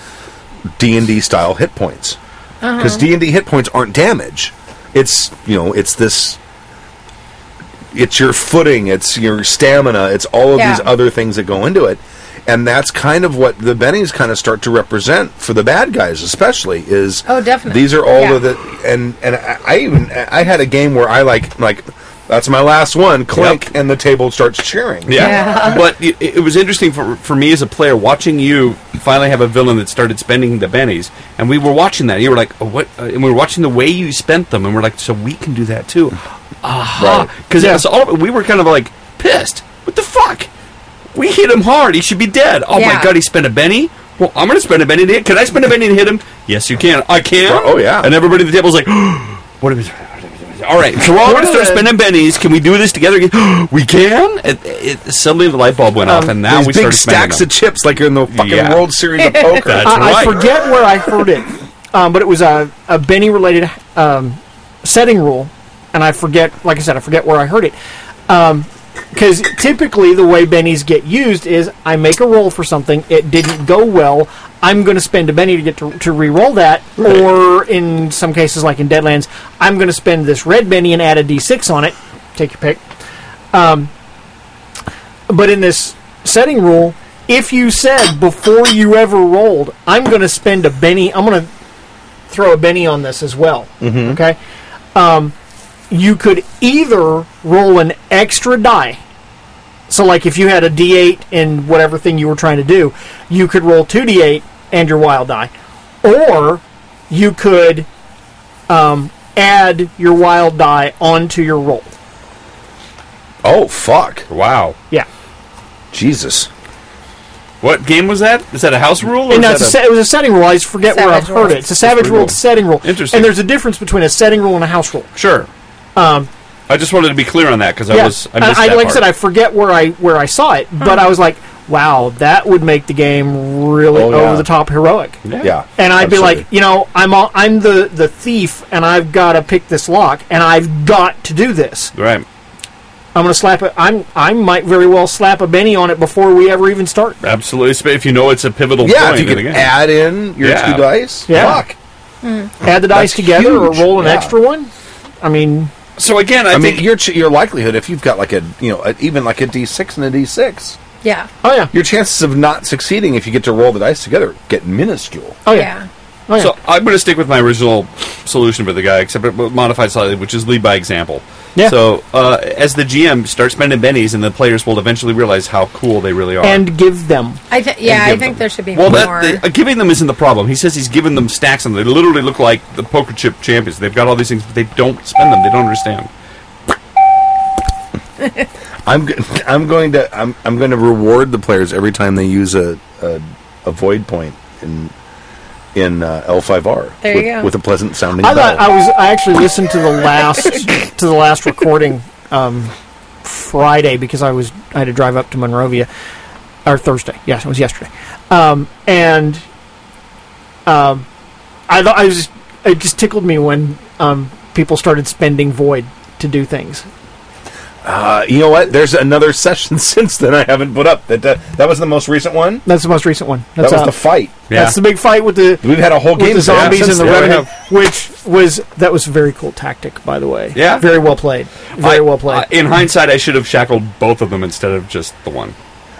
Speaker 3: D and D style hit points
Speaker 4: Uh-huh.
Speaker 3: because D and D hit points aren't damage. It's you know it's this. It's your footing. It's your stamina. It's all of
Speaker 4: Yeah.
Speaker 3: these other things that go into it, and that's kind of what the bennies kind of start to represent for the bad guys, especially. Is
Speaker 4: Oh, definitely.
Speaker 3: These are all
Speaker 4: Yeah.
Speaker 3: of the and and I, I even I had a game where I like like that's my last one click
Speaker 5: Yep.
Speaker 3: and the table starts cheering.
Speaker 5: *laughs* Yeah.
Speaker 4: Yeah.
Speaker 5: but it, it was interesting for, for me as a player watching you finally have a villain that started spending the bennies, and we were watching that. You were like, oh, "What?" uh, And we were watching the way you spent them, and we're like, "So we can do that too." Aha! Because
Speaker 6: Yeah.
Speaker 5: all we were kind of like pissed. What the fuck? We hit him hard. He should be dead. Oh my
Speaker 4: Yeah.
Speaker 5: god, he spent a benny. Well, I'm gonna spend a benny. To hit. Can I spend a benny and hit him? Yes, you can. I can.
Speaker 3: Oh, yeah.
Speaker 5: And everybody at the table's like, "What if it's?" All right, so we're all going to start spending bennies. Can we do this together? again? *gasps* we can. It, it, suddenly, the light bulb went off, and now
Speaker 3: These
Speaker 5: we
Speaker 3: big
Speaker 5: started spending
Speaker 3: stacks
Speaker 5: them.
Speaker 3: of chips like you're in the fucking
Speaker 5: Yeah.
Speaker 3: World Series
Speaker 5: *laughs*
Speaker 3: of Poker.
Speaker 5: That's
Speaker 6: I, I
Speaker 5: right.
Speaker 6: forget where I heard it, *laughs* um, but it was a, a Benny related um, setting rule, and I forget. Like I said, I forget where I heard it. Because typically, the way bennies get used is I make a roll for something, it didn't go well. I'm going to spend a benny to get to, to re-roll that, or in some cases, like in Deadlands, I'm going to spend this red benny and add a d6 on it. Take your pick. Um, But in this setting rule, if you said before you ever rolled, I'm going to spend a Benny, I'm going to throw a Benny on this as well. Okay? Um, you could either roll an extra die. So, like if you had a D8 in whatever thing you were trying to do, you could roll 2D8 and your wild die. Or you could um, add your wild die onto your roll.
Speaker 3: oh fuck,
Speaker 5: Wow,
Speaker 6: Yeah.
Speaker 3: Jesus!
Speaker 5: what game was that? Is that a house rule? Or
Speaker 6: And
Speaker 5: is
Speaker 6: no,
Speaker 5: that
Speaker 6: it's a, se- it was a setting rule. I just forget where I've
Speaker 4: Savage
Speaker 6: heard
Speaker 4: Worlds.
Speaker 6: it. It's a savage rule,
Speaker 5: rule.
Speaker 6: setting rule.
Speaker 5: Interesting.
Speaker 6: And there's a difference between a setting rule and a house rule.
Speaker 5: Sure. Um, I just wanted to be clear on that because I
Speaker 6: Yeah.
Speaker 5: was. I
Speaker 6: And
Speaker 5: missed
Speaker 6: I,
Speaker 5: that
Speaker 6: like I
Speaker 5: part.
Speaker 6: said, I forget where I where I saw it, but I was like, wow, that would make the game really
Speaker 3: Oh, yeah.
Speaker 6: over the top heroic.
Speaker 3: Yeah,
Speaker 6: And I'd
Speaker 3: absolutely.
Speaker 6: be like, you know, I'm all, I'm the the thief, and I've got to pick this lock, and I've got to do this.
Speaker 5: right.
Speaker 6: I'm gonna slap it. I'm I might very well slap a Benny on it before we ever even start.
Speaker 5: Absolutely. Sp- If you know it's a pivotal
Speaker 3: yeah,
Speaker 5: point
Speaker 3: if you
Speaker 5: in
Speaker 3: could
Speaker 5: the game.
Speaker 3: add in your
Speaker 5: Yeah.
Speaker 3: two dice,
Speaker 6: Yeah.
Speaker 3: fuck.
Speaker 6: Add the
Speaker 3: That's
Speaker 6: dice together
Speaker 3: huge.
Speaker 6: or roll an
Speaker 3: Yeah.
Speaker 6: extra one. I mean,
Speaker 5: so again, I,
Speaker 3: I
Speaker 5: think
Speaker 3: mean, your ch- your likelihood if you've got like a you know a, even like a D six and a D six,
Speaker 4: Yeah.
Speaker 6: oh yeah,
Speaker 3: your chances of not succeeding if you get to roll the dice together get minuscule.
Speaker 6: oh yeah.
Speaker 4: Yeah.
Speaker 6: Oh, yeah.
Speaker 5: So I'm going to stick with my original solution for the guy, except it modified slightly, which is lead by example.
Speaker 6: Yeah.
Speaker 5: So uh, as the GM starts spending bennies, and the players will eventually realize how cool they really are.
Speaker 6: and give them.
Speaker 4: I think. Yeah,
Speaker 5: give
Speaker 4: I think
Speaker 5: them-
Speaker 4: there should be
Speaker 5: well,
Speaker 4: more.
Speaker 5: That, the, uh, giving them isn't the problem. He says he's given them stacks, and they literally look like the poker chip champions. They've got all these things, but they don't spend them. They don't understand.
Speaker 3: I'm g- *laughs* I'm going to I'm I'm going to reward the players every time they use a a, a void point in in uh, L5R.
Speaker 4: There you
Speaker 3: with,
Speaker 4: go.
Speaker 3: with a pleasant sounding
Speaker 6: I
Speaker 3: bell.
Speaker 6: thought I was. I actually listened to the last to the last recording um, Friday because I was I had to drive up to Monrovia or Thursday. Yes, it was yesterday. Um, and um, I thought I was. It just tickled me when um, people started spending void to do things.
Speaker 3: Uh, you know what? There's another *laughs* session since then I haven't put up. That that, that was the most recent one.
Speaker 6: That's the most recent one.
Speaker 3: That
Speaker 6: That's
Speaker 3: was
Speaker 6: out.
Speaker 3: the fight.
Speaker 6: That's the big fight with the
Speaker 3: We've had a whole game
Speaker 6: with the
Speaker 3: since
Speaker 6: zombies
Speaker 3: then.
Speaker 6: and the
Speaker 3: Yeah, we
Speaker 6: revenant,
Speaker 3: have.
Speaker 6: which was that was a very cool tactic, by the way.
Speaker 5: Yeah?
Speaker 6: very well played. Very
Speaker 5: I-
Speaker 6: well played.
Speaker 5: I- in hindsight, I should have shackled both of them instead of just the one.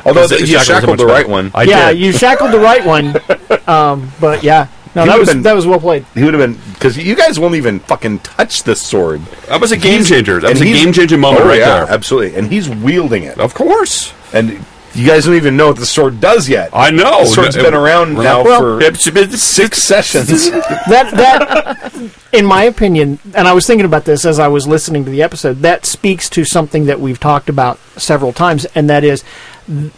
Speaker 3: Although
Speaker 5: Because
Speaker 3: you
Speaker 5: shackles are
Speaker 3: shackled
Speaker 5: much
Speaker 3: the
Speaker 5: better.
Speaker 3: right one.
Speaker 5: I
Speaker 6: yeah,
Speaker 5: did.
Speaker 6: you shackled the
Speaker 5: *laughs*
Speaker 6: right one, um, but yeah, no,
Speaker 3: He
Speaker 6: that
Speaker 3: would've
Speaker 6: was
Speaker 3: been-
Speaker 6: that was well played.
Speaker 3: He would have been because you guys won't even fucking touch this sword.
Speaker 5: that was a game changer. That
Speaker 3: And
Speaker 5: was a
Speaker 3: he's-
Speaker 5: game changing moment
Speaker 3: Oh,
Speaker 5: right
Speaker 3: yeah,
Speaker 5: there.
Speaker 3: Absolutely, and he's wielding it,
Speaker 5: Of course,
Speaker 3: and you guys don't even know what the sword does yet.
Speaker 5: I know.
Speaker 3: the sword's
Speaker 5: It-
Speaker 3: been around
Speaker 5: Well,
Speaker 3: now
Speaker 6: well,
Speaker 3: for
Speaker 5: It's- Oh, it's-
Speaker 3: six
Speaker 5: *laughs*
Speaker 3: sessions.
Speaker 6: That that, in my opinion, and I was thinking about this as I was listening to the episode. That speaks to something that we've talked about several times, and that is th-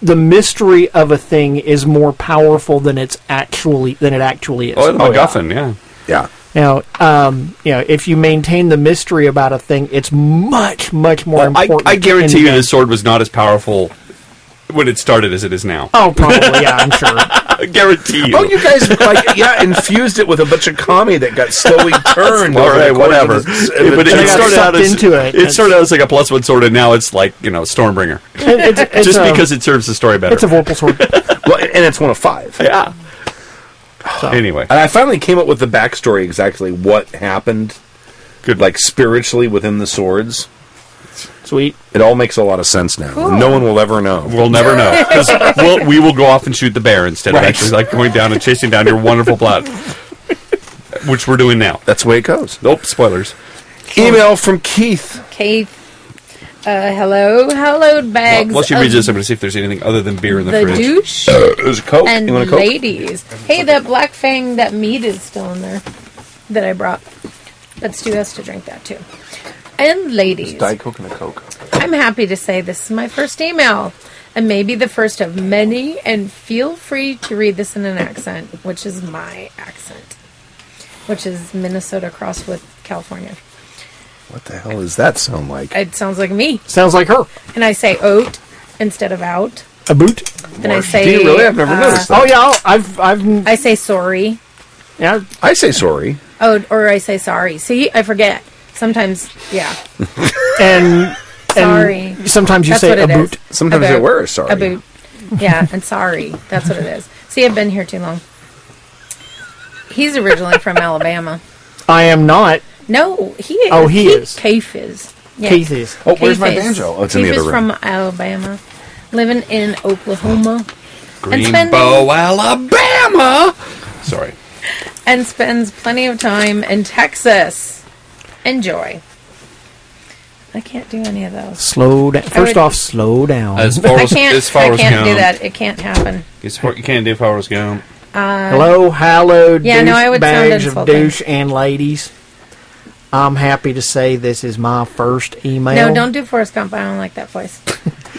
Speaker 6: the mystery of a thing is more powerful than it's actually than it actually is.
Speaker 5: Oh, the
Speaker 3: Oh, yeah.
Speaker 5: MacGuffin. Yeah.
Speaker 3: yeah,
Speaker 6: Now, um, you know, if you maintain the mystery about a thing, it's much, much more
Speaker 5: Well, I,
Speaker 6: important.
Speaker 5: I guarantee
Speaker 6: in
Speaker 5: you,
Speaker 6: the
Speaker 5: this sword was not as powerful when it started as it is now. *laughs*
Speaker 6: Oh, probably, yeah, I'm sure.
Speaker 5: I guarantee you.
Speaker 3: Oh, you guys like yeah, infused it with a bunch of kami that got
Speaker 5: *laughs*
Speaker 3: slowly turned.
Speaker 5: All
Speaker 3: over the
Speaker 5: right,
Speaker 3: course
Speaker 5: whatever.
Speaker 3: of this-
Speaker 5: Yeah, but it,
Speaker 6: I got
Speaker 5: started
Speaker 6: sucked
Speaker 5: out as
Speaker 6: into it.
Speaker 5: it started out as like a plus one sword, and now it's like you know Stormbringer,
Speaker 6: It- it's, it's
Speaker 5: just
Speaker 6: a,
Speaker 5: because it serves the story better.
Speaker 6: it's a Vorpal sword.
Speaker 3: Well, and it's one of five.
Speaker 5: *laughs* yeah. Anyway,
Speaker 3: And I finally came up with the backstory exactly what happened,
Speaker 5: good.
Speaker 3: like spiritually within the swords.
Speaker 6: Sweet.
Speaker 3: It all makes a lot of sense now. No one will ever know.
Speaker 5: we'll never
Speaker 6: *laughs*
Speaker 5: know 'cause we'll, we will go off and shoot the bear instead
Speaker 3: Right.
Speaker 5: of actually like going down and chasing down your wonderful plot, which we're doing now.
Speaker 3: That's the way it goes.
Speaker 5: Nope, spoilers.
Speaker 3: Email from Keith.
Speaker 4: Keith. Uh, hello, hello,
Speaker 5: Well,
Speaker 4: bags.
Speaker 5: while she
Speaker 4: of
Speaker 5: reads this, I'm going to see if there's anything other than beer in the,
Speaker 4: the
Speaker 5: fridge.
Speaker 4: douche
Speaker 3: There's a Coke.
Speaker 4: and
Speaker 3: you want a Coke?
Speaker 4: ladies. Hey, that black fang, that meat is still in there that I brought. But Stu has to drink that too. And ladies.
Speaker 7: Diet Coke and a Coke.
Speaker 4: I'm happy to say this is my first email, and maybe the first of many, and feel free to read this in an accent, which is my accent, which is Minnesota crossed with California.
Speaker 3: What the hell does that sound like?
Speaker 4: It sounds like me.
Speaker 6: Sounds like her.
Speaker 4: And I say oat instead of out.
Speaker 6: A boot.
Speaker 4: And I say,
Speaker 3: Do you really? I've never
Speaker 4: uh,
Speaker 3: noticed that.
Speaker 6: Oh yeah, I'll- I've, I've,
Speaker 4: I say sorry,
Speaker 6: yeah.
Speaker 3: I say sorry.
Speaker 4: oh, or I say sorry. See, I forget. Sometimes, yeah,
Speaker 6: And
Speaker 4: sorry.
Speaker 6: sometimes you
Speaker 4: That's
Speaker 6: say
Speaker 4: what
Speaker 6: a
Speaker 4: it is.
Speaker 6: boot.
Speaker 3: Sometimes I wear a sorry.
Speaker 4: A boot. Yeah, and sorry. That's what it is. See, I've been here too long. He's
Speaker 3: *laughs*
Speaker 4: originally from Alabama.
Speaker 6: I am not.
Speaker 4: No, he is.
Speaker 6: Oh, he is.
Speaker 4: Keith is. Yeah.
Speaker 6: Keith is.
Speaker 3: Oh, where's my
Speaker 4: Keith is.
Speaker 3: banjo? Oh, it's in the
Speaker 4: Keith is
Speaker 3: other room.
Speaker 4: from Alabama, living in Oklahoma, and
Speaker 5: Greenbow, Alabama. Sorry.
Speaker 4: and spends plenty of time in Texas. Enjoy. I can't do any of those.
Speaker 6: Slow down.
Speaker 4: would-
Speaker 6: First off, slow down.
Speaker 5: As far
Speaker 4: I
Speaker 5: as,
Speaker 4: can't.
Speaker 5: as far
Speaker 4: I
Speaker 5: as
Speaker 4: can't
Speaker 5: gone.
Speaker 4: do that. It can't happen.
Speaker 5: As far, you can't do Forrest Gump.
Speaker 6: Hello, hallowed
Speaker 4: Yeah,
Speaker 6: douche
Speaker 4: no, I would sound
Speaker 6: bags of
Speaker 4: insulting.
Speaker 6: douche and ladies. I'm happy to say this is my first email.
Speaker 4: No, don't do Forrest Gump. I don't like that voice.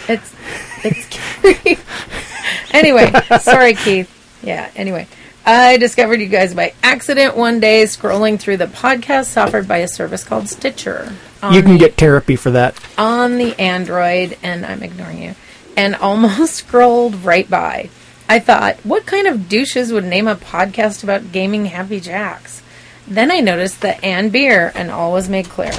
Speaker 4: it's it's. *laughs* anyway, sorry, Keith. Yeah. Anyway, I discovered you guys by accident one day scrolling through the podcasts offered by a service called Stitcher on
Speaker 6: You can get therapy for that.
Speaker 4: on the Android, and I'm ignoring you, and *laughs* almost scrolled right by. I thought, what kind of douches would name a podcast about gaming Happy Jacks? Then I noticed the and beer, and all was made clear.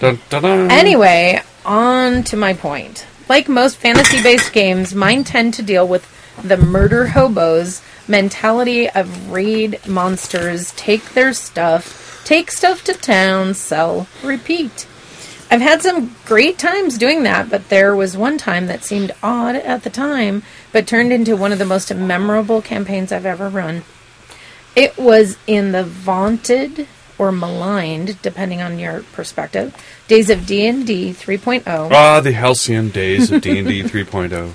Speaker 5: Dun, dun, dun.
Speaker 4: Anyway, on to my point. Like most fantasy based games, mine tend to deal with the murder hobos mentality of raid monsters, take their stuff, take stuff to town, sell, repeat. I've had some great times doing that, but there was one time that seemed odd at the time, but turned into one of the most memorable campaigns I've ever run. It was in the vaunted or maligned, depending on your perspective, days of D and D oh. 3.0,
Speaker 5: Ah, the halcyon days of D&D
Speaker 4: *laughs*
Speaker 5: 3.0.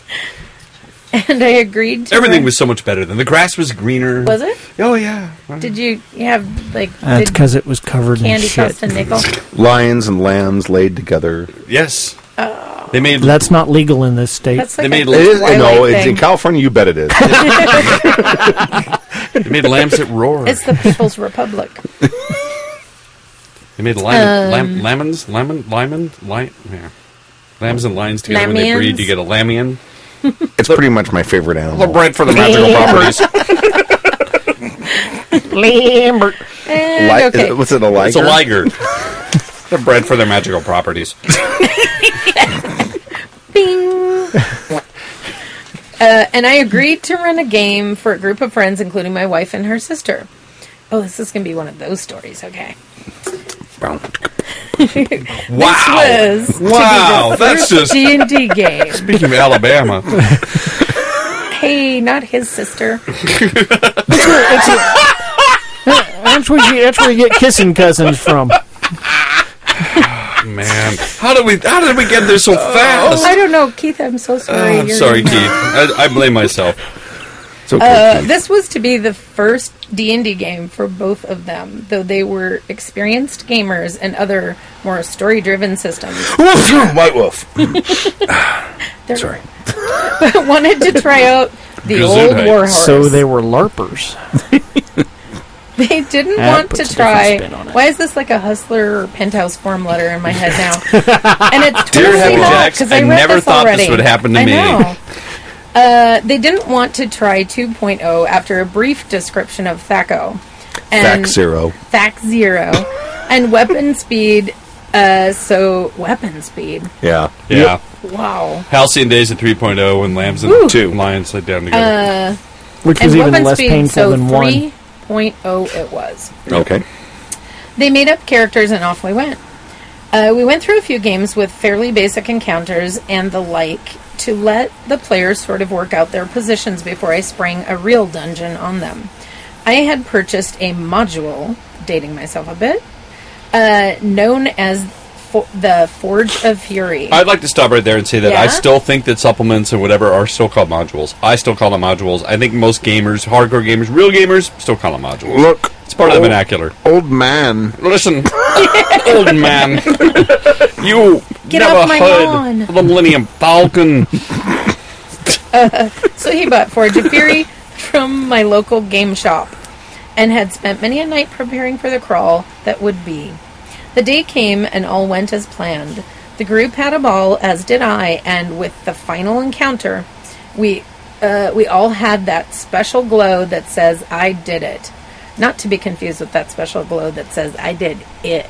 Speaker 4: and I agreed to
Speaker 5: oh. Everything
Speaker 4: run-
Speaker 5: was so much better then. The grass was greener.
Speaker 4: *laughs* Was it?
Speaker 5: Oh, yeah.
Speaker 4: Did you have like
Speaker 6: That's
Speaker 4: did
Speaker 6: because it was covered in
Speaker 4: candy
Speaker 6: shit.
Speaker 4: cost a nickel?
Speaker 3: Lions and lambs laid together.
Speaker 5: Yes.
Speaker 4: Oh.
Speaker 5: They made
Speaker 6: That's not legal in this state.
Speaker 4: That's like
Speaker 5: made
Speaker 4: a
Speaker 5: It
Speaker 3: It is,
Speaker 4: Twilight
Speaker 3: no, it's
Speaker 4: thing.
Speaker 3: in California. You bet it *laughs* is.
Speaker 5: they made lamps that
Speaker 4: *laughs*
Speaker 5: roar.
Speaker 4: It's the People's Republic.
Speaker 5: They made
Speaker 4: um,
Speaker 5: lion, lam, lamins, lemon, limon, lion, yeah. Lambs and lions together when they breed,
Speaker 4: Lamians.
Speaker 5: you get a lamian.
Speaker 3: it's pretty much my favorite animal.
Speaker 5: bread for the magical
Speaker 4: *laughs*
Speaker 5: properties.
Speaker 6: Lambert.
Speaker 4: And
Speaker 3: Li-
Speaker 4: okay,
Speaker 3: What's it a liger?
Speaker 5: It's a liger. They're bred for their magical properties.
Speaker 4: Bing. *laughs* uh, and I agreed to run a game for a group of friends, including my wife and her sister. Oh, this is going to be one of those stories. Okay.
Speaker 5: Wow!
Speaker 4: This was
Speaker 5: Wow! That's
Speaker 4: *laughs*
Speaker 5: just
Speaker 4: D and D game.
Speaker 5: speaking of Alabama.
Speaker 4: Hey, not his sister.
Speaker 6: *laughs* That's where you, that's where you get kissing cousins from.
Speaker 5: Man, how did we? How did we get there so
Speaker 4: Oh,
Speaker 5: fast?
Speaker 4: I don't know, Keith. I'm so sorry.
Speaker 5: Oh, I'm
Speaker 4: You're-
Speaker 5: sorry, Keith. I, I blame myself.
Speaker 3: It's okay.
Speaker 4: Uh,
Speaker 3: Keith.
Speaker 4: this was to be the first D&D game for both of them, though they were experienced gamers and other more story-driven systems.
Speaker 5: *gasps*
Speaker 3: Woof, White *laughs* wolf.
Speaker 4: They
Speaker 3: Sorry.
Speaker 4: *laughs* wanted to try out the old
Speaker 5: Gesundheit.
Speaker 4: warhorse.
Speaker 6: So they were LARPers.
Speaker 4: *laughs* They didn't
Speaker 6: That
Speaker 4: want
Speaker 6: puts
Speaker 4: to
Speaker 6: a different
Speaker 4: try.
Speaker 6: spin on it.
Speaker 4: Why is this like a hustler or penthouse form letter in my head
Speaker 6: *laughs*
Speaker 4: now? and it's
Speaker 5: Dear
Speaker 4: totally
Speaker 5: Happy
Speaker 4: not
Speaker 5: Jacks,
Speaker 4: because
Speaker 5: I
Speaker 4: I, read
Speaker 5: never
Speaker 4: this
Speaker 5: thought this
Speaker 4: already.
Speaker 5: would happen to
Speaker 4: I
Speaker 5: me.
Speaker 4: Know. Uh, they didn't want to try 2.0 after a brief description of Thaco. And
Speaker 3: Back zero.
Speaker 4: Fact zero. and weapon speed. Uh, so weapon speed.
Speaker 3: Yeah.
Speaker 5: Yeah,
Speaker 4: Wow.
Speaker 5: Halcyon Days at 3.0 when lambs oh and
Speaker 4: Ooh. Uh,
Speaker 5: two lions lay down together.
Speaker 6: Which
Speaker 4: And
Speaker 6: was even
Speaker 4: weapon
Speaker 6: less
Speaker 4: speed.
Speaker 6: painful
Speaker 4: so
Speaker 6: than one.
Speaker 4: 3.0 it was.
Speaker 3: Okay.
Speaker 4: They made up characters and off we went. Uh, we went through a few games with fairly basic encounters and the like to let the players sort of work out their positions before I sprang a real dungeon on them. I had purchased a module, dating myself a bit, uh, known as fo- the Forge of Fury.
Speaker 5: I'd like to stop right there and say that I
Speaker 4: Yeah?
Speaker 5: still think that supplements and whatever are still called modules. I still call them modules. I think most gamers, hardcore gamers, real gamers, still call them modules.
Speaker 8: Look,
Speaker 5: it's part of
Speaker 4: Oh.
Speaker 8: old-
Speaker 5: the vernacular.
Speaker 8: Old man.
Speaker 4: *laughs*
Speaker 5: Listen, old man, you
Speaker 4: Get
Speaker 5: never
Speaker 4: off my
Speaker 5: heard
Speaker 4: lawn.
Speaker 5: of the Millennium Falcon.
Speaker 4: *laughs* So he bought Forge of Fury from my local game shop and had spent many a night preparing for the crawl that would be. The day came and all went as planned. The group had a ball, as did I, and with the final encounter, we uh, we all had that special glow that says "I did it," not to be confused with that special glow that says "I did it."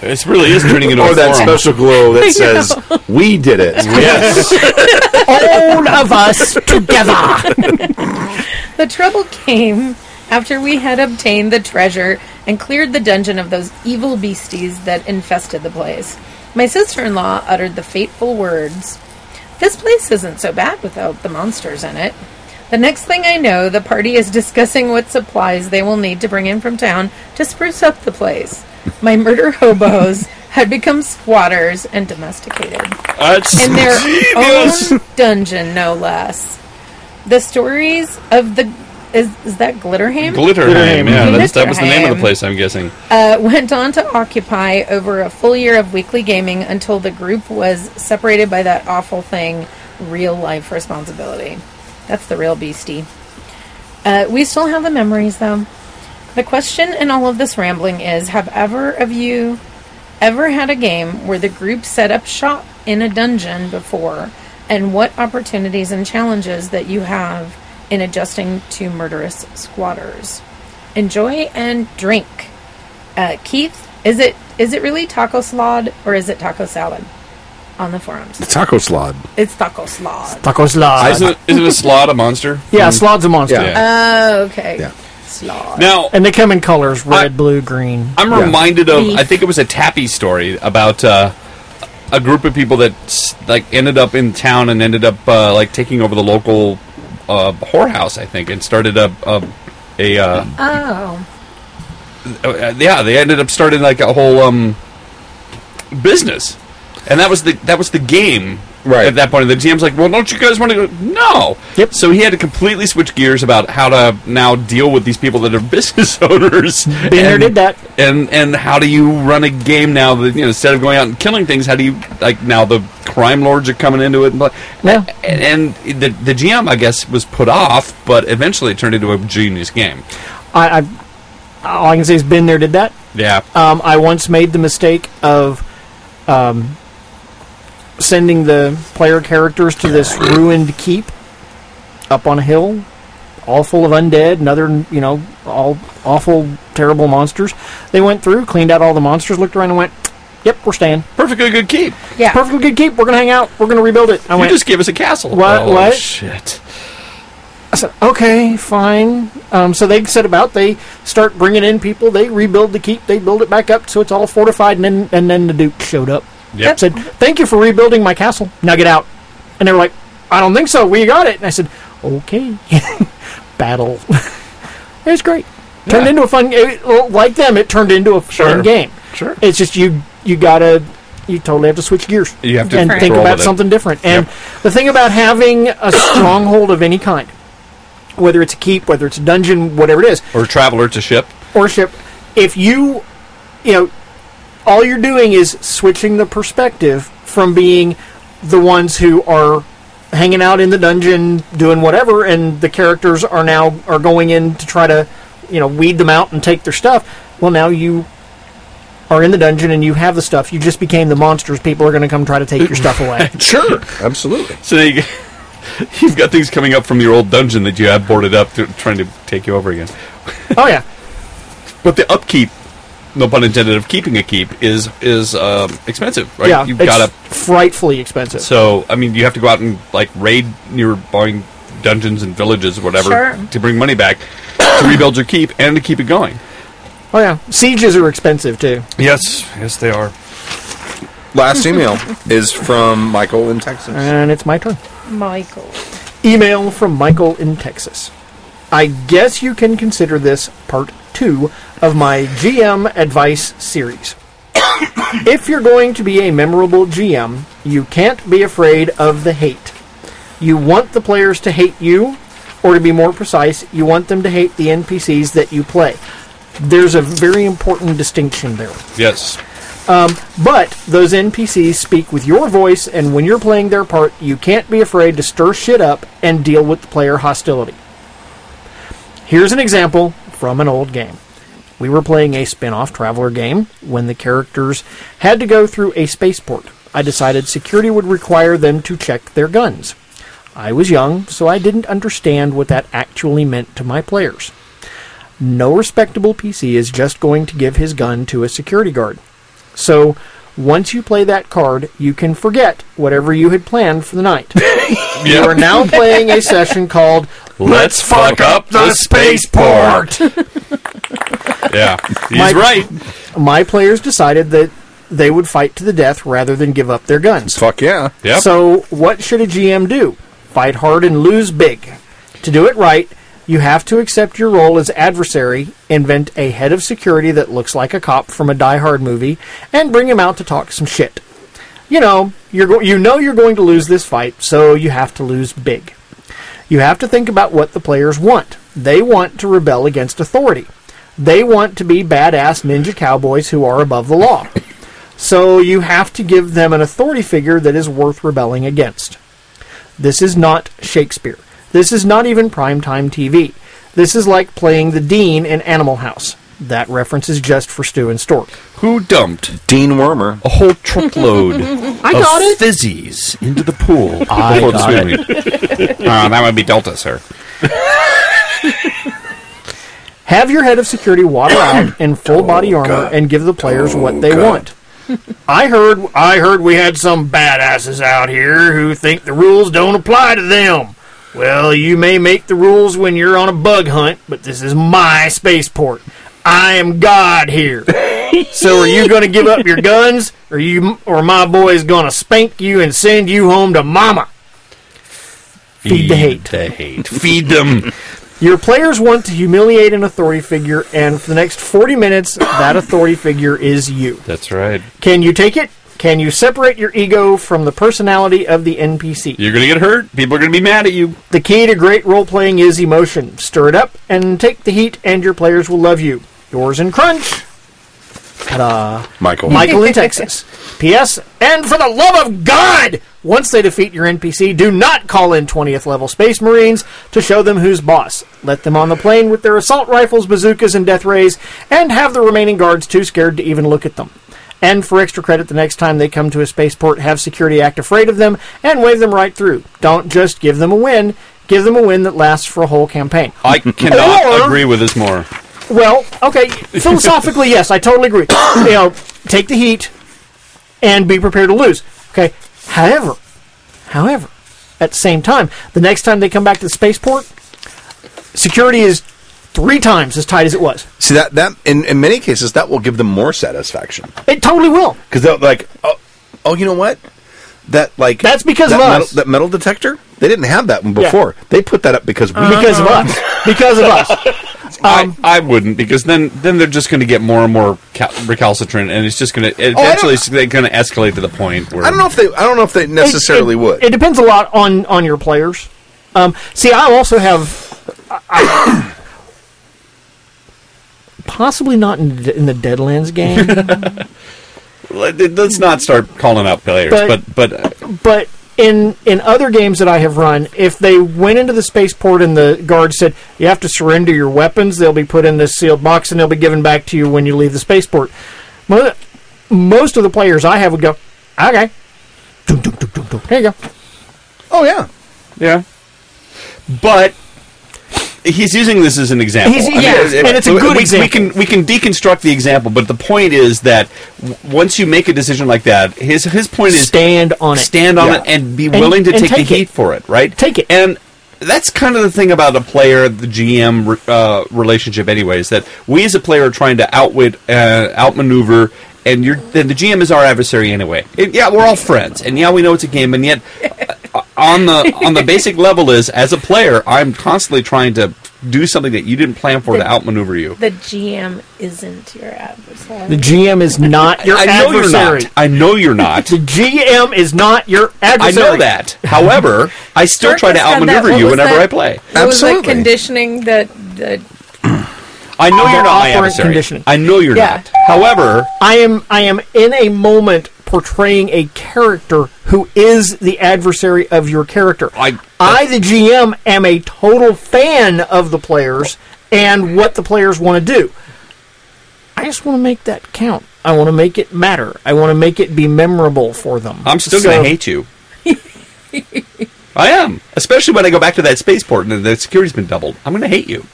Speaker 5: This really is turning into
Speaker 3: Or
Speaker 5: a
Speaker 3: that
Speaker 5: forum.
Speaker 3: special glow
Speaker 4: *laughs*
Speaker 3: that says, we did it.
Speaker 5: Yes.
Speaker 6: All of us together.
Speaker 4: The trouble came after we had obtained the treasure and cleared the dungeon of those evil beasties that infested the place. My sister in law uttered the fateful words This place isn't so bad without the monsters in it. The next thing I know, the party is discussing what supplies they will need to bring in from town to spruce up the place. My murder hobos had become squatters and domesticated
Speaker 5: That's
Speaker 4: in their
Speaker 5: genius.
Speaker 4: own dungeon, no less. The stories of the is, is that Glitterham
Speaker 5: Glitterheim, yeah, that's, that was the name of
Speaker 4: Glitterheim.
Speaker 5: the place. I'm guessing.
Speaker 4: uh, went on to occupy over a full year of weekly gaming until the group was separated by that awful thing, real life responsibility. That's the real beastie. Uh, we still have the memories though. The question in all of this rambling is: Have ever of you ever had a game where the group set up shop in a dungeon before, and what opportunities and challenges that you have in adjusting to murderous squatters? Enjoy and drink. Uh, Keith, is it is it really taco salad or is it taco salad? On the forums,
Speaker 3: Taco slod.
Speaker 4: it's taco salad.
Speaker 6: Taco Slod.
Speaker 5: Isn't isn't a slot a monster?
Speaker 6: Uh,
Speaker 5: Hmm.
Speaker 6: Yeah, Slod's a monster.
Speaker 3: Yeah.
Speaker 4: Oh, okay.
Speaker 3: Yeah.
Speaker 4: Slod.
Speaker 5: Now
Speaker 6: And they come in colors red,
Speaker 5: I-
Speaker 6: blue, green.
Speaker 5: I'm
Speaker 3: Yeah.
Speaker 5: reminded of
Speaker 4: Beef.
Speaker 5: I think it was a Tappy story about uh, a group of people that s- like ended up in town and ended up uh, like taking over the local uh, whorehouse I think and started a a, a uh,
Speaker 4: Oh,
Speaker 5: uh, yeah they ended up starting like a whole um, business and that was the that was the game
Speaker 3: Right.
Speaker 5: at that point the GM's like well don't you guys want to go no
Speaker 6: Yep.
Speaker 5: so he had to completely switch gears about how to now deal with these people that are *laughs* business owners
Speaker 6: Been there,
Speaker 5: And-
Speaker 6: did that.
Speaker 5: and and how do you run a game now that you know instead of going out and killing things how do you like now the crime lords are coming into it and, blah-
Speaker 6: Yeah.
Speaker 5: and, and the, the GM I guess was put off but eventually it turned into a genius game
Speaker 6: I, I've, all I can say is been there, did that.
Speaker 5: yeah
Speaker 6: Um, I once made the mistake of um, sending the player characters to this ruined keep up on a hill all full of undead and other, you know, all awful, terrible monsters. They went through, cleaned out all the monsters, looked around, and went, "Yep, we're staying.
Speaker 5: Perfectly good keep.
Speaker 4: Yeah.
Speaker 6: Perfectly good keep. We're gonna hang out. We're gonna rebuild it." I
Speaker 5: You
Speaker 6: went,
Speaker 5: just gave us a castle.
Speaker 6: What-
Speaker 5: Oh,
Speaker 6: what?
Speaker 5: Shit.
Speaker 6: I said, okay, fine. Um, so they set about. They start bringing in people. They rebuild the keep. They build it back up so it's all fortified. And then and then the Duke showed up.
Speaker 5: Yep.
Speaker 6: Said, thank you for rebuilding my castle. Now get out. And they were like, I don't think so. We got it. And I said, okay. *laughs* Battle. *laughs* it was great. Turned
Speaker 5: Yeah.
Speaker 6: into a fun. It, well, like them, it turned into a
Speaker 5: Sure.
Speaker 6: fun game.
Speaker 5: Sure.
Speaker 6: It's just you. You gotta. You totally have to switch gears
Speaker 5: You have to
Speaker 6: and
Speaker 5: Right.
Speaker 6: think
Speaker 5: roll
Speaker 6: about
Speaker 5: with it.
Speaker 6: something different. And the thing about having a *clears throat* stronghold of any kind, whether it's a keep, whether it's a dungeon, whatever it is,
Speaker 5: Or traveler to ship.
Speaker 6: or ship, if you, you know, all you're doing is switching the perspective from being the ones who are hanging out in the dungeon doing whatever, and the characters are now are going in to try to, you know, weed them out and take their stuff. Well, now you are in the dungeon and you have the stuff. You just became the monsters. People are going to come try to take your stuff
Speaker 5: *laughs*
Speaker 6: away.
Speaker 3: Sure, absolutely.
Speaker 5: So now you, you've got things coming up from your old dungeon that you have boarded up, to, trying to take you over again.
Speaker 6: Oh yeah,
Speaker 5: But the upkeep, no pun intended, of keeping a keep is is um, expensive, right?
Speaker 6: yeah.
Speaker 5: You've
Speaker 6: it's
Speaker 5: got to.
Speaker 6: frightfully expensive.
Speaker 5: So I mean, you have to go out and like raid nearby dungeons and villages, or whatever,
Speaker 4: Sure.
Speaker 5: to bring money back to rebuild your keep and to keep it going.
Speaker 6: oh yeah, sieges are expensive too.
Speaker 5: Yes, yes, they are.
Speaker 3: Last
Speaker 4: *laughs*
Speaker 3: email is from Michael in Texas.
Speaker 6: And it's my turn.
Speaker 4: Michael.
Speaker 6: Email from Michael in Texas. I guess you can consider this part two of my GM advice series. *coughs* if you're going to be a memorable GM, you can't be afraid of the hate. You want the players to hate you, or to be more precise, you want them to hate the NPCs that you play. There's a very important distinction there.
Speaker 5: Yes,
Speaker 6: But those NPCs speak with your voice, and when you're playing their part, you can't be afraid to stir shit up and deal with the player hostility. Here's an example from an old game. We were playing a spin off traveler game when the characters had to go through a spaceport. I decided security would require them to check their guns. I was young, so I didn't understand what that actually meant to my players. No respectable PC is just going to give his gun to a security guard. So once you play that card, you can forget whatever you had planned for the night. you are now playing a session called
Speaker 5: let's fuck up the spaceport. yeah, he's
Speaker 6: Mike-
Speaker 5: right.
Speaker 6: My Players Decided That They Would Fight to the Death Rather Than Give Up Their Guns.
Speaker 3: Fuck yeah.
Speaker 5: Yep.
Speaker 6: So, what should a GM do? Fight hard and lose big. To do it right, you have to accept your role as adversary, invent a head of security that looks like a cop from a Die Hard movie, and bring him out to talk some shit. You know, you're go- you know you're going to lose this fight, so you have to lose big. You have to think about what the players want. They want to rebel against authority. They want to be badass ninja cowboys who are above the law. So you have to give them an authority figure that is worth rebelling against. This is not Shakespeare. This is not even primetime TV. This is like playing the Dean in Animal House. That reference is just for Stu and Stork.
Speaker 5: Who dumped
Speaker 3: Dean Wormer.
Speaker 5: a whole *laughs* truckload I
Speaker 6: got
Speaker 5: of
Speaker 6: it.
Speaker 5: fizzies into the *laughs* pool
Speaker 6: I
Speaker 5: before
Speaker 6: got
Speaker 5: the swimming. *laughs* Uh, that would be Delta, sir.
Speaker 6: Have your head of security *coughs* water out in full body armor
Speaker 3: God.
Speaker 6: and give the players what they
Speaker 3: God.
Speaker 6: want. Oh, *laughs* I heard I heard we had some badasses out here who think the rules don't apply to them. Well, you may make the rules when you're on a bug hunt, but this is my spaceport. I am God *laughs* here. so are you going to give up your guns or you or my boy is going to spank you and send you home to mama? Feed the hate.
Speaker 5: The hate. Feed them.
Speaker 6: Your players want to humiliate an authority figure, and for the next 40 minutes, that authority figure is you.
Speaker 5: *laughs* That's right.
Speaker 6: Can you take it? Can you separate your ego from the personality of the NPC?
Speaker 5: You're gonna get hurt. People are gonna be mad at you.
Speaker 6: The key to great role playing is emotion. Stir it up and take the heat, and your players will love you. Yours in Crunch,
Speaker 3: Michael.
Speaker 6: Michael in Texas. P.S. And for the love of God, once they defeat your NPC, do not call in 20th level Space Marines to show them who's boss. Let them on the plane with their assault rifles, bazookas, and death rays, and have the remaining guards too scared to even look at them. And for extra credit, the next time they come to a spaceport, have security act afraid of them and wave them right through. Don't just give them a win. Give them a win that lasts for a whole campaign.
Speaker 5: *laughs* I cannot
Speaker 6: Or-
Speaker 5: agree with this more.
Speaker 6: Well, okay, philosophically, yes, I totally agree. *coughs* you know, take the heat and be prepared to lose. Okay. However, however, at the same time, the next time they come back to the spaceport, security is three times as tight as it was.
Speaker 3: See that that in, in many cases that will give them more satisfaction
Speaker 6: It totally will.
Speaker 3: because they're like, oh, oh, you know what? That like
Speaker 6: That's because
Speaker 3: that
Speaker 6: of
Speaker 3: metal,
Speaker 6: us.
Speaker 3: That metal detector they didn't have that one
Speaker 6: Yeah.
Speaker 3: before. They put that up because we
Speaker 6: Because of
Speaker 3: Uh-huh.
Speaker 6: us. Because
Speaker 3: *laughs*
Speaker 6: of us. Um,
Speaker 5: I, I wouldn't because then then they're just going to get more and more cal- recalcitrant, and it's just going to eventually it's they're going to escalate to the point where
Speaker 3: I don't know if they I don't know if they
Speaker 6: it-
Speaker 3: necessarily
Speaker 6: it-
Speaker 3: would.
Speaker 6: It depends a lot on on your players. Um, see, I also have I, I- *coughs* possibly not in, the- in the Deadlands game,
Speaker 5: Let- Let's not start calling out players, but
Speaker 6: But-
Speaker 5: but, uh,
Speaker 6: but in in other games that I have run, if they went into the spaceport and the guard said you have to surrender your weapons, they'll be put in this sealed box and they'll be given back to you when you leave the spaceport. Mo- Most of the players I have would go, okay, Dun, dun, dun, dun, dun. here you go.
Speaker 3: oh yeah,
Speaker 5: yeah, but. He's using this as an example.
Speaker 6: He's- yeah, and it's a good
Speaker 5: we,
Speaker 6: example.
Speaker 5: We can we can deconstruct the example, but the point is that w- once you make a decision like that, his his point is
Speaker 6: Stand on it.
Speaker 5: stand on
Speaker 3: Yeah.
Speaker 5: it and be
Speaker 6: And-
Speaker 5: willing to
Speaker 6: and
Speaker 5: take,
Speaker 6: take
Speaker 5: the
Speaker 6: it.
Speaker 5: heat for it, right?
Speaker 6: Take it.
Speaker 5: And that's kind of the thing about a player the GM re- uh, relationship, anyways. That we as a player are trying to outwit, uh, outmaneuver, and you're then the GM is our adversary anyway. And yeah, we're all friends, and yeah, we know it's a game, and yet uh, on the on the
Speaker 6: *laughs*
Speaker 5: basic level is as a player, I'm constantly trying to do something that you didn't plan for to outmaneuver you.
Speaker 4: The GM isn't your adversary.
Speaker 6: The GM is not your
Speaker 5: I know you're
Speaker 6: adversary.
Speaker 5: not. I know you're not.
Speaker 6: *laughs* The GM is not your
Speaker 5: I
Speaker 6: adversary.
Speaker 5: know that. However, I still try to
Speaker 4: Circus had that-
Speaker 5: outmaneuver
Speaker 4: what
Speaker 5: you
Speaker 4: was
Speaker 5: whenever
Speaker 4: that?
Speaker 5: I play.
Speaker 4: What was that
Speaker 3: Absolutely.
Speaker 4: conditioning that the
Speaker 5: I know you're not my
Speaker 6: operant
Speaker 5: adversary.
Speaker 6: conditioning.
Speaker 5: I know you're
Speaker 4: Yeah.
Speaker 5: not. However,
Speaker 6: I am I am in a moment portraying a character who is the adversary of your character.
Speaker 5: I- uh,
Speaker 6: I the GM am a total fan of the players and what the players want to do. I just want to make that count. I want to make it matter. I want to make it be memorable for them.
Speaker 5: I'm still going
Speaker 6: So-
Speaker 5: to hate you. I am, especially when I go back to that spaceport and the security's been doubled. I'm going to hate you.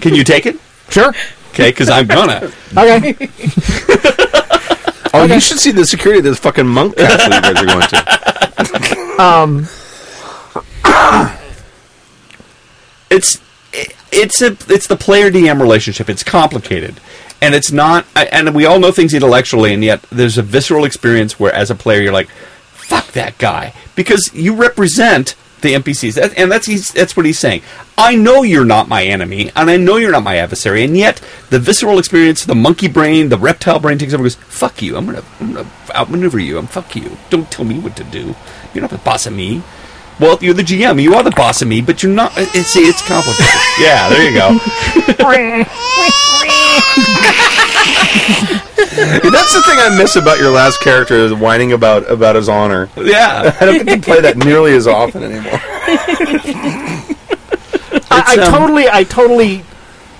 Speaker 5: Can you take it?
Speaker 6: Sure.
Speaker 5: Okay, because I'm gonna. *laughs*
Speaker 6: Okay.
Speaker 3: Oh, you should see the security of this fucking
Speaker 6: *laughs*
Speaker 3: monk castle you guys are going to.
Speaker 5: It's it- it's a it's the player DM relationship. It's complicated, and it's not. I- And we all know things intellectually, and yet there's a visceral experience where, as a player, you're like, "Fuck that guy," because you represent the NPCs, That- and that's he's, that's what he's saying. I know you're not my enemy, and I know you're not my adversary, and yet the visceral experience, the monkey brain, the reptile brain takes over. and Goes, "Fuck you! I'm gonna, I'm gonna outmaneuver you. I'm fuck you. Don't tell me what to do. You're not the boss of me." Well, you're the GM. You are the boss of me, but you're not. It, it- see, it's complicated. *laughs* yeah, there you go.
Speaker 3: *laughs* That's the thing I miss about your last character is whining about about his honor.
Speaker 5: Yeah,
Speaker 3: I don't get to play that nearly as often anymore.
Speaker 6: I,
Speaker 5: It's,
Speaker 6: I
Speaker 5: um,
Speaker 6: totally, I totally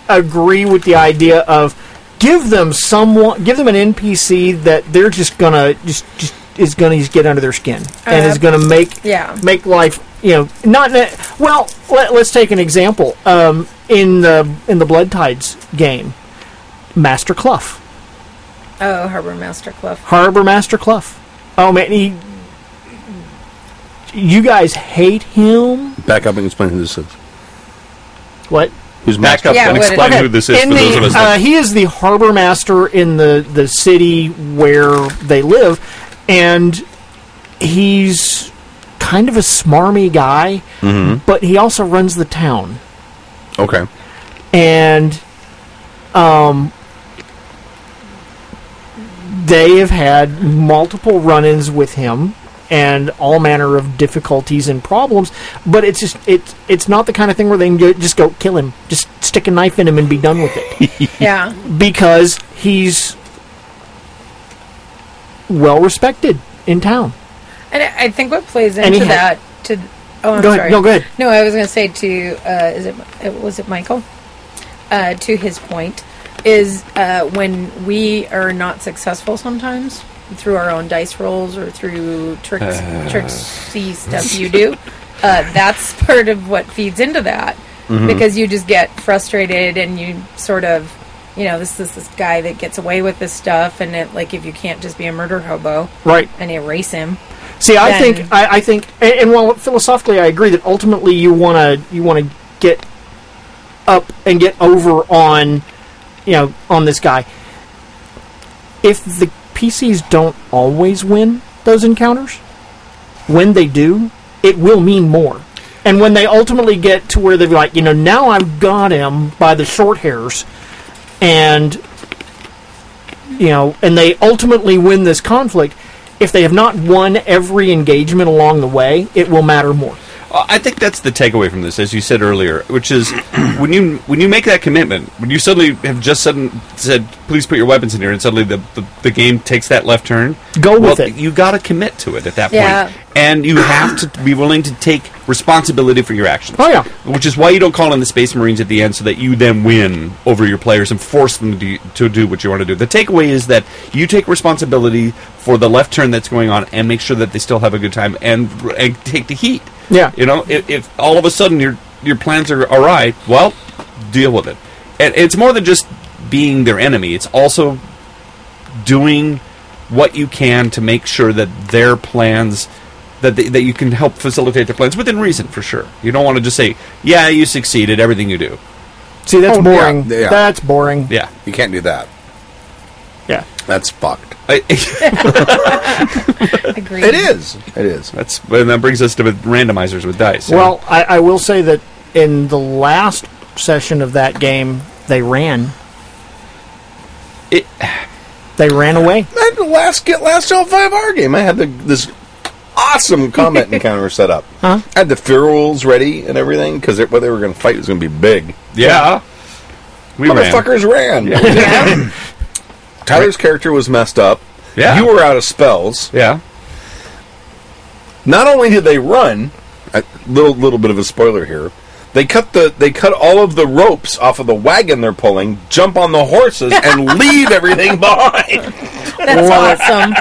Speaker 6: agree with the idea of give them someone, give them an NPC that they're just gonna just just is gonna just get under their skin and
Speaker 4: Uh,
Speaker 6: is gonna make
Speaker 4: yeah.
Speaker 6: make life you know not ne- well. Let, let's take an example um, in the in the Blood Tides game, Master Clough.
Speaker 4: oh Harbor Master Cliff?
Speaker 6: Harbor Master Clough. Oh man, he, you guys hate him.
Speaker 3: Back up and explain who this is.
Speaker 6: What?
Speaker 3: Who's
Speaker 5: back up
Speaker 4: Yeah,
Speaker 5: and
Speaker 4: what it
Speaker 5: explain
Speaker 4: is.
Speaker 5: who this is
Speaker 6: in
Speaker 5: for
Speaker 6: the,
Speaker 5: those of us.
Speaker 6: uh,
Speaker 5: that-
Speaker 6: he is the harbor master in the, the city where they live, and he's kind of a smarmy guy,
Speaker 5: Mm-hmm.
Speaker 6: but he also runs the town.
Speaker 3: Okay.
Speaker 6: And um, they have had multiple run ins with him. And all manner of difficulties and problems, but it's just it's it's not the kind of thing where they can go, just go kill him, just stick a knife in him and be done with it
Speaker 4: Yeah.
Speaker 6: because he's well respected in town.
Speaker 4: And I I think what plays
Speaker 6: And he
Speaker 4: into
Speaker 6: had-
Speaker 4: that to oh, I'm
Speaker 6: Go ahead.
Speaker 4: sorry.
Speaker 6: No, go ahead.
Speaker 4: No, I was going to say to uh, is it uh, was it Michael? Uh, to his point is uh, when we are not successful sometimes
Speaker 6: Uh.
Speaker 4: through our own dice rolls or through tricks tricksy stuff you do. uh, that's *laughs* part of what feeds into that
Speaker 6: Mm-hmm.
Speaker 4: because you just get frustrated and you sort of, you know, this is this guy that gets away with this stuff, and it, like if you can't just be a murder hobo
Speaker 6: Right.
Speaker 4: and erase him,
Speaker 6: See, I
Speaker 4: then-
Speaker 6: think I, I think, and, and while philosophically I agree that ultimately you want to you want to get up and get over on, you know, on this guy. If the PCs don't always win those encounters, when they do, it will mean more. And when they ultimately get to where they're like, you know, now I've got him by the short hairs, and you know, and they ultimately win this conflict. If they have not won every engagement along the way, it will matter more.
Speaker 5: Uh, I think that's the takeaway from this, as you said earlier, which is *clears throat* when you when you make that commitment, when you suddenly have just sudden said, "Please put your weapons in here," and suddenly the, the, the game takes that left turn.
Speaker 6: Go with
Speaker 5: well,
Speaker 6: it.
Speaker 5: You got to commit to it at that
Speaker 4: Yeah.
Speaker 5: point, and you have to be willing to take responsibility for your actions.
Speaker 6: Oh, yeah.
Speaker 5: which is why you don't call in the Space Marines at the end, so that you then win over your players and force them to do, to do what you want to do. The takeaway is that you take responsibility for the left turn that's going on, and make sure that they still have a good time and and take the heat.
Speaker 6: Yeah.
Speaker 5: You know, if, if all of a sudden your your plans are awry, well, deal with it. And it's more than just being their enemy; it's also doing what you can to make sure that their plans that they, that you can help facilitate their plans within reason, for sure. You don't want to just say, "Yeah, you succeed at everything you do."
Speaker 6: See, that's
Speaker 3: Oh, yeah,
Speaker 6: boring.
Speaker 3: yeah.
Speaker 6: That's boring.
Speaker 5: Yeah. *laughs*
Speaker 3: You can't do that.
Speaker 6: Yeah.
Speaker 3: That's fucked.
Speaker 5: I,
Speaker 4: agree.
Speaker 3: It is. It is.
Speaker 5: that's and that brings us to the randomizers with dice. you know?
Speaker 6: Well, I, I will say that in the last session of that game, they ran.
Speaker 5: It-
Speaker 6: They ran away.
Speaker 3: I had the last get last L five R game. I had the, this awesome *laughs* combat encounter set up.
Speaker 6: Huh?
Speaker 3: I had the ferals ready and everything because what they were going to fight was going to be big.
Speaker 5: yeah, we ran.
Speaker 3: Motherfuckers ran.
Speaker 5: *laughs*
Speaker 3: Tyler's character was messed up.
Speaker 5: Yeah.
Speaker 3: you were out of spells.
Speaker 5: Yeah,
Speaker 3: Not only did they run, a little little bit of a spoiler here. They cut the they cut all of the ropes off of the wagon they're pulling, jump on the horses, *laughs* and leave everything behind.
Speaker 4: That's awesome.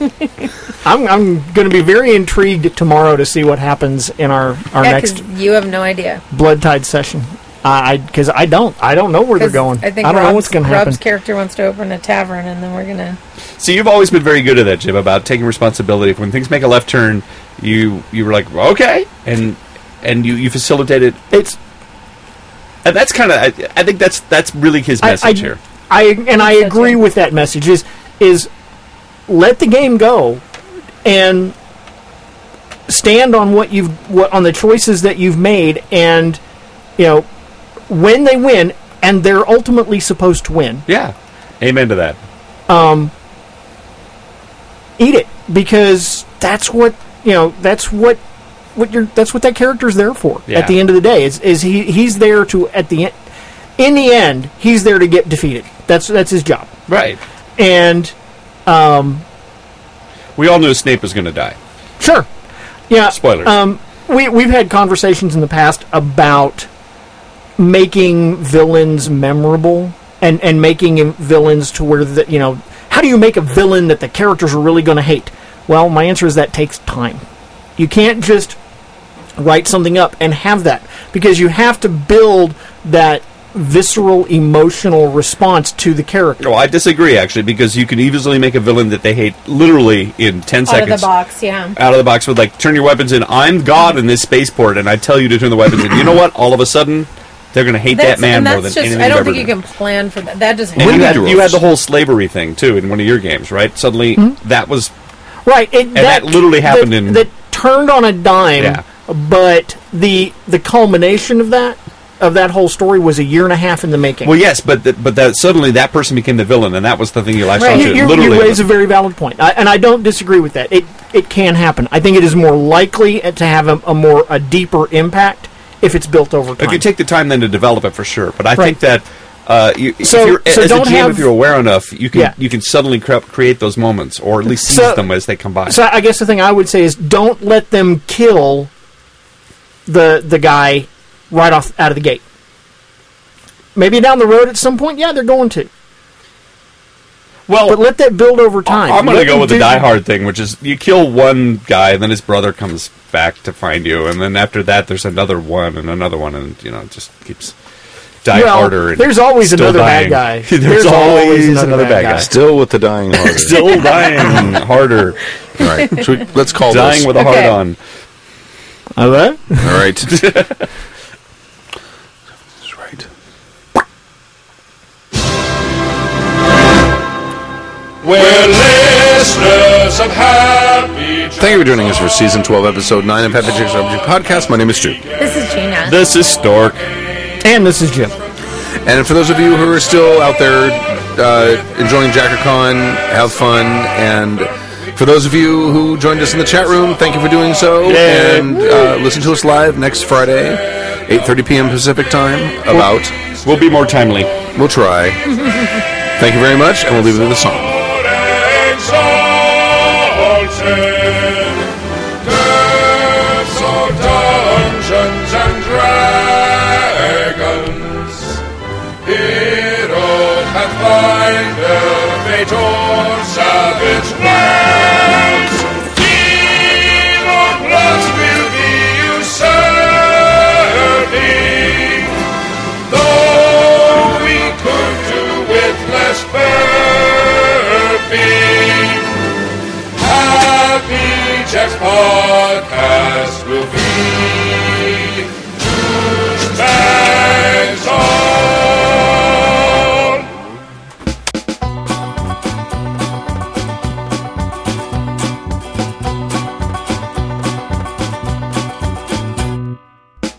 Speaker 6: I'm, I'm going to be very intrigued tomorrow to see what happens in our, our
Speaker 4: Yeah, 'cause
Speaker 6: next
Speaker 4: you have no idea.
Speaker 6: Blood Tide session. I because I don't I don't know where they're
Speaker 4: 'Cause
Speaker 6: going.
Speaker 4: I think
Speaker 6: don't
Speaker 4: Rob's,
Speaker 6: know what's going to happen.
Speaker 4: Rob's character wants to open a tavern, and then we're gonna.
Speaker 5: So you've always been very good at that, Jim, about taking responsibility. When things make a left turn, you you were like, "Well, okay, and and you you facilitated.
Speaker 6: It's
Speaker 5: And that's kind of I, I think that's that's really his
Speaker 6: I-
Speaker 5: message
Speaker 6: I,
Speaker 5: here.
Speaker 6: I and I
Speaker 4: Message,
Speaker 6: agree
Speaker 4: yeah.
Speaker 6: with that message. Is is let the game go and stand on what you've what on the choices that you've made, and you know when they win, and they're ultimately supposed to win.
Speaker 5: Yeah, amen to that.
Speaker 6: Eat it because that's what you know. That's what. What you're, that's what that character's there for.
Speaker 5: Yeah.
Speaker 6: At the end of the day, is, is he he's there to at the end, in the end he's there to get defeated. That's that's his job.
Speaker 5: Right.
Speaker 6: And
Speaker 5: We all knew Snape was going to die.
Speaker 6: Sure. Yeah.
Speaker 5: Spoilers.
Speaker 6: Um, we we've had conversations in the past about making villains memorable and and making im- villains to where the you know how do you make a villain that the characters are really going to hate? Well, my answer is that takes time. You can't just write something up and have that because you have to build that visceral emotional response to the character.
Speaker 5: No, I disagree actually, because you can easily make a villain that they hate literally in ten
Speaker 4: Out
Speaker 5: seconds.
Speaker 4: of the box, yeah.
Speaker 5: Out of the box with like, turn your weapons in. I'm God in this spaceport, and I tell you to turn the weapons in. You know what? All of a sudden, they're going to hate that man
Speaker 4: and
Speaker 5: more than
Speaker 4: that's just,
Speaker 5: anything.
Speaker 4: I
Speaker 5: they've
Speaker 4: don't
Speaker 5: ever
Speaker 4: think you
Speaker 5: done.
Speaker 4: can plan for that. That just
Speaker 5: And
Speaker 4: happens.
Speaker 5: you had,
Speaker 3: Individuals.
Speaker 5: you had the whole slavery thing too in one of your games, right? Suddenly,
Speaker 4: Hmm?
Speaker 5: that was
Speaker 6: Right. It, and
Speaker 5: that literally happened in-
Speaker 6: that turned on a dime.
Speaker 5: Yeah.
Speaker 6: But the the culmination of that of that whole story was a year and a half in the making.
Speaker 5: well, yes, but th- but that suddenly that person became the villain, and that was the thing you latched
Speaker 4: Right.
Speaker 5: onto.
Speaker 6: you, you-
Speaker 5: literally,
Speaker 6: you raise a very valid point, I, and I don't disagree with that. It it can happen. I think it is more likely to have a, a more a deeper impact if it's built over time.
Speaker 5: if you take the time then to develop it for sure. But I
Speaker 6: Right.
Speaker 5: think that uh, you,
Speaker 6: So-
Speaker 5: if you're,
Speaker 6: so
Speaker 5: as
Speaker 6: don't
Speaker 5: a GM,
Speaker 6: have-
Speaker 5: if you're aware enough, you can
Speaker 6: Yeah.
Speaker 5: you can suddenly cre- create those moments, or at least seize
Speaker 6: So-
Speaker 5: them as they come by.
Speaker 6: so I guess the thing I would say is don't let them kill the the guy right off out of the gate. Maybe down the road at some point, yeah, they're going to.
Speaker 5: Well,
Speaker 6: but let that build over time.
Speaker 5: I'm going
Speaker 6: Let
Speaker 5: to go
Speaker 6: them
Speaker 5: with the
Speaker 6: do-
Speaker 5: Die Hard thing, which is you kill one guy, and then his brother comes back to find you, and then after that, there's another one and another one, and you know, it just keeps die
Speaker 6: Well,
Speaker 5: harder. And
Speaker 6: there's always
Speaker 5: still
Speaker 6: another bad
Speaker 5: dying.
Speaker 6: guy.
Speaker 5: *laughs* there's,
Speaker 6: There's
Speaker 5: always, another, bad guy.
Speaker 3: Still with the dying heart.
Speaker 5: Still
Speaker 6: *laughs*
Speaker 5: dying harder,
Speaker 3: All right. So we- let's call
Speaker 5: dying
Speaker 3: this.
Speaker 5: with a
Speaker 4: Okay.
Speaker 5: heart on.
Speaker 6: All right.
Speaker 3: All
Speaker 2: *laughs*
Speaker 3: right. That's right.
Speaker 2: We're listeners of happy.
Speaker 3: Thank you for joining us for season 12, episode 9 of Happy Chicks RPG Podcast. My name is Stu.
Speaker 4: This is Gina.
Speaker 5: This is Stork.
Speaker 6: And this is Jim.
Speaker 3: And for those of you who are still out there uh, enjoying JackerCon, have fun. And for those of you who joined us in the chat room, thank you for doing so.
Speaker 5: Yay.
Speaker 3: And uh, listen to us live next Friday, 8.30 p.m. Pacific time, about.
Speaker 5: We'll be more timely.
Speaker 3: We'll try. thank you very much, and we'll leave you with a song.
Speaker 2: Dungeons and Dragons. Hero Pathfinder, Fator, Savage Lands. Hero Bloods will be you serving. Though we could do with less burping. Happy Jack's podcast will be bags on.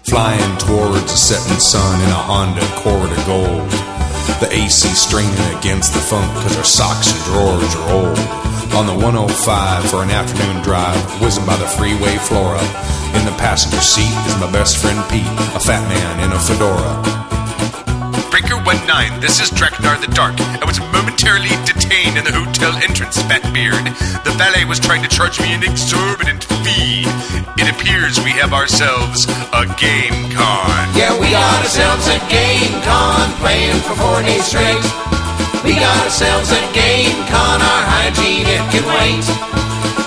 Speaker 8: flying towards the setting sun in a Honda Accord of gold. The AC straining against the funk because our socks and drawers are old. On the 105 for an afternoon drive, whizzing by the freeway flora. In the passenger seat is my best friend Pete, a fat man in a fedora. Breaker 19, this is Dreknar the Dark. I was momentarily detained in the hotel entrance, Fatbeard. The valet was trying to charge me an exorbitant fee. It appears we have ourselves a game con.
Speaker 2: Yeah, we got ourselves a game con, playing for four days straight. We got ourselves a game con, our hygiene it can wait.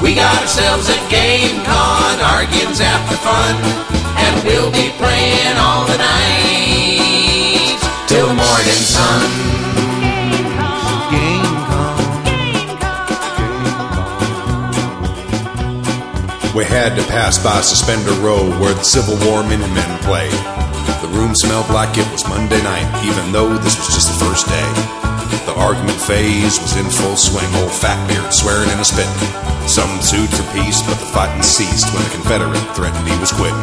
Speaker 2: We got ourselves a game con, arguing's after fun, and we'll be playing all the night till morning sun. Game con.
Speaker 8: We had to pass by Suspender Row where the Civil War Minutemen play. The room smelled like it was Monday night, even though this was just the first day. The argument phase was in full swing, old Fatbeard swearing and a spitting. Some sued for peace, but the fighting ceased when the Confederate threatened he was quitting.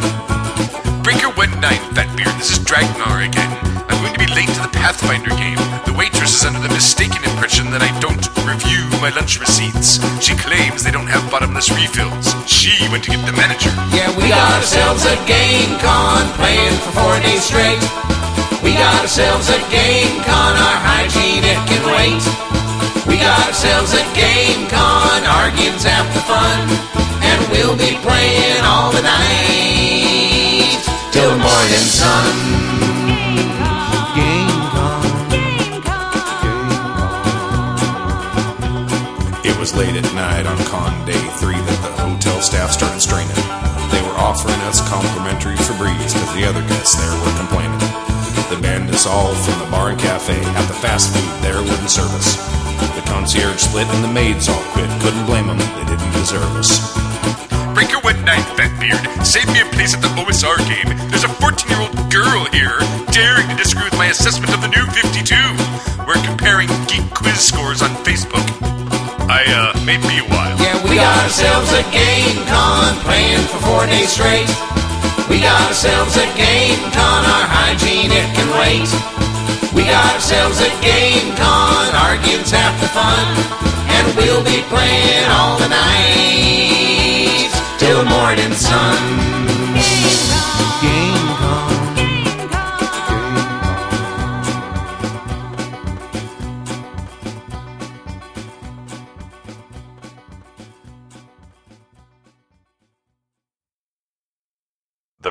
Speaker 8: Breaker wet night, Fatbeard. This is Dragnar again. I'm going to be late to the Pathfinder game. The waitress is under the mistaken impression that I don't review my lunch receipts. She claims they don't have bottomless refills. She went to get the manager.
Speaker 2: Yeah, we got ourselves a game con, playing for four days straight. We got ourselves a game con, our hygiene it can wait. We got ourselves a game con, arguing's half the fun, and we'll be playing all the night till morning sun. Game con.
Speaker 8: It was late at night on con day three that the hotel staff started straining. They were offering us complimentary Febreze because the other guests there were complaining. The bandits all from the bar and cafe had the fast food there wouldn't serve us. The concierge split and the maids all quit. Couldn't blame them, they didn't deserve us. Breaker went night, Fatbeard. Save me a place at the OSR game. There's a 14 year old girl here daring to disagree with my assessment of the new 52. We're comparing geek quiz scores on Facebook. I, uh, may be a while.
Speaker 2: Yeah, we got ourselves a game con, playing for four days straight. We got ourselves a game con, our hygiene it can wait. We got ourselves a game con, arguing's half the fun, and we'll be playing all the night till morning sun. Game con.
Speaker 9: The